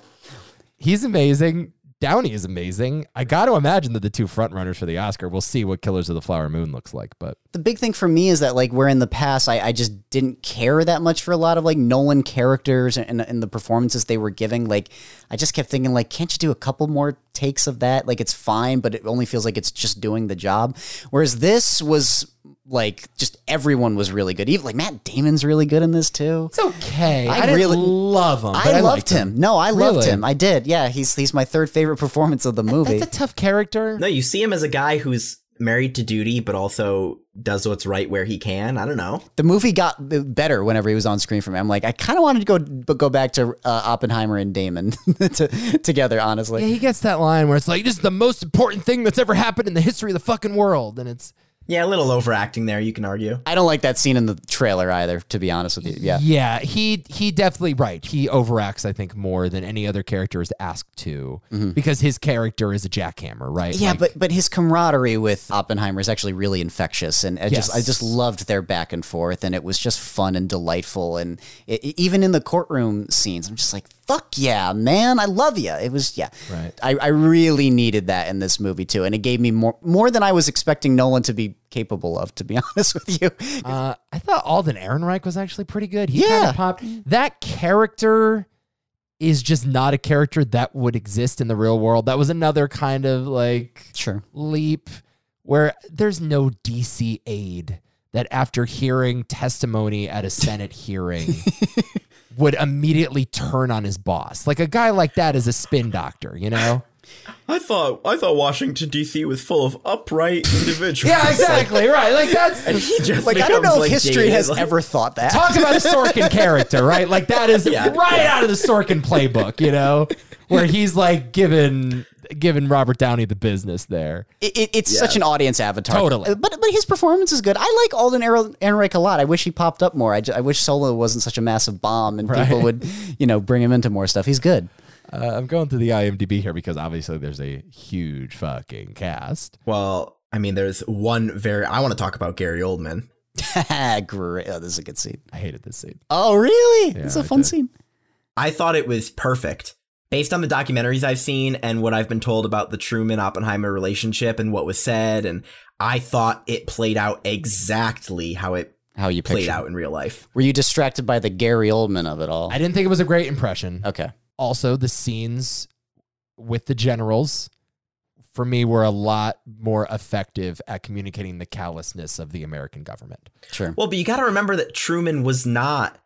[SPEAKER 1] He's amazing. Downey is amazing. I got to imagine that the two front runners for the Oscar. We'll see what Killers of the Flower Moon looks like, but
[SPEAKER 3] The big thing for me is that like where in the past I, I just didn't care that much for a lot of like Nolan characters and, and the performances they were giving. Like I just kept thinking like, can't you do a couple more takes of that? Like it's fine, but it only feels like it's just doing the job. Whereas this was like just everyone was really good. Even like Matt Damon's really good in this too.
[SPEAKER 1] it's okay.
[SPEAKER 3] I
[SPEAKER 1] I, didn't
[SPEAKER 3] really-
[SPEAKER 1] love him. but
[SPEAKER 3] I,
[SPEAKER 1] liked
[SPEAKER 3] loved him. No, I loved
[SPEAKER 1] Really?
[SPEAKER 3] him. I did. Yeah, he's he's my third favorite performance of the movie.
[SPEAKER 1] That's a tough character.
[SPEAKER 2] No, you see him as a guy who's married to duty, but also does what's right where he can. I don't know.
[SPEAKER 3] the movie got b- better whenever he was on screen for me. I'm like, I kind of wanted to go but go back to uh, Oppenheimer and Damon to, together. Honestly,
[SPEAKER 1] Yeah, he gets that line where it's like, "This is the most important thing that's ever happened in the history of the fucking world," and it's
[SPEAKER 2] Yeah, a little overacting there. You can argue.
[SPEAKER 3] I don't like that scene in the trailer either. To be honest with you, yeah.
[SPEAKER 1] yeah. He he definitely right. He overacts, I think, more than any other character is asked to, because his character is a jackhammer, right?
[SPEAKER 3] Mm-hmm. Yeah,
[SPEAKER 1] Like,
[SPEAKER 3] but but his camaraderie with Oppenheimer is actually really infectious, and I just I
[SPEAKER 1] Yes.
[SPEAKER 3] just loved their back and forth, and it was just fun and delightful, and i i- even in the courtroom scenes, I'm just like, fuck yeah, man, I love you. It was yeah,
[SPEAKER 1] Right.
[SPEAKER 3] I, I really needed that in this movie too, and it gave me more more than I was expecting Nolan to be capable of. To be honest with you,
[SPEAKER 1] Uh, I thought Alden Ehrenreich was actually pretty good. He kind
[SPEAKER 3] Yeah.
[SPEAKER 1] of popped. That character is just not a character that would exist in the real world. That was another kind of like
[SPEAKER 3] sure,
[SPEAKER 1] leap where there's no DC aid that after hearing testimony at a Senate hearing would immediately turn on his boss. Like a guy like that is a spin doctor, you know?
[SPEAKER 2] I thought I thought Washington D.C. was full of upright individuals.
[SPEAKER 1] right. Like that's
[SPEAKER 2] He just
[SPEAKER 3] like I don't
[SPEAKER 2] becomes,
[SPEAKER 3] know if
[SPEAKER 2] like,
[SPEAKER 3] history
[SPEAKER 2] jaded,
[SPEAKER 3] has
[SPEAKER 2] like-
[SPEAKER 3] ever thought that.
[SPEAKER 1] talk about a Sorkin character, right? Like that is
[SPEAKER 2] Yeah.
[SPEAKER 1] right out of the Sorkin playbook, you know, where he's like giving giving Robert Downey the business there.
[SPEAKER 3] It, it- it's such an audience avatar.
[SPEAKER 1] Totally.
[SPEAKER 3] Uh, But but his performance is good. I like Alden Ehre- Ehrenreich a lot. I wish he popped up more. I, ju- I wish Solo wasn't such a massive bomb and people
[SPEAKER 1] Right.
[SPEAKER 3] would, you know, bring him into more stuff. He's good.
[SPEAKER 1] Uh, I'm going through the IMDb here because obviously there's a huge fucking cast.
[SPEAKER 2] Well, I mean, there's one very. I want to talk about Gary Oldman.
[SPEAKER 3] Great. Oh, this is a good scene.
[SPEAKER 1] I hated this scene.
[SPEAKER 3] Oh, really?
[SPEAKER 1] Yeah,
[SPEAKER 3] it's a
[SPEAKER 1] I
[SPEAKER 3] fun
[SPEAKER 1] did.
[SPEAKER 3] scene.
[SPEAKER 2] I thought it was perfect. Based on the documentaries I've seen and what I've been told about the Truman Oppenheimer relationship and what was said, and I thought it played out exactly how it
[SPEAKER 3] How you
[SPEAKER 2] played
[SPEAKER 3] played
[SPEAKER 2] out in real life.
[SPEAKER 3] Were you distracted by the Gary Oldman of it all?
[SPEAKER 1] I didn't think it was a great impression.
[SPEAKER 3] okay.
[SPEAKER 1] Also, the scenes with the generals for me were a lot more effective at communicating the callousness of the American government.
[SPEAKER 3] Sure.
[SPEAKER 2] Well, but you got to remember that Truman was not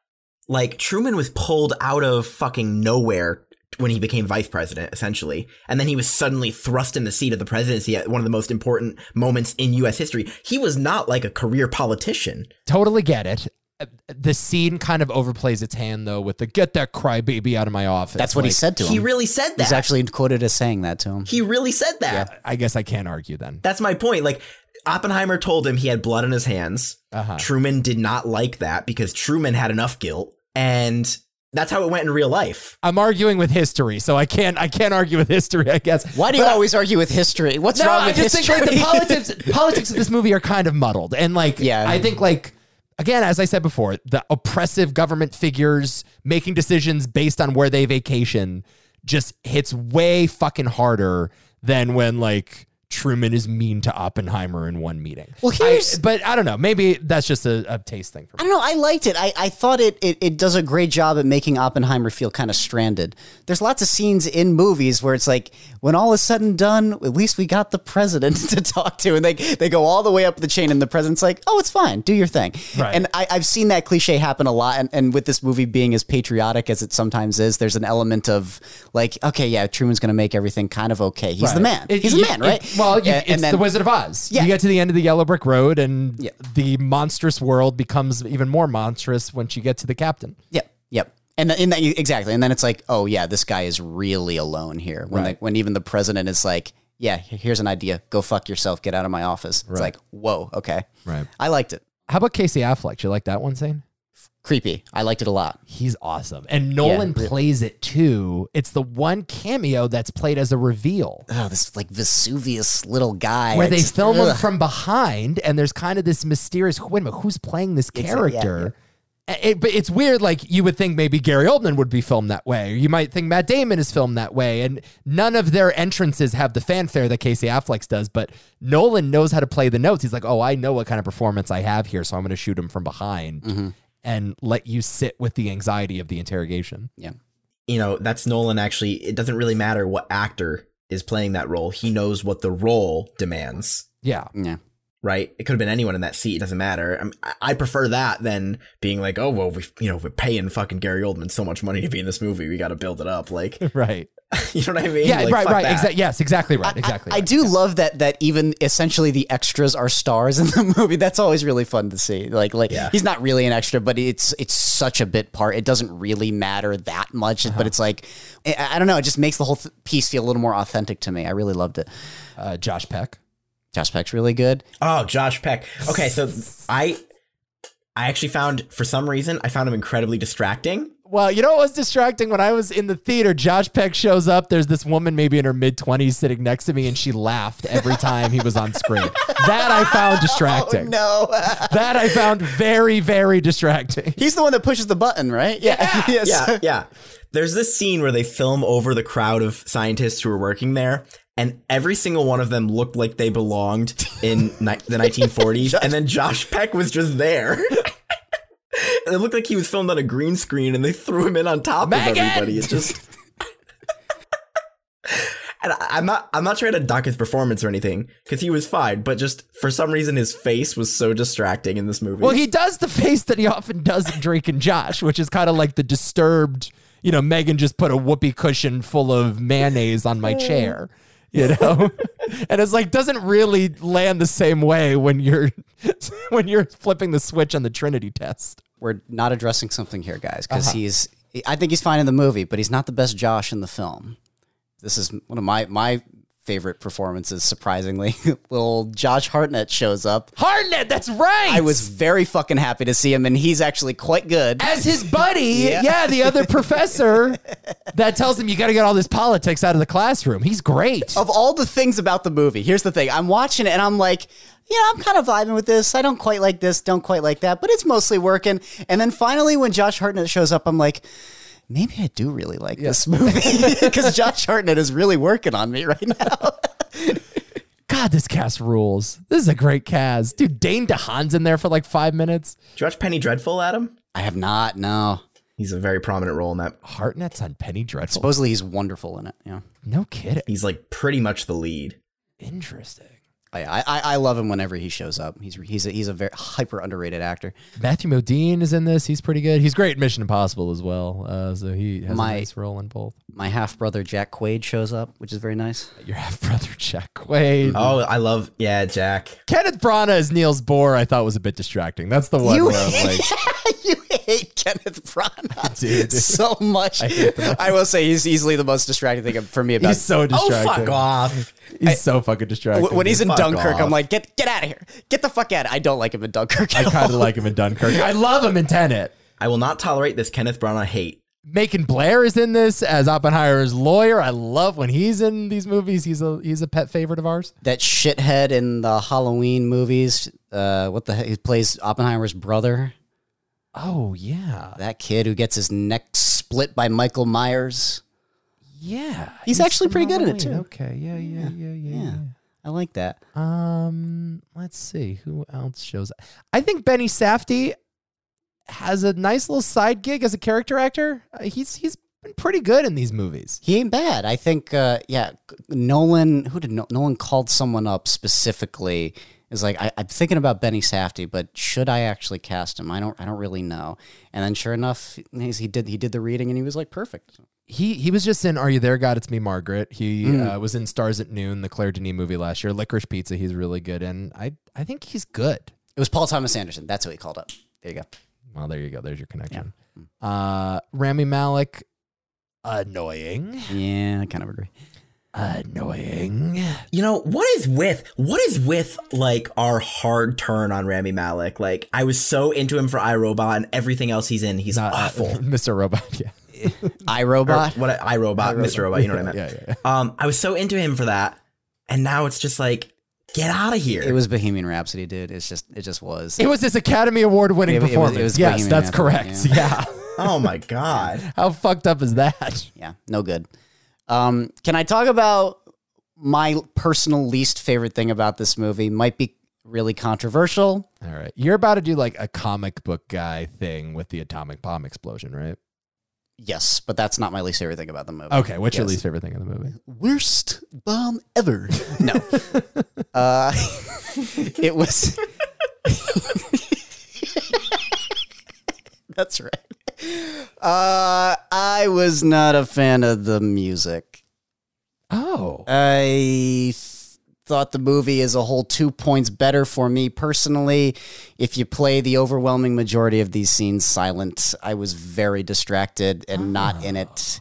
[SPEAKER 2] like Truman was pulled out of fucking nowhere when he became vice president, essentially, and then he was suddenly thrust in the seat of the presidency at one of the most important moments in U.S. history. He was not like a career politician.
[SPEAKER 1] Totally get it. Uh, The scene kind of overplays its hand though with the get that crybaby out of my office.
[SPEAKER 3] That's what he
[SPEAKER 1] Like,
[SPEAKER 3] said to him.
[SPEAKER 2] He really said that.
[SPEAKER 3] He's actually quoted as saying that to him.
[SPEAKER 2] He really said that.
[SPEAKER 1] I guess I can't argue then.
[SPEAKER 2] That's my point. Like Oppenheimer told him he had blood on his hands.
[SPEAKER 1] Uh-huh.
[SPEAKER 2] Truman did not like that because Truman had enough guilt, and that's how it went in real life.
[SPEAKER 1] I'm arguing with history, so I can't I can't argue with history, I guess.
[SPEAKER 3] Why do you always argue with history? What's
[SPEAKER 1] no,
[SPEAKER 3] wrong
[SPEAKER 1] I
[SPEAKER 3] with
[SPEAKER 1] just
[SPEAKER 3] history?
[SPEAKER 1] think like the politics politics of this movie are kind of muddled, and like
[SPEAKER 3] Yeah.
[SPEAKER 1] I think like again, as I said before, the oppressive government figures making decisions based on where they vacation just hits way fucking harder than when like Truman is mean to Oppenheimer in one meeting.
[SPEAKER 3] Well,
[SPEAKER 1] I-
[SPEAKER 3] here's-
[SPEAKER 1] but I don't know. Maybe that's just a, a taste thing for
[SPEAKER 3] I
[SPEAKER 1] me.
[SPEAKER 3] don't know. I liked it. I, I thought it, it it does a great job at making Oppenheimer feel kind of stranded. There's lots of scenes in movies where it's like, when all is said and done, at least we got the president to talk to, and they they go all the way up the chain, and the president's like, oh, it's fine, do your thing.
[SPEAKER 1] Right.
[SPEAKER 3] And I, I've seen that cliche happen a lot, and, and with this movie being as patriotic as it sometimes is, there's an element of like, okay, yeah, Truman's going to make everything kind of okay. He's the
[SPEAKER 1] Right.
[SPEAKER 3] man.
[SPEAKER 1] It-
[SPEAKER 3] He's the
[SPEAKER 1] you-
[SPEAKER 3] man,
[SPEAKER 1] it-
[SPEAKER 3] right?
[SPEAKER 1] Well, you,
[SPEAKER 3] And-
[SPEAKER 1] it's
[SPEAKER 3] and then-
[SPEAKER 1] the Wizard of Oz.
[SPEAKER 3] Yeah.
[SPEAKER 1] You get to the end of the Yellow Brick Road, and the monstrous world becomes even more monstrous once you get to the captain.
[SPEAKER 3] Yep. Yep. And then, and then you, exactly. And then it's like, oh yeah, this guy is really alone here. When like when even the president is like, yeah, he- here's an idea. Go fuck yourself. Get out of my office. It's like, whoa, okay.
[SPEAKER 1] Right.
[SPEAKER 3] I liked it.
[SPEAKER 1] How about Casey Affleck? You like that one scene?
[SPEAKER 3] Creepy. I liked it a lot.
[SPEAKER 1] He's awesome. And Nolan plays it too. It's the one cameo that's played as a reveal.
[SPEAKER 3] Oh, this like Vesuvius little guy.
[SPEAKER 1] where
[SPEAKER 3] I
[SPEAKER 1] they
[SPEAKER 3] just-
[SPEAKER 1] film him
[SPEAKER 3] ugh.
[SPEAKER 1] from behind, and there's kind of this mysterious wait a minute, who's playing this
[SPEAKER 3] Exactly, yeah,
[SPEAKER 1] character? A- it- but it's weird. Like you would think maybe Gary Oldman would be filmed that way, or you might think Matt Damon is filmed that way, and none of their entrances have the fanfare that Casey Affleck does. But Nolan knows how to play the notes. He's like, oh, I know what kind of performance I have here, so I'm going to shoot him from behind
[SPEAKER 3] Mm-hmm.
[SPEAKER 1] and let you sit with the anxiety of the interrogation.
[SPEAKER 3] Yeah.
[SPEAKER 2] you know, that's Nolan actually. It doesn't really matter what actor is playing that role. He knows what the role demands,
[SPEAKER 1] Yeah.
[SPEAKER 3] Yeah.
[SPEAKER 2] right? It could have been anyone in that seat. It doesn't matter. I'm, I- I prefer that than being like, oh, well, we, you know, we're paying fucking Gary Oldman so much money to be in this movie. We got to build it up. Like,
[SPEAKER 1] Right.
[SPEAKER 2] you know what I mean?
[SPEAKER 1] Yeah.
[SPEAKER 2] Like,
[SPEAKER 1] right.
[SPEAKER 2] fuck
[SPEAKER 1] Right.
[SPEAKER 2] that.
[SPEAKER 1] Exactly. Yes. Exactly. Right. Exactly.
[SPEAKER 3] I do love that that even essentially the extras are stars in the movie. That's always really fun to see. Like like he's not really an extra, but it's it's such a bit part. It doesn't really matter that
[SPEAKER 1] Uh-huh.
[SPEAKER 3] much, but it's like I, I don't know. It just makes the whole th- piece feel a little more authentic to me. I really loved it.
[SPEAKER 1] uh, Josh Peck.
[SPEAKER 3] Josh Peck's really good.
[SPEAKER 2] Oh, Josh Peck. Okay, so I I actually found for some reason I found him incredibly distracting.
[SPEAKER 1] Well, you know what was distracting when I was in the theater? Josh Peck shows up. There's this woman, maybe in her mid 20s, sitting next to me, and she laughed every time he was on screen. That I found distracting.
[SPEAKER 3] Oh, No,
[SPEAKER 1] That I found very, very distracting.
[SPEAKER 3] he's the one that pushes the button, right? Yeah, yes.
[SPEAKER 2] Yeah, yeah. There's this scene where they film over the crowd of scientists who are working there, and every single one of them looked like they belonged in ni- the 1940s, and then Josh Peck was just there. and it looked like he was filmed on a green screen, and they threw him in on top of
[SPEAKER 1] Megan!
[SPEAKER 2] everybody. It just. And I- I'm not, I'm not trying to dock his performance or anything, because he was fine. But just for some reason, his face was so distracting in this movie.
[SPEAKER 1] Well, he does the face that he often does in Drake and Josh, which is kind of like the disturbed, you know, Megan just put a whoopee cushion full of mayonnaise on my chair, you know? and it's like doesn't really land the same way when you're when you're flipping the switch on the Trinity test.
[SPEAKER 3] We're not addressing something here, guys, because he's. I think he's fine in the movie, but he's not the best Josh in the film. This is one of my my favorite performances. Surprisingly, little Josh Hartnett shows up.
[SPEAKER 1] Hartnett, that's right.
[SPEAKER 3] I was very fucking happy to see him, and he's actually quite good.
[SPEAKER 1] as his buddy, yeah.
[SPEAKER 3] Yeah.
[SPEAKER 1] the other professor that tells him you got to get all this politics out of the classroom. He's great.
[SPEAKER 3] Of all the things about the movie, here's the thing: I'm watching it, and I'm like, you know, I'm kind of vibing with this. I don't quite like this, don't quite like that, but it's mostly working. And then finally, when Josh Hartnett shows up, I'm like. Maybe I do really like this movie because Josh Hartnett is really working on me right now.
[SPEAKER 1] God, this cast rules. This is a great cast, dude. Dane DeHaan's in there for like five minutes.
[SPEAKER 2] Did you watch Penny Dreadful, Adam?
[SPEAKER 3] I have not. No,
[SPEAKER 2] He's a very prominent role in that.
[SPEAKER 1] Hartnett's on Penny Dreadful.
[SPEAKER 3] supposedly he's wonderful in it. Yeah,
[SPEAKER 1] no kidding.
[SPEAKER 2] He's like pretty much the lead.
[SPEAKER 1] Interesting.
[SPEAKER 3] I Oh, I, I- I love him whenever he shows up. He's he's a, he's a very hyper underrated actor.
[SPEAKER 1] Matthew Modine is in this. He's pretty good. He's great in Mission Impossible as well. Uh, so he has
[SPEAKER 3] My-
[SPEAKER 1] a nice role in both.
[SPEAKER 3] My half brother Jack Quaid shows up, which is very nice.
[SPEAKER 1] Your half brother Jack Quaid.
[SPEAKER 2] Oh, I love yeah, Jack.
[SPEAKER 1] Kenneth Branagh as Niels Bohr. I thought was a bit distracting. That's the one
[SPEAKER 3] You-
[SPEAKER 1] where I'm like,
[SPEAKER 3] you hate Kenneth Branagh
[SPEAKER 1] Dude.
[SPEAKER 3] so much. I, will say he's easily the most distracting thing for me about.
[SPEAKER 1] he's so
[SPEAKER 2] Oh,
[SPEAKER 1] distracting.
[SPEAKER 2] fuck off.
[SPEAKER 1] He's so fucking distracting.
[SPEAKER 3] Wh- when he's in
[SPEAKER 2] Fuck
[SPEAKER 3] Dunkirk,
[SPEAKER 2] off.
[SPEAKER 3] I'm like, get get out of here, get the fuck out. I don't like him in Dunkirk.
[SPEAKER 1] I
[SPEAKER 3] at
[SPEAKER 1] kind of
[SPEAKER 3] all.
[SPEAKER 1] like him in Dunkirk. I love him in Tenet.
[SPEAKER 2] I will not tolerate this Kenneth Branagh hate.
[SPEAKER 1] Macon Blair is in this as Oppenheimer's lawyer. I love when he's in these movies. He's a he's a pet favorite of ours.
[SPEAKER 3] that shithead in the Halloween movies. Uh, what the heck? He plays Oppenheimer's brother.
[SPEAKER 1] Oh yeah,
[SPEAKER 3] That kid who gets his neck split by Michael Myers.
[SPEAKER 1] yeah.
[SPEAKER 3] He's actually
[SPEAKER 1] from
[SPEAKER 3] pretty good in it,
[SPEAKER 1] Halloween.
[SPEAKER 3] too.
[SPEAKER 1] Okay, yeah, yeah, yeah, yeah.
[SPEAKER 3] Yeah, I like that.
[SPEAKER 1] yeah. Um, let's see who else shows. up. I think Benny Safdie has a nice little side gig as a character actor. Uh, he's he's been pretty good in these movies.
[SPEAKER 3] He ain't bad. I think, uh, yeah, Nolan, who did no- Nolan called someone up specifically? Is like, I, I'm thinking about Benny Safdie, but should I actually cast him? I don't, I don't really know. And then sure enough, he's, he did, he did the reading and he was like, perfect.
[SPEAKER 1] he he was just in Are You There, God? It's Me, Margaret. He
[SPEAKER 3] Mm.
[SPEAKER 1] uh, was in Stars at Noon, the Claire Denis movie last year. Licorice Pizza, he's really good, and I I think he's good.
[SPEAKER 3] It was Paul Thomas Anderson. That's what he called up. There you go.
[SPEAKER 1] Well, there you go. There's your connection. Uh, Rami Malik, annoying.
[SPEAKER 3] Yeah, I kind of agree.
[SPEAKER 1] Annoying.
[SPEAKER 2] You know, what is with what is with like our hard turn on Rami Malik? Like I was so into him for iRobot and everything else he's in, he's awful.
[SPEAKER 1] Mr. Robot. Yeah.
[SPEAKER 3] iRobot.
[SPEAKER 2] Or what iRobot, Mr. Robot, you know what I meant.
[SPEAKER 1] Yeah, yeah, yeah.
[SPEAKER 2] Um I was so into him for that. And now it's just like, get out of here.
[SPEAKER 3] It was Bohemian Rhapsody, dude. It's just it just was.
[SPEAKER 1] It was his Academy Award winning
[SPEAKER 3] It- it was- it
[SPEAKER 1] performance.
[SPEAKER 3] was
[SPEAKER 1] yes,
[SPEAKER 3] Bohemian
[SPEAKER 1] that's
[SPEAKER 3] Rhapsody,
[SPEAKER 1] correct. Yeah.
[SPEAKER 2] oh my god.
[SPEAKER 1] How fucked up is that?
[SPEAKER 3] yeah, no good. Um, can I talk about my personal least favorite thing about this movie? Might be really controversial.
[SPEAKER 1] All right. You're about to do like a comic book guy thing with the atomic bomb explosion, right?
[SPEAKER 3] Yes, but that's not my least favorite thing about the movie.
[SPEAKER 1] Okay. What's your
[SPEAKER 3] Yes.
[SPEAKER 1] least favorite thing in the movie?
[SPEAKER 3] worst bomb ever? No, uh, it was. That's right. Uh, I was not a fan of the music.
[SPEAKER 1] Oh.
[SPEAKER 3] I th- thought the movie is a whole two points better for me personally if you play the overwhelming majority of these scenes silent. I was very distracted and not in it.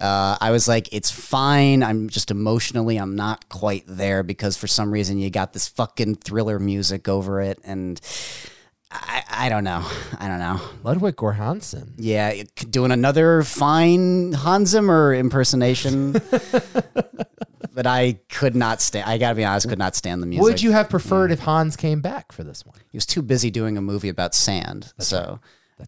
[SPEAKER 3] Uh, I was like, it's fine. I'm just emotionally, I'm not quite there because for some reason you got this fucking thriller music over it. And I, I don't know. I don't know.
[SPEAKER 1] Ludwig Göransson.
[SPEAKER 3] Yeah, it- doing another fine Hans Zimmer impersonation. but I could not stand. I gotta be honest, could not stand the music.
[SPEAKER 1] Would you have preferred if Hans came back for this one?
[SPEAKER 3] He was too busy doing a movie about sand. so,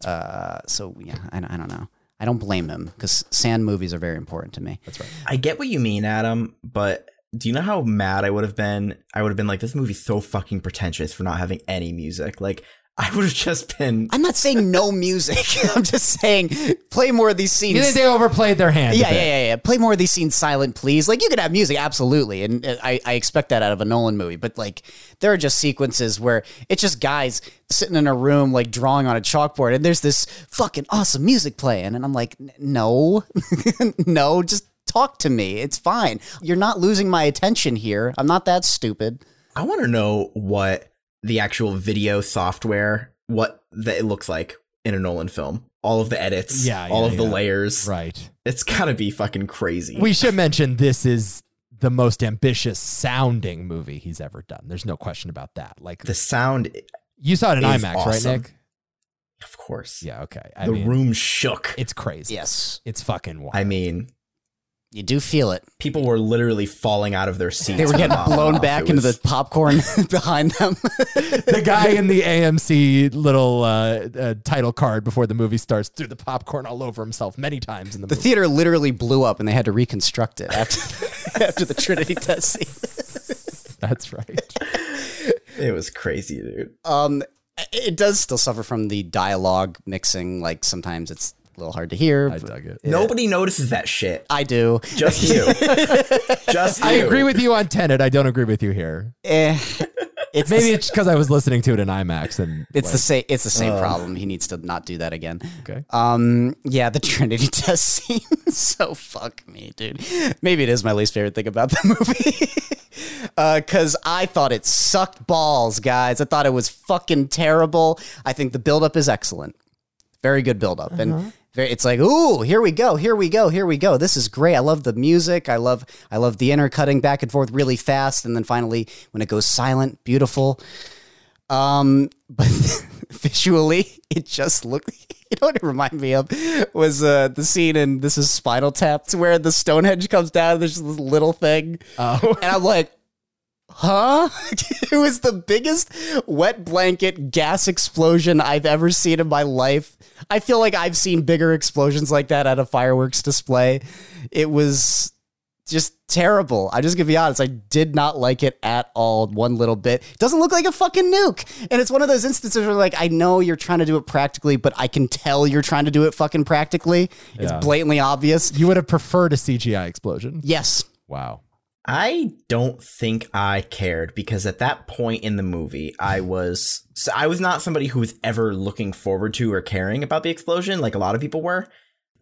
[SPEAKER 3] uh, so yeah, I, I don't know. I don't blame him because sand movies are very important to me.
[SPEAKER 1] That's right.
[SPEAKER 2] I get what you mean, Adam, but do you know how mad I would have been? I would have been like, this movie's so fucking pretentious for not having any music. Like, I would have just been.
[SPEAKER 3] I'm not saying no music. I'm just saying play more of these
[SPEAKER 1] You
[SPEAKER 3] scenes.
[SPEAKER 1] think they overplayed their hand? a
[SPEAKER 3] Yeah,
[SPEAKER 1] bit?
[SPEAKER 3] yeah, yeah, yeah. Play more of these scenes silent, please. Like you could have music, absolutely, and uh, I, I expect that out of a Nolan movie. But like, there are just sequences where it's just guys sitting in a room, like drawing on a chalkboard, and there's this fucking awesome music playing, and I'm like, "N- no, no, just talk to me. It's fine. You're not losing my attention here. I'm not that stupid.
[SPEAKER 2] I want to know what the actual video software, what that it looks like in a Nolan film. All of the edits,
[SPEAKER 1] Yeah,
[SPEAKER 2] all
[SPEAKER 1] yeah,
[SPEAKER 2] of the
[SPEAKER 1] yeah.
[SPEAKER 2] layers.
[SPEAKER 1] Right.
[SPEAKER 2] It's gotta be fucking crazy.
[SPEAKER 1] We should mention this is the most ambitious sounding movie he's ever done. There's no question about that. Like
[SPEAKER 2] the sound,
[SPEAKER 1] you saw it in
[SPEAKER 2] is
[SPEAKER 1] IMAX,
[SPEAKER 2] awesome.
[SPEAKER 1] right, Nick?
[SPEAKER 2] of course.
[SPEAKER 1] Yeah. Okay. I
[SPEAKER 2] the
[SPEAKER 1] mean,
[SPEAKER 2] room shook.
[SPEAKER 1] It's crazy.
[SPEAKER 3] Yes,
[SPEAKER 1] It's fucking wild.
[SPEAKER 2] I mean,
[SPEAKER 3] you do feel it.
[SPEAKER 2] people were literally falling out of their seats.
[SPEAKER 3] They were
[SPEAKER 2] when
[SPEAKER 3] getting
[SPEAKER 2] Mom went
[SPEAKER 3] blown
[SPEAKER 2] off.
[SPEAKER 3] back
[SPEAKER 2] Oh, It
[SPEAKER 3] into the
[SPEAKER 2] was-
[SPEAKER 3] popcorn behind them.
[SPEAKER 1] the guy in the AMC little uh, uh, title card before the movie starts threw the popcorn all over himself many times in the,
[SPEAKER 3] The
[SPEAKER 1] movie.
[SPEAKER 3] theater literally blew up, and they had to reconstruct it after after the Trinity test scene.
[SPEAKER 1] That's right.
[SPEAKER 2] It was crazy, dude.
[SPEAKER 3] Um, it does still suffer from the dialogue mixing. Like sometimes it's a little hard to hear.
[SPEAKER 1] I
[SPEAKER 3] but-
[SPEAKER 1] dug it.
[SPEAKER 2] Nobody notices that shit.
[SPEAKER 3] I do.
[SPEAKER 2] Just you. Just you.
[SPEAKER 1] I agree with you on Tenet. I don't agree with you here.
[SPEAKER 3] Eh, it's
[SPEAKER 1] Maybe
[SPEAKER 3] the,
[SPEAKER 1] it's because I was listening to it in IMAX and
[SPEAKER 3] it's the
[SPEAKER 1] like,
[SPEAKER 3] same. It's the same problem. He needs to not do that again.
[SPEAKER 1] okay.
[SPEAKER 3] Um, yeah, the Trinity test scene. so fuck me, dude. Maybe it is my least favorite thing about the movie. Uh, cause I thought it sucked balls, guys. I thought it was fucking terrible. I think the buildup is excellent. Very good buildup. And very, it's like, ooh, here we go, here we go, here we go. This is great. I love the music. I love I love the intercutting back and forth really fast. And then finally when it goes silent, beautiful. Um, but visually, it just looked. You know what it reminded me of was uh, the scene in this is Spinal Tap, to where the Stonehenge comes down. And there's this little thing,
[SPEAKER 1] Oh.
[SPEAKER 3] and I'm like, huh? it was the biggest wet blanket gas explosion I've ever seen in my life. I feel like I've seen bigger explosions like that at a fireworks display. It was just terrible. I'm just gonna be honest. I did not like it at all, one little bit. It doesn't look like a fucking nuke. And it's one of those instances where, like, I know you're trying to do it practically, but I can tell you're trying to do it fucking practically. It's
[SPEAKER 1] Yeah.
[SPEAKER 3] blatantly obvious.
[SPEAKER 1] You would have preferred a CGI explosion.
[SPEAKER 3] Yes.
[SPEAKER 1] Wow.
[SPEAKER 2] I don't think I cared because at that point in the movie, I was so I was not somebody who was ever looking forward to or caring about the explosion like a lot of people were.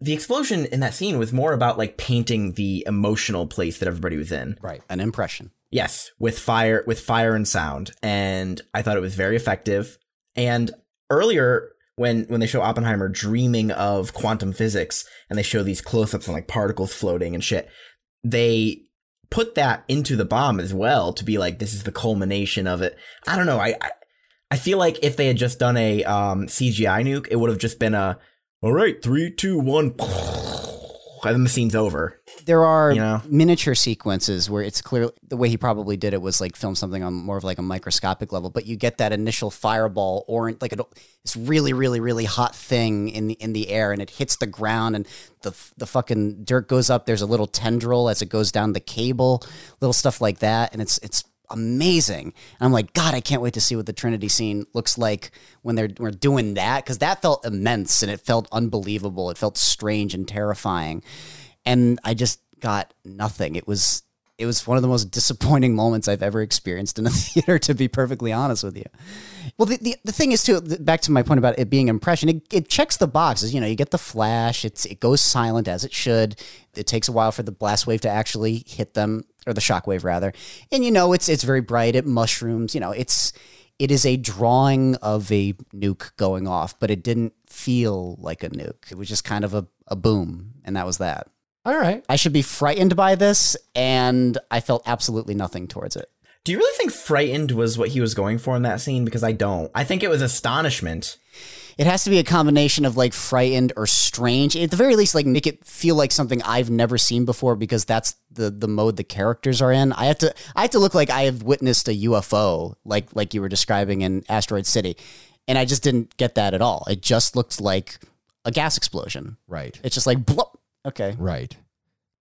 [SPEAKER 2] the explosion in that scene was more about like painting the emotional place that everybody was in.
[SPEAKER 1] Right.
[SPEAKER 3] An impression.
[SPEAKER 2] Yes, with fire with fire and sound. And I thought it was very effective. And earlier when when they show Oppenheimer dreaming of quantum physics and they show these close-ups and like particles floating and shit, they put that into the bomb as well to be like this is the culmination of it. I don't know. I I, I feel like if they had just done a um, CGI nuke, it would have just been a all right, three, two, one, and then the scene's over.
[SPEAKER 3] There are
[SPEAKER 2] You know?
[SPEAKER 3] miniature sequences where it's clear the way he probably did it was like film something on more of like a microscopic level, but you get that initial fireball or like a, this really, really, really hot thing in the in the air and it hits the ground and the the fucking dirt goes up. There's a little tendril as it goes down the cable, little stuff like that, and it's it's amazing. And I'm like, God, I can't wait to see what the Trinity scene looks like when they're we're doing that because that felt immense and it felt unbelievable. It felt strange and terrifying, and I just got nothing. It was it was one of the most disappointing moments I've ever experienced in a theater. To be perfectly honest with you, well, the, the, the thing is too. th- Back to my point about it being impression. It, it checks the boxes. You know, you get the flash. It's it goes silent as it should. It takes a while for the blast wave to actually hit them, or the shock wave rather. And you know, it's it's very bright. It mushrooms. You know, it's it is a drawing of a nuke going off, but it didn't feel like a nuke. It was just kind of a, a boom, and that was that.
[SPEAKER 1] All right.
[SPEAKER 3] I should be frightened by this, and I felt absolutely nothing towards it.
[SPEAKER 2] Do you really think frightened was what he was going for in that scene? Because I don't. I think it was astonishment.
[SPEAKER 3] It has to be a combination of like frightened or strange. At the very least, like make it feel like something I've never seen before because that's the the mode the characters are in. I have to I have to look like I have witnessed a UFO, like like you were describing in Asteroid City. And I just didn't get that at all. It just looked like a gas explosion.
[SPEAKER 1] Right.
[SPEAKER 3] It's just like blop. Okay.
[SPEAKER 1] Right.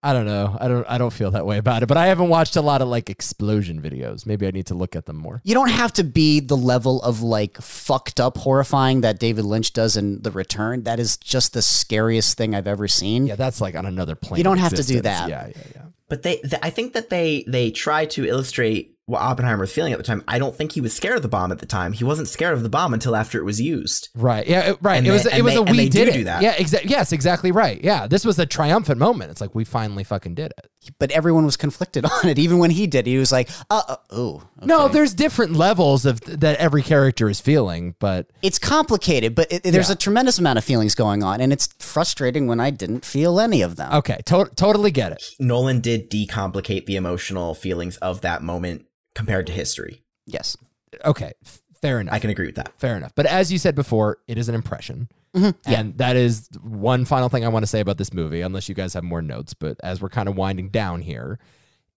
[SPEAKER 1] I don't know. I don't I don't feel that way about it, but I haven't watched a lot of like explosion videos. Maybe I need to look at them more.
[SPEAKER 3] You don't have to be the level of like fucked up horrifying that David Lynch does in The Return. That is just the scariest thing I've ever seen.
[SPEAKER 1] Yeah, that's like on another plane.
[SPEAKER 3] You don't have to do
[SPEAKER 1] existence.
[SPEAKER 3] that.
[SPEAKER 1] Yeah, yeah, yeah.
[SPEAKER 2] But they, th I think that they they try to illustrate what Oppenheimer was feeling at the time. I don't think he was scared of the bomb at the time. He wasn't scared of the bomb until after it was used.
[SPEAKER 1] Right. Yeah. it- Right.
[SPEAKER 2] And
[SPEAKER 1] it was.
[SPEAKER 2] they-
[SPEAKER 1] it
[SPEAKER 2] and
[SPEAKER 1] was
[SPEAKER 2] they-
[SPEAKER 1] a
[SPEAKER 2] and
[SPEAKER 1] we
[SPEAKER 2] they do
[SPEAKER 1] did it.
[SPEAKER 2] do that.
[SPEAKER 1] Yeah. Exactly. Yes. Exactly. Right. Yeah. This was a triumphant moment. It's like we finally fucking did it.
[SPEAKER 3] but everyone was conflicted on it. Even when he did, he was like, "Uh, uh oh,
[SPEAKER 1] No, there's different levels of that every character is feeling, but
[SPEAKER 3] it's complicated." But it, there's
[SPEAKER 1] Yeah.
[SPEAKER 3] a tremendous amount of feelings going on, and it's frustrating when I didn't feel any of them.
[SPEAKER 1] okay, to- totally get it.
[SPEAKER 2] Nolan did decomplicate the emotional feelings of that moment compared to history.
[SPEAKER 3] Yes,
[SPEAKER 1] Okay, f- fair enough.
[SPEAKER 2] I can agree with that.
[SPEAKER 1] fair enough. But as you said before, it is an impression,
[SPEAKER 3] Mm-hmm. Yeah.
[SPEAKER 1] and that is one final thing I want to say about this movie. Unless you guys have more notes, but as we're kind of winding down here,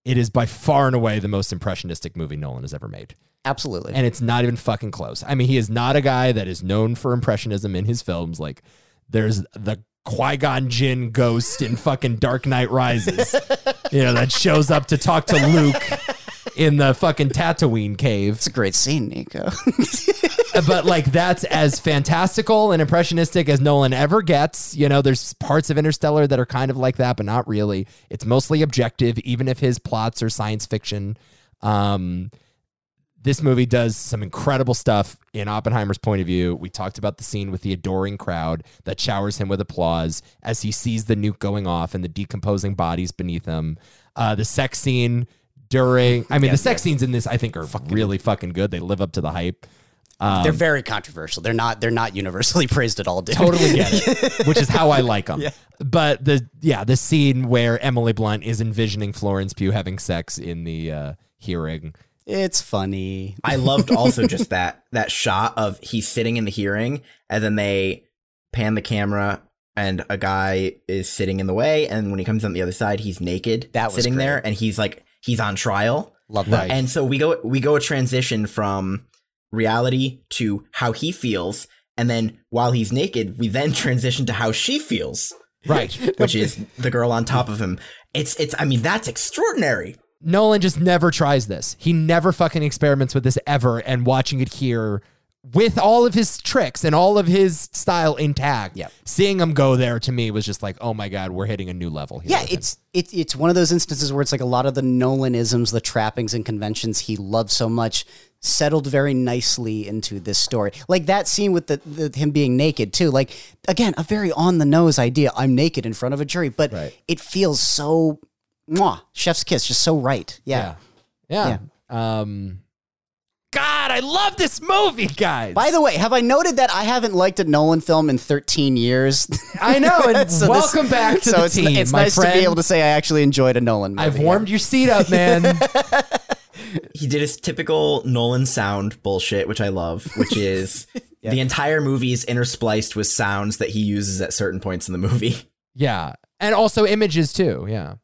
[SPEAKER 1] it is by far and away the most impressionistic movie Nolan has ever made.
[SPEAKER 3] absolutely.
[SPEAKER 1] and it's not even fucking close. I mean, he is not a guy that is known for impressionism in his films. Like, there's the Qui Gon Jinn ghost in fucking Dark Knight Rises, you know, that shows up to talk to Luke in the fucking Tatooine cave.
[SPEAKER 3] it's a great scene, Nico.
[SPEAKER 1] But like, that's as fantastical and impressionistic as Nolan ever gets. You know, there's parts of Interstellar that are kind of like that, but not really. It's mostly objective, even if his plots are science fiction. Um, this movie does some incredible stuff in Oppenheimer's point of view. We talked about the scene with the adoring crowd that showers him with applause as he sees the nuke going off and the decomposing bodies beneath him. Uh, the sex scene during, I mean, the sex scenes in this, I think, are really fucking good. They live up to the hype. Um,
[SPEAKER 3] they're very controversial. They're not. They're not universally praised at all, dude.
[SPEAKER 1] Totally get it, which is how I like them. But the yeah, the scene where Emily Blunt is envisioning Florence Pugh having sex in the uh, hearing.
[SPEAKER 3] It's funny.
[SPEAKER 2] I loved also just that that shot of he's sitting in the hearing, and then they pan the camera, and a guy is sitting in the way, and when he comes on the other side, he's naked,
[SPEAKER 3] That was
[SPEAKER 2] sitting there,
[SPEAKER 3] great.
[SPEAKER 2] and he's like he's on trial,
[SPEAKER 3] Love
[SPEAKER 1] Right.
[SPEAKER 3] that.
[SPEAKER 2] and so we go we go a transition from reality to how he feels, and then while he's naked, we then transition to how she feels,
[SPEAKER 1] Right.
[SPEAKER 2] which is the girl on top of him. It's it's I mean that's extraordinary.
[SPEAKER 1] Nolan just never tries this. He never fucking experiments with this ever. And watching it here with all of his tricks and all of his style intact,
[SPEAKER 3] Yep.
[SPEAKER 1] seeing him go there to me was just like, oh my God, we're hitting a new level here.
[SPEAKER 3] Yeah,
[SPEAKER 1] with him.
[SPEAKER 3] it's it, it's one of those instances where it's like a lot of the Nolanisms, the trappings and conventions he loves so much settled very nicely into this story. Like that scene with the, the him being naked too. Like again, a very on the nose idea. I'm naked in front of a jury, but it feels so mwah, chef's kiss, just so right. Yeah.
[SPEAKER 1] Yeah. Um God, I love this movie, guys.
[SPEAKER 3] By the way, have I noted that I haven't liked a Nolan film in 13 years?
[SPEAKER 1] I know, and welcome back to
[SPEAKER 3] so
[SPEAKER 1] the
[SPEAKER 3] it's,
[SPEAKER 1] team,
[SPEAKER 3] It's
[SPEAKER 1] my
[SPEAKER 3] nice to
[SPEAKER 1] friend.
[SPEAKER 3] be able to say I actually enjoyed a Nolan movie.
[SPEAKER 1] I've warmed your seat up, man.
[SPEAKER 2] he did his typical Nolan sound bullshit, which I love, which is the entire movie is interspliced with sounds that he uses at certain points in the movie.
[SPEAKER 1] yeah. And also images too. Yeah.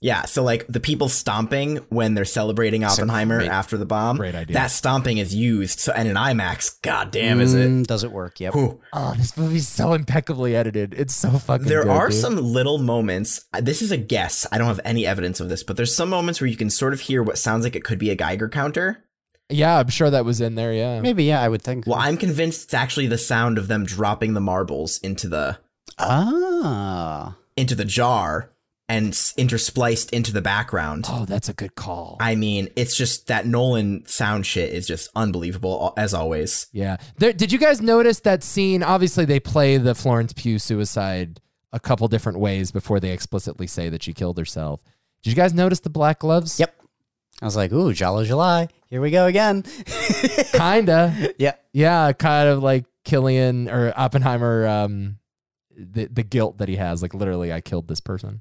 [SPEAKER 2] Yeah, so like the people stomping when they're celebrating
[SPEAKER 1] It's a
[SPEAKER 2] Oppenheimer
[SPEAKER 1] great-
[SPEAKER 2] after the bomb.
[SPEAKER 1] great idea.
[SPEAKER 2] That stomping is used. So and in IMAX, god damn, is it?
[SPEAKER 3] Mm, Does it work? Yep.
[SPEAKER 2] Whew.
[SPEAKER 1] Oh, this movie's so impeccably edited. It's so fucking
[SPEAKER 2] There
[SPEAKER 1] good,
[SPEAKER 2] are
[SPEAKER 1] dude.
[SPEAKER 2] some little moments. uh, This is a guess. I don't have any evidence of this, but there's some moments where you can sort of hear what sounds like it could be a Geiger counter.
[SPEAKER 1] Yeah, I'm sure that was in there, yeah.
[SPEAKER 3] Maybe, yeah, I would think.
[SPEAKER 2] Well, I'm convinced it's actually the sound of them dropping the marbles into the
[SPEAKER 3] Ah.
[SPEAKER 2] into the jar and s- interspliced into the background.
[SPEAKER 1] Oh, that's a good call.
[SPEAKER 2] I mean, it's just that Nolan sound shit is just unbelievable al- as always.
[SPEAKER 1] Yeah. There, did you guys notice that scene? Obviously, they play the Florence Pugh suicide a couple different ways before they explicitly say that she killed herself. Did you guys notice the black gloves?
[SPEAKER 3] Yep. I was like, ooh, Jolly July. Here we go again.
[SPEAKER 1] Kinda.
[SPEAKER 3] Yeah.
[SPEAKER 1] yeah, kind of like Killian or Oppenheimer. Um, the the guilt that he has, like literally, I killed this person.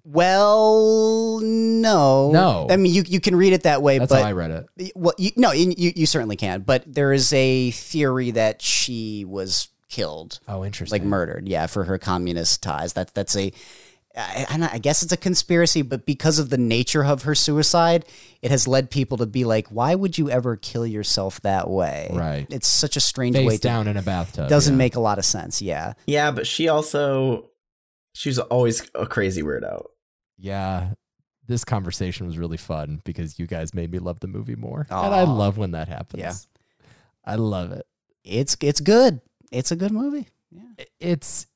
[SPEAKER 3] Well, no.
[SPEAKER 1] No.
[SPEAKER 3] I mean, you, you can read it that way,
[SPEAKER 1] That's
[SPEAKER 3] but
[SPEAKER 1] how I read it.
[SPEAKER 3] Well, you, no, you, you you certainly can, but there is a theory that she was killed,
[SPEAKER 1] Oh, interesting.
[SPEAKER 3] like murdered, yeah, for her communist ties. That that's a, I, I don't- I guess it's a conspiracy, but because of the nature of her suicide, it has led people to be like, why would you ever kill yourself that way?
[SPEAKER 1] Right.
[SPEAKER 3] It's such a strange way
[SPEAKER 1] face
[SPEAKER 3] to.
[SPEAKER 1] down in a bathtub.
[SPEAKER 3] doesn't
[SPEAKER 1] yeah.
[SPEAKER 3] make a lot of sense. Yeah.
[SPEAKER 2] Yeah, but she also she's always a crazy weirdo.
[SPEAKER 1] Yeah. This conversation was really fun because you guys made me love the movie more. And I
[SPEAKER 3] Aw.
[SPEAKER 1] love when that happens.
[SPEAKER 3] Yeah.
[SPEAKER 1] I love it.
[SPEAKER 3] It's it's good. It's a good movie.
[SPEAKER 1] It's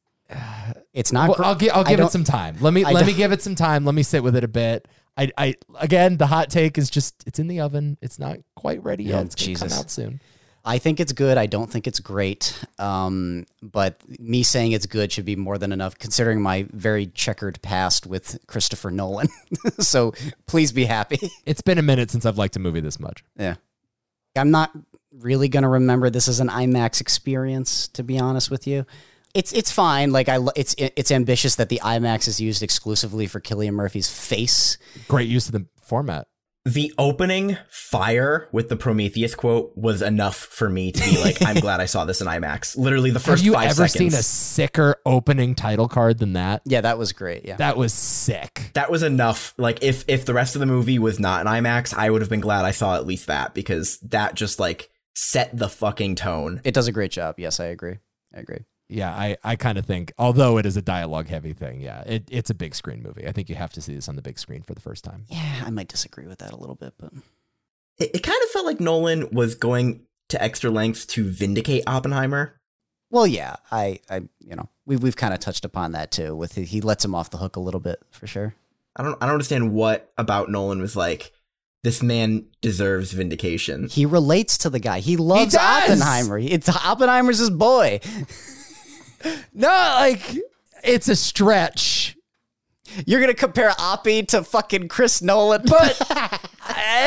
[SPEAKER 3] It's not.
[SPEAKER 1] Well,
[SPEAKER 3] gr-
[SPEAKER 1] I'll, gi- I'll
[SPEAKER 3] I
[SPEAKER 1] give it
[SPEAKER 3] don't-
[SPEAKER 1] some time. Let me
[SPEAKER 3] I
[SPEAKER 1] let me
[SPEAKER 3] don't-
[SPEAKER 1] give it some time. Let me sit with it a bit. I, I again, the hot take is just it's in the oven. It's not quite ready yet.
[SPEAKER 3] Oh,
[SPEAKER 1] It's gonna
[SPEAKER 3] Jesus.
[SPEAKER 1] come out soon.
[SPEAKER 3] I think it's good. I don't think it's great. Um, but me saying it's good should be more than enough, considering my very checkered past with Christopher Nolan. so please be happy.
[SPEAKER 1] It's been a minute since I've liked a movie this much.
[SPEAKER 3] Yeah. I'm not really going to remember this as an IMAX experience, to be honest with you. It's, it's fine. Like I, lo- it's it's ambitious that the IMAX is used exclusively for Killian Murphy's face.
[SPEAKER 1] Great use of the format.
[SPEAKER 2] The opening fire with the Prometheus quote was enough for me to be like, I'm glad I saw this in IMAX. Literally the first
[SPEAKER 1] Have you
[SPEAKER 2] five
[SPEAKER 1] ever
[SPEAKER 2] seconds.
[SPEAKER 1] seen a sicker opening title card than that?
[SPEAKER 3] Yeah, that was great. Yeah,
[SPEAKER 1] That was sick.
[SPEAKER 2] that was enough. Like if if the rest of the movie was not in IMAX, I would have been glad I saw at least that because that just like set the fucking tone.
[SPEAKER 3] it does a great job. Yes, I agree. I agree.
[SPEAKER 1] Yeah, I, I kind of think, although it is a dialogue heavy thing, yeah, it, it's a big screen movie. I think you have to see this on the big screen for the first time.
[SPEAKER 3] Yeah, I might disagree with that a little bit, but
[SPEAKER 2] It, it kind of felt like Nolan was going to extra lengths to vindicate Oppenheimer.
[SPEAKER 3] Well, yeah, I, I, you know, we we've kind of touched upon that too. With he lets him off the hook a little bit for sure.
[SPEAKER 2] I don't I don't understand what about Nolan was like, this man deserves vindication.
[SPEAKER 3] He relates to the guy. He loves
[SPEAKER 1] does!
[SPEAKER 3] Oppenheimer. It's Oppenheimer's his boy.
[SPEAKER 1] No, like it's a stretch.
[SPEAKER 3] You're gonna compare Oppie to fucking Chris Nolan,
[SPEAKER 1] But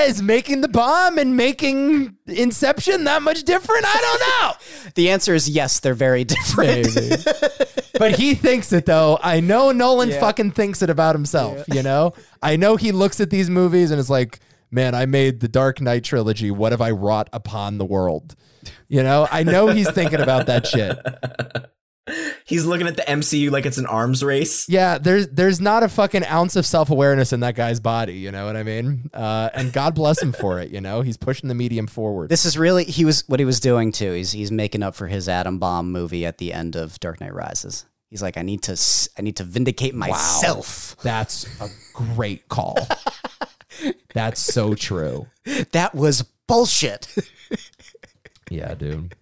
[SPEAKER 1] is making the bomb and making Inception that much different? I
[SPEAKER 3] the answer is yes. They're very different.
[SPEAKER 1] don't know. Maybe. but he thinks it though. I know Nolan
[SPEAKER 3] Yeah.
[SPEAKER 1] fucking thinks it about himself, you know? I know he looks at these movies and is like, man, I made the Dark Knight trilogy. What have I wrought upon the world? You know, I know he's thinking about that shit.
[SPEAKER 2] He's looking at the MCU like it's an arms race.
[SPEAKER 1] Yeah, there's there's not a fucking ounce of self awareness in that guy's body. You know what I mean? Uh, and God bless him for it. You know, he's pushing the medium forward.
[SPEAKER 3] This is really he was what he was doing too. He's he's making up for his atom bomb movie at the end of Dark Knight Rises. He's like, I need to s- I need to vindicate myself.
[SPEAKER 1] That's a great call. That's so true.
[SPEAKER 3] That was bullshit.
[SPEAKER 1] Yeah, dude.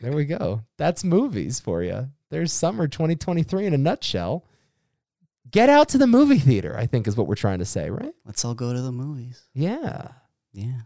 [SPEAKER 1] There we go. That's movies for you. There's summer 2023 in a nutshell. Get out to the movie theater, I think is what we're trying to say, right?
[SPEAKER 3] Let's all go to the movies.
[SPEAKER 1] Yeah.
[SPEAKER 3] Yeah.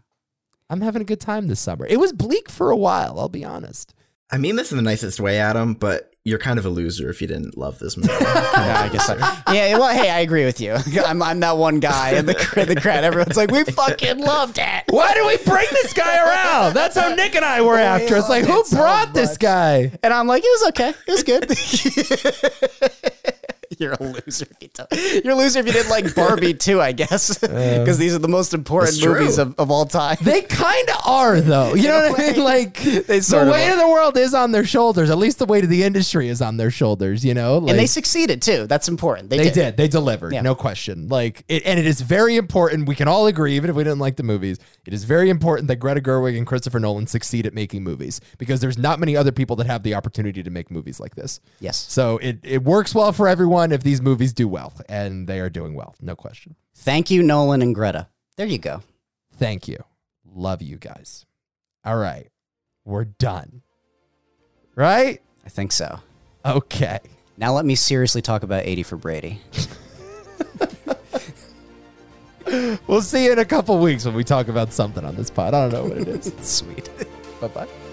[SPEAKER 1] I'm having a good time this summer. It was bleak for a while, I'll be honest.
[SPEAKER 11] I mean this in the nicest way, Adam, but you're kind of a loser if you didn't love this movie.
[SPEAKER 3] yeah, I guess so. Yeah, well, hey, I agree with you. I'm, I'm that one guy in the, cr- the crowd. Everyone's like, we fucking loved it.
[SPEAKER 1] Why do we bring this guy around? That's how Nick and I were after. It's like, who brought this guy?
[SPEAKER 3] And I'm like, it was okay. It was good. You're a loser. If you don't. You're a loser if you didn't like Barbie too, I guess, because these are the most important
[SPEAKER 1] It's Uh, true.
[SPEAKER 3] movies of, of all time.
[SPEAKER 1] They kind of are, though. You
[SPEAKER 3] In
[SPEAKER 1] know
[SPEAKER 3] a
[SPEAKER 1] what I
[SPEAKER 3] way.
[SPEAKER 1] mean? Like,
[SPEAKER 3] sort
[SPEAKER 1] the
[SPEAKER 3] of
[SPEAKER 1] weight
[SPEAKER 3] are.
[SPEAKER 1] of the world is on their shoulders. At least the weight of the industry is on their shoulders, you know? Like,
[SPEAKER 3] and they succeeded too. That's important. They,
[SPEAKER 1] they, did. They delivered,
[SPEAKER 3] Yeah.
[SPEAKER 1] no question. Like, it, and it is very important. We can all agree, even if we didn't like the movies, it is very important that Greta Gerwig and Christopher Nolan succeed at making movies because there's not many other people that have the opportunity to make movies like this.
[SPEAKER 3] Yes.
[SPEAKER 1] So it, it works well for everyone if these movies do well, and they are doing well, no question.
[SPEAKER 3] Thank you, Nolan and Greta. There you go.
[SPEAKER 1] Thank you. Love you guys. All right. We're done. Right?
[SPEAKER 3] I think so.
[SPEAKER 1] Okay.
[SPEAKER 3] Now let me seriously talk about 80 for Brady.
[SPEAKER 1] We'll see you in a couple weeks when we talk about something on this pod. I don't know what it is.
[SPEAKER 3] Sweet.
[SPEAKER 1] bye bye.